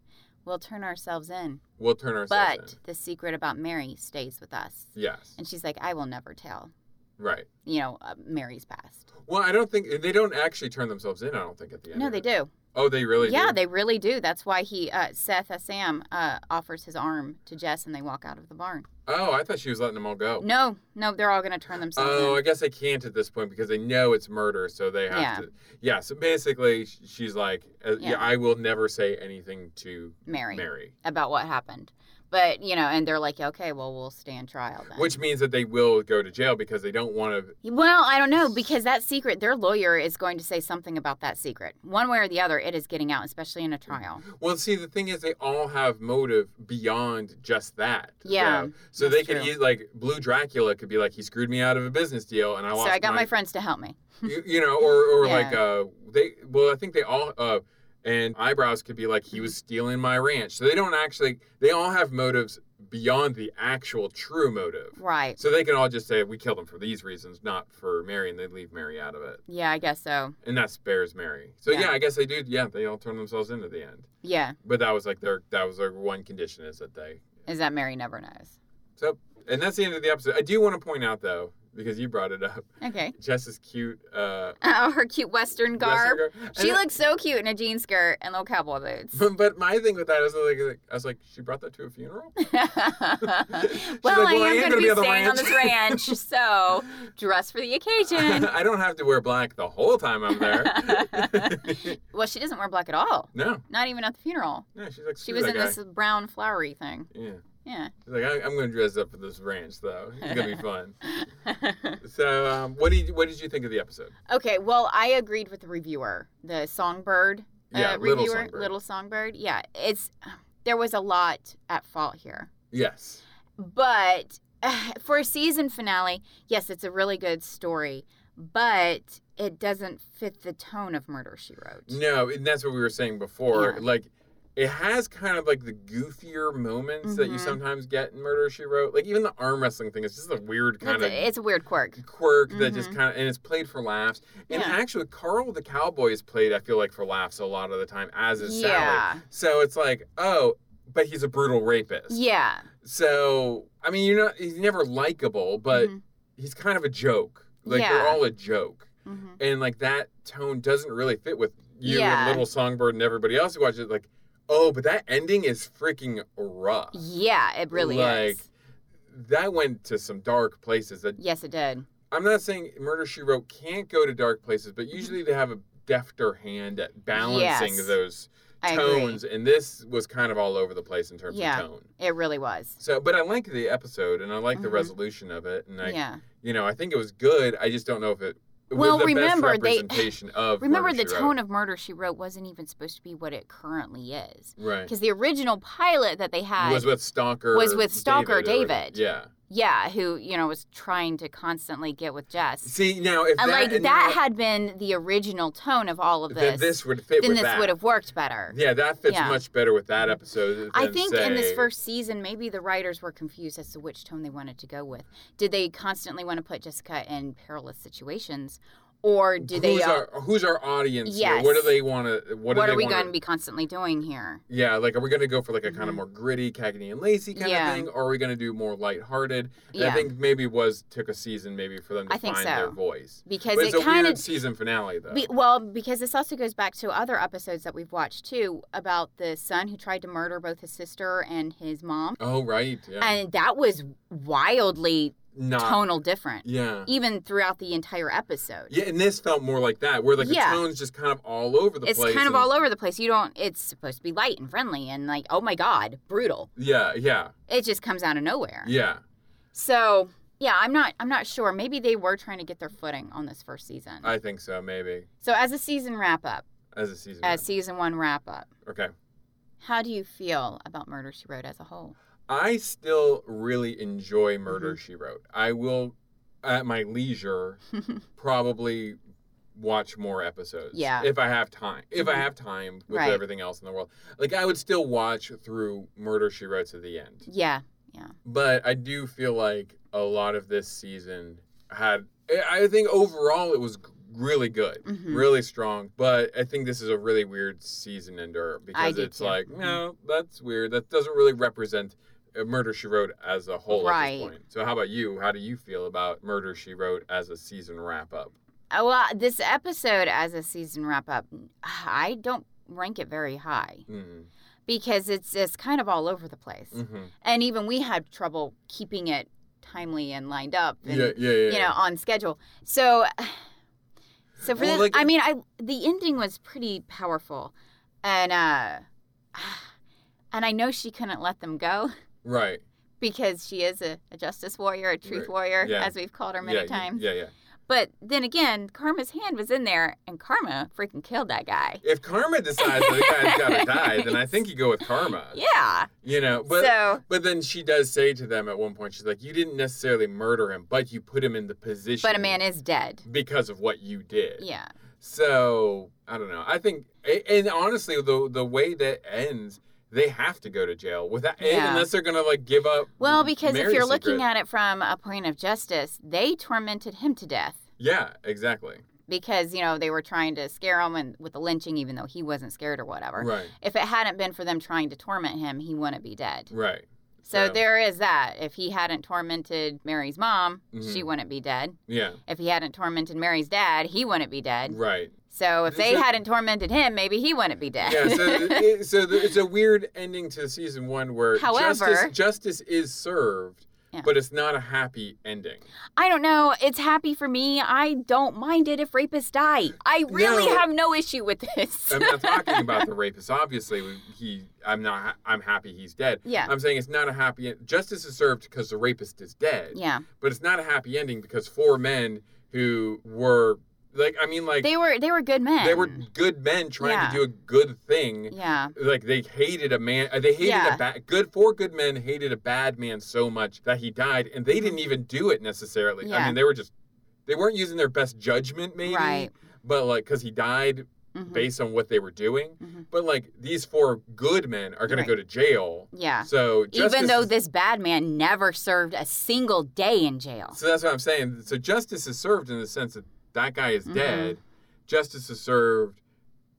Speaker 1: we'll turn ourselves in.
Speaker 2: we'll turn ourselves
Speaker 1: But the secret about Mary stays with us.
Speaker 2: in. Yes,
Speaker 1: And she's like, I will never tell.
Speaker 2: right.
Speaker 1: You know, uh, Mary's past.
Speaker 2: Well, I don't think they don't actually turn themselves in. I don't think at the end.
Speaker 1: no,
Speaker 2: of
Speaker 1: they
Speaker 2: it.
Speaker 1: do.
Speaker 2: Oh, they really?
Speaker 1: yeah,
Speaker 2: do?
Speaker 1: they really do. That's why he, uh, Seth uh, Sam, uh, offers his arm to Jess and they walk out of the barn.
Speaker 2: Oh, I thought she was letting them all go.
Speaker 1: No, no, they're all going to turn themselves
Speaker 2: Oh,
Speaker 1: in.
Speaker 2: I guess they can't at this point because they know it's murder, so they have
Speaker 1: Yeah.
Speaker 2: to. Yeah. So basically, sh- she's like, uh, yeah.
Speaker 1: Yeah.
Speaker 2: I will never say anything to
Speaker 1: Mary,
Speaker 2: Mary,"
Speaker 1: about what happened. But, you know, and they're like, okay, well, we'll stand trial then.
Speaker 2: which means that they will go to jail because they don't want to.
Speaker 1: well, I don't know because that secret, their lawyer is going to say something about that secret. One way or the other, it is getting out, especially in a trial.
Speaker 2: Well, see, the thing is, they all have motive beyond just that.
Speaker 1: Yeah,
Speaker 2: So, so they
Speaker 1: that's
Speaker 2: could
Speaker 1: true.
Speaker 2: use like Blue Dracula could be like, he screwed me out of a business deal, and I
Speaker 1: So
Speaker 2: lost.
Speaker 1: I got my,
Speaker 2: my
Speaker 1: friends to help me.
Speaker 2: you, you know, or or
Speaker 1: Yeah.
Speaker 2: like uh, they well, I think they all uh, and eyebrows could be like he was stealing my ranch. So they don't actually they all have motives beyond the actual true motive.
Speaker 1: Right.
Speaker 2: So they can all just say we killed him for these reasons, not for Mary, and they leave Mary out of it,
Speaker 1: Yeah, I guess so.
Speaker 2: and that spares Mary. So yeah,
Speaker 1: Yeah.
Speaker 2: I guess they do. Yeah, they all turn themselves in at the end.
Speaker 1: Yeah.
Speaker 2: But that was like their that was their one condition is that they
Speaker 1: Is that Mary never knows?
Speaker 2: so and that's the end of the episode. I do want to point out though because you brought it up,
Speaker 1: Okay.
Speaker 2: Jess is cute. Uh,
Speaker 1: Oh, her cute Western garb.
Speaker 2: Western garb.
Speaker 1: She
Speaker 2: And I-
Speaker 1: looks so cute in a jean skirt and little cowboy boots.
Speaker 2: But, but my thing with that is like, I was like, she brought that to a funeral.
Speaker 1: well,
Speaker 2: like,
Speaker 1: I
Speaker 2: "Well, I
Speaker 1: am
Speaker 2: am
Speaker 1: going
Speaker 2: gonna
Speaker 1: to
Speaker 2: be
Speaker 1: be
Speaker 2: on the
Speaker 1: staying on this ranch, so dress for the occasion.
Speaker 2: I don't have to wear black the whole time I'm there.
Speaker 1: well, she doesn't wear black at all.
Speaker 2: no,
Speaker 1: Not even at the funeral.
Speaker 2: no, she's like,
Speaker 1: She was
Speaker 2: that
Speaker 1: in
Speaker 2: guy.
Speaker 1: this brown flowery thing.
Speaker 2: Yeah,
Speaker 1: Yeah.
Speaker 2: she's like, I, I'm going to dress up for this ranch though. It's gonna be fun. so, um, what did you, what did you think of the episode?
Speaker 1: okay. Well, I agreed with the reviewer, the songbird
Speaker 2: Yeah,
Speaker 1: uh,
Speaker 2: Little
Speaker 1: reviewer,
Speaker 2: Songbird.
Speaker 1: little songbird. Yeah, it's there was a lot at fault here.
Speaker 2: Yes,
Speaker 1: but for a season finale, yes, it's a really good story, but it doesn't fit the tone of Murder She Wrote.
Speaker 2: no, and that's what we were saying before.
Speaker 1: Yeah.
Speaker 2: Like, it has kind of like the goofier moments that you
Speaker 1: Mhm.
Speaker 2: sometimes get in Murder She Wrote. Like even the arm wrestling thing is just a weird kind
Speaker 1: It's
Speaker 2: of
Speaker 1: a, it's a weird quirk.
Speaker 2: quirk that just
Speaker 1: Mhm.
Speaker 2: kind of and it's played for laughs. And
Speaker 1: Yeah.
Speaker 2: actually, Carl the cowboy is played. I feel like for laughs a lot of the time, as is Sally.
Speaker 1: Yeah,
Speaker 2: So it's like, oh, but he's a brutal rapist.
Speaker 1: yeah,
Speaker 2: So I mean, you're not. He's never likable, but
Speaker 1: Mhm.
Speaker 2: he's kind of a joke. Like they're
Speaker 1: Yeah.
Speaker 2: all a joke,
Speaker 1: Mhm.
Speaker 2: and like that tone doesn't really fit with you
Speaker 1: Yeah.
Speaker 2: and Little Songbird and everybody else who watches it. Like, oh, but that ending is freaking rough.
Speaker 1: yeah. It really
Speaker 2: Like-
Speaker 1: is.
Speaker 2: That went to some dark places that
Speaker 1: Yes, it did.
Speaker 2: I'm not saying Murder She Wrote can't go to dark places, but usually they have a defter hand at balancing
Speaker 1: Mm-hmm. Yes.
Speaker 2: those
Speaker 1: I
Speaker 2: tones. And this was kind of all over the place in terms
Speaker 1: Yeah.
Speaker 2: of tone.
Speaker 1: agree. It really was.
Speaker 2: So, but I like the episode and I like the
Speaker 1: Mhm.
Speaker 2: resolution of it, and I,
Speaker 1: yeah.
Speaker 2: you know, I think it was good. I just don't know if it, it
Speaker 1: Well,
Speaker 2: was the
Speaker 1: remember,
Speaker 2: best
Speaker 1: they-
Speaker 2: representation of.
Speaker 1: Remember,
Speaker 2: Murder,
Speaker 1: the
Speaker 2: She Wrote.
Speaker 1: tone of Murder She Wrote wasn't even supposed to be what it currently is,
Speaker 2: right
Speaker 1: because the original pilot that they had
Speaker 2: was with Stalker.
Speaker 1: was with Stalker
Speaker 2: David. or-
Speaker 1: David.
Speaker 2: Yeah.
Speaker 1: yeah, who you know was trying to constantly get with Jess.
Speaker 2: See now if
Speaker 1: and
Speaker 2: that,
Speaker 1: like that
Speaker 2: and now-
Speaker 1: had been the original tone of all of
Speaker 2: then
Speaker 1: this,
Speaker 2: this would fit
Speaker 1: then
Speaker 2: with
Speaker 1: this
Speaker 2: that.
Speaker 1: would have worked better.
Speaker 2: Yeah, that fits
Speaker 1: Yeah.
Speaker 2: much better with that episode.
Speaker 1: I
Speaker 2: than,
Speaker 1: think in this
Speaker 2: say-
Speaker 1: first season, maybe the writers were confused as to which tone they wanted to go with. Did they constantly want to put Jessica in perilous situations, or do they
Speaker 2: who's
Speaker 1: uh,
Speaker 2: our who's our audience? here?
Speaker 1: Yes.
Speaker 2: What do they want to?
Speaker 1: what,
Speaker 2: What, do they
Speaker 1: are we
Speaker 2: wanna,
Speaker 1: going to be constantly doing here?
Speaker 2: Yeah, like are we going to go for like a kind of
Speaker 1: Mhm.
Speaker 2: more gritty, caggedy and lazy kind
Speaker 1: Yeah.
Speaker 2: of thing, or are we going to do more lighthearted? And
Speaker 1: Yeah.
Speaker 2: I think maybe it was took a season maybe for them to
Speaker 1: I think
Speaker 2: find their
Speaker 1: so.
Speaker 2: voice.
Speaker 1: Because
Speaker 2: But it's
Speaker 1: it
Speaker 2: a
Speaker 1: kind
Speaker 2: weird
Speaker 1: of
Speaker 2: season finale though.
Speaker 1: Be, well, because this also goes back to other episodes that we've watched too about the son who tried to murder both his sister and his mom.
Speaker 2: oh right, yeah.
Speaker 1: And that was wildly
Speaker 2: Not
Speaker 1: tonal different,
Speaker 2: yeah.
Speaker 1: even throughout the entire episode.
Speaker 2: Yeah, and this felt more like that, where like
Speaker 1: Yeah.
Speaker 2: the tone's just kind of all over the
Speaker 1: it's
Speaker 2: place.
Speaker 1: kind of
Speaker 2: and-
Speaker 1: all over the place. You don't, it's supposed to be light and friendly and like, oh my God, brutal.
Speaker 2: Yeah, yeah,
Speaker 1: It just comes out of nowhere.
Speaker 2: yeah.
Speaker 1: So. Yeah, I'm not. I'm not sure. Maybe they were trying to get their footing on this first season.
Speaker 2: I think so. Maybe
Speaker 1: so, as a season wrap up,
Speaker 2: as a season.
Speaker 1: as season one wrap up,
Speaker 2: okay.
Speaker 1: how do you feel about Murder She Wrote as a whole?
Speaker 2: I still really enjoy Murder
Speaker 1: Mm-hmm.
Speaker 2: She Wrote. I will, at my leisure, probably watch more episodes.
Speaker 1: Yeah.
Speaker 2: If I have time. If I
Speaker 1: Mhm.
Speaker 2: have time with
Speaker 1: Right.
Speaker 2: everything else in the world. Like, I would still watch through Murder She Wrote to the end.
Speaker 1: Yeah,
Speaker 2: But I do feel like a lot of this season had. I- I think overall it was g- really good.
Speaker 1: Mhm.
Speaker 2: Really strong, but I think this is a really weird season ender because
Speaker 1: do
Speaker 2: it's
Speaker 1: too.
Speaker 2: like,
Speaker 1: Mhm.
Speaker 2: no, that's weird. That doesn't really represent uh, Murder She Wrote as a whole at
Speaker 1: Right.
Speaker 2: this point. So, how about you? How do you feel about Murder She Wrote as a season wrap up?
Speaker 1: Uh, well, this episode as a season wrap up, I don't rank it very high
Speaker 2: Mm-hmm.
Speaker 1: because it's it's kind of all over the place,
Speaker 2: hmm
Speaker 1: and even we had trouble keeping it timely and lined up, and,
Speaker 2: Yeah, yeah, yeah.
Speaker 1: you know, on schedule. So, so for
Speaker 2: Well,
Speaker 1: this,
Speaker 2: like-
Speaker 1: I mean, I the ending was pretty powerful, and uh, and I know she couldn't let them go
Speaker 2: right.
Speaker 1: because she is a, a justice warrior, a truth
Speaker 2: Right.
Speaker 1: warrior,
Speaker 2: Yeah.
Speaker 1: as we've called her many
Speaker 2: yeah, y-
Speaker 1: times.
Speaker 2: Yeah, yeah.
Speaker 1: But then again, Karma's hand was in there, and Karma freaking killed that guy.
Speaker 2: If Karma decides that a guy's got to die, then I think you go with Karma.
Speaker 1: Yeah.
Speaker 2: You know, Uh, but
Speaker 1: so
Speaker 2: But then she does say to them at one point, she's like, "You didn't necessarily murder him, but you put him in the position."
Speaker 1: but a man is dead.
Speaker 2: because of what you did.
Speaker 1: Yeah.
Speaker 2: So I don't know. I think, a- and honestly, the the way that ends, they have to go to jail without
Speaker 1: Yeah.
Speaker 2: unless they're gonna like give up.
Speaker 1: Well, because if
Speaker 2: marriage
Speaker 1: you're looking
Speaker 2: secret.
Speaker 1: at it from a point of justice, they tormented him to death
Speaker 2: yeah, exactly,
Speaker 1: because, you know, they were trying to scare him and, with the lynching, even though he wasn't scared or whatever.
Speaker 2: right,
Speaker 1: If it hadn't been for them trying to torment him, he wouldn't be dead.
Speaker 2: right,
Speaker 1: So
Speaker 2: So-
Speaker 1: there is that. If he hadn't tormented Mary's mom, she
Speaker 2: Mhm.
Speaker 1: wouldn't be dead.
Speaker 2: yeah,
Speaker 1: If he hadn't tormented Mary's dad, he wouldn't be dead.
Speaker 2: right.
Speaker 1: So if they
Speaker 2: So-
Speaker 1: hadn't tormented him, maybe he wouldn't be dead.
Speaker 2: Yeah, so th- it, so th- it's a weird ending to season one where
Speaker 1: However-
Speaker 2: justice, justice is served,
Speaker 1: Yeah.
Speaker 2: but it's not a happy ending.
Speaker 1: I don't know. It's happy for me. I don't mind it if rapists die. I really
Speaker 2: No.
Speaker 1: have no issue with this.
Speaker 2: I'm not talking about the rapist. Obviously, we- he. I'm not. ha- I'm happy he's dead.
Speaker 1: Yeah.
Speaker 2: I'm saying it's not a happy. en- Justice is served because the rapist is dead.
Speaker 1: yeah,
Speaker 2: But it's not a happy ending because four men who were like. I mean, like
Speaker 1: they were they were good men.
Speaker 2: they were good men trying
Speaker 1: Yeah.
Speaker 2: to do a good thing.
Speaker 1: Yeah,
Speaker 2: Like they hated a man. uh, They hated
Speaker 1: Yeah.
Speaker 2: a bad. Good four good men hated a bad man so much that he died, and they didn't even do it necessarily.
Speaker 1: Yeah.
Speaker 2: I mean, they were just. They weren't using their best judgment, maybe.
Speaker 1: right.
Speaker 2: But like, because he died
Speaker 1: Mhm.
Speaker 2: based on what they were doing.
Speaker 1: Mhm.
Speaker 2: But like these four good men are going
Speaker 1: Right.
Speaker 2: to go to jail.
Speaker 1: Yeah.
Speaker 2: So justice
Speaker 1: Even though
Speaker 2: is-
Speaker 1: this bad man never served a single day in jail.
Speaker 2: so that's what I'm saying. So justice is served in the sense that that guy is
Speaker 1: Mhm.
Speaker 2: dead. Justice is served.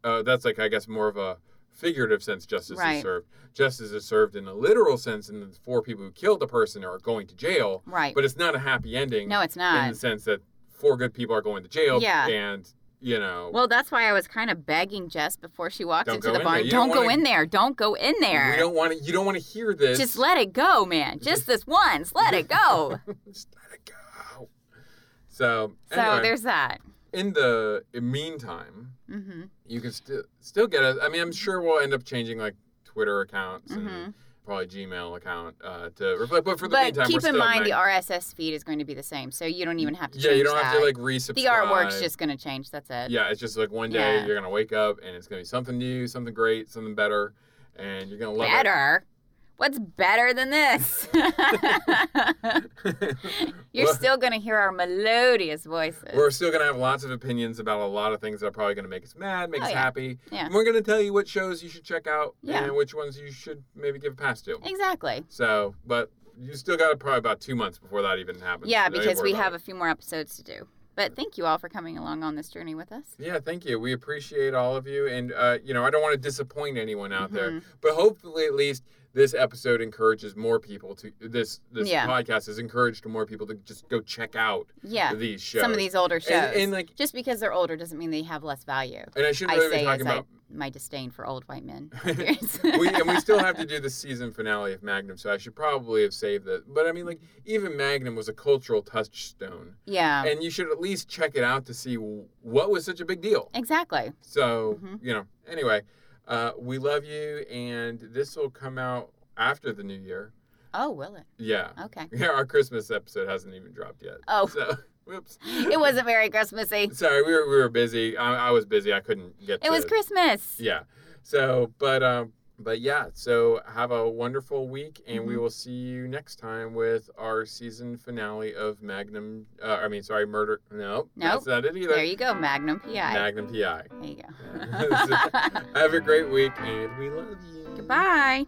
Speaker 2: Uh, that's like I guess more of a figurative sense. Justice
Speaker 1: Right.
Speaker 2: is served. Justice is served in a literal sense, and the four people who killed the person are going to jail.
Speaker 1: Right.
Speaker 2: But it's not a happy ending
Speaker 1: no, it's
Speaker 2: in
Speaker 1: not.
Speaker 2: the sense that four good people are going to jail.
Speaker 1: Yeah.
Speaker 2: And you know.
Speaker 1: Well, that's why I was kind of begging Jess before she walked
Speaker 2: Don't
Speaker 1: into
Speaker 2: go
Speaker 1: the
Speaker 2: in
Speaker 1: barn.
Speaker 2: there. You
Speaker 1: Don't
Speaker 2: don't
Speaker 1: go
Speaker 2: wanna-
Speaker 1: in there. Don't go in there.
Speaker 2: we don't want to. You don't want to hear this.
Speaker 1: Just let it go, man. Just this once. Let it go.
Speaker 2: Just let it go. So,
Speaker 1: So
Speaker 2: anyway,
Speaker 1: there's that.
Speaker 2: in the meantime,
Speaker 1: hmm
Speaker 2: you can still still get us. I mean, I'm sure we'll end up changing like Twitter accounts
Speaker 1: Mhm.
Speaker 2: and probably Gmail account uh, to reflect. But for the
Speaker 1: but
Speaker 2: meantime,
Speaker 1: keep
Speaker 2: we're
Speaker 1: in
Speaker 2: still
Speaker 1: mind
Speaker 2: mag-
Speaker 1: the RSS feed is going to be the same, so you don't even have to.
Speaker 2: yeah,
Speaker 1: change
Speaker 2: you don't
Speaker 1: that.
Speaker 2: have to like resubscribe.
Speaker 1: The artwork's just going to change. That's it.
Speaker 2: yeah, it's just like one day
Speaker 1: Yeah.
Speaker 2: you're gonna wake up and it's gonna be something new, something great, something better, and you're gonna love it.
Speaker 1: better. What's better than this? You're
Speaker 2: Well-
Speaker 1: still going to hear our melodious voices.
Speaker 2: We're still gonna have lots of opinions about a lot of things that are probably gonna make us mad, make
Speaker 1: Oh,
Speaker 2: us
Speaker 1: yeah.
Speaker 2: happy.
Speaker 1: Yeah.
Speaker 2: And we're gonna tell you what shows you should check out
Speaker 1: Yeah.
Speaker 2: and which ones you should maybe give a pass to.
Speaker 1: exactly.
Speaker 2: So, but you still got probably about two months before that even happens.
Speaker 1: Yeah,
Speaker 2: so don't
Speaker 1: because
Speaker 2: worry
Speaker 1: we
Speaker 2: about
Speaker 1: have
Speaker 2: it.
Speaker 1: a few more episodes to do. But thank you all for coming along on this journey with us.
Speaker 2: Yeah, thank you. We appreciate all of you. And, uh, you know, I don't want to disappoint anyone out there,
Speaker 1: Mm-hmm.
Speaker 2: but hopefully at least this episode encourages more people to this this
Speaker 1: Yeah.
Speaker 2: podcast has encouraged more people to just go check out
Speaker 1: Yeah.
Speaker 2: these shows.
Speaker 1: Some of these older shows.
Speaker 2: And, and like
Speaker 1: Just because they're older doesn't mean they have less value.
Speaker 2: and I shouldn't really
Speaker 1: I
Speaker 2: be
Speaker 1: say as
Speaker 2: talking about
Speaker 1: I, my disdain for old white men.
Speaker 2: we and we still have to do the season finale of Magnum, so I should probably have saved that. But I mean like even Magnum was a cultural touchstone.
Speaker 1: yeah,
Speaker 2: and you should at least check it out to see w- what was such a big deal.
Speaker 1: exactly.
Speaker 2: So,
Speaker 1: Mhm.
Speaker 2: you know, anyway, uh, we love you, and this will come out after the new year.
Speaker 1: Oh, will it?
Speaker 2: Yeah.
Speaker 1: Okay.
Speaker 2: Yeah, our Christmas episode hasn't even dropped yet.
Speaker 1: Oh.
Speaker 2: So, whoops.
Speaker 1: It wasn't very Christmassy.
Speaker 2: Sorry, we were, we were busy. I, I was busy. I couldn't get
Speaker 1: It was
Speaker 2: to-
Speaker 1: Christmas.
Speaker 2: Yeah. So, but, um, but yeah, so have a wonderful week, and we
Speaker 1: Mhm.
Speaker 2: will see you next time with our season finale of Magnum. Uh, I mean, sorry, Murder. No,
Speaker 1: Nope.
Speaker 2: that's not it either.
Speaker 1: There you go, Magnum PI.
Speaker 2: Magnum PI.
Speaker 1: there you go.
Speaker 2: Have a great week, and we love you.
Speaker 1: Goodbye.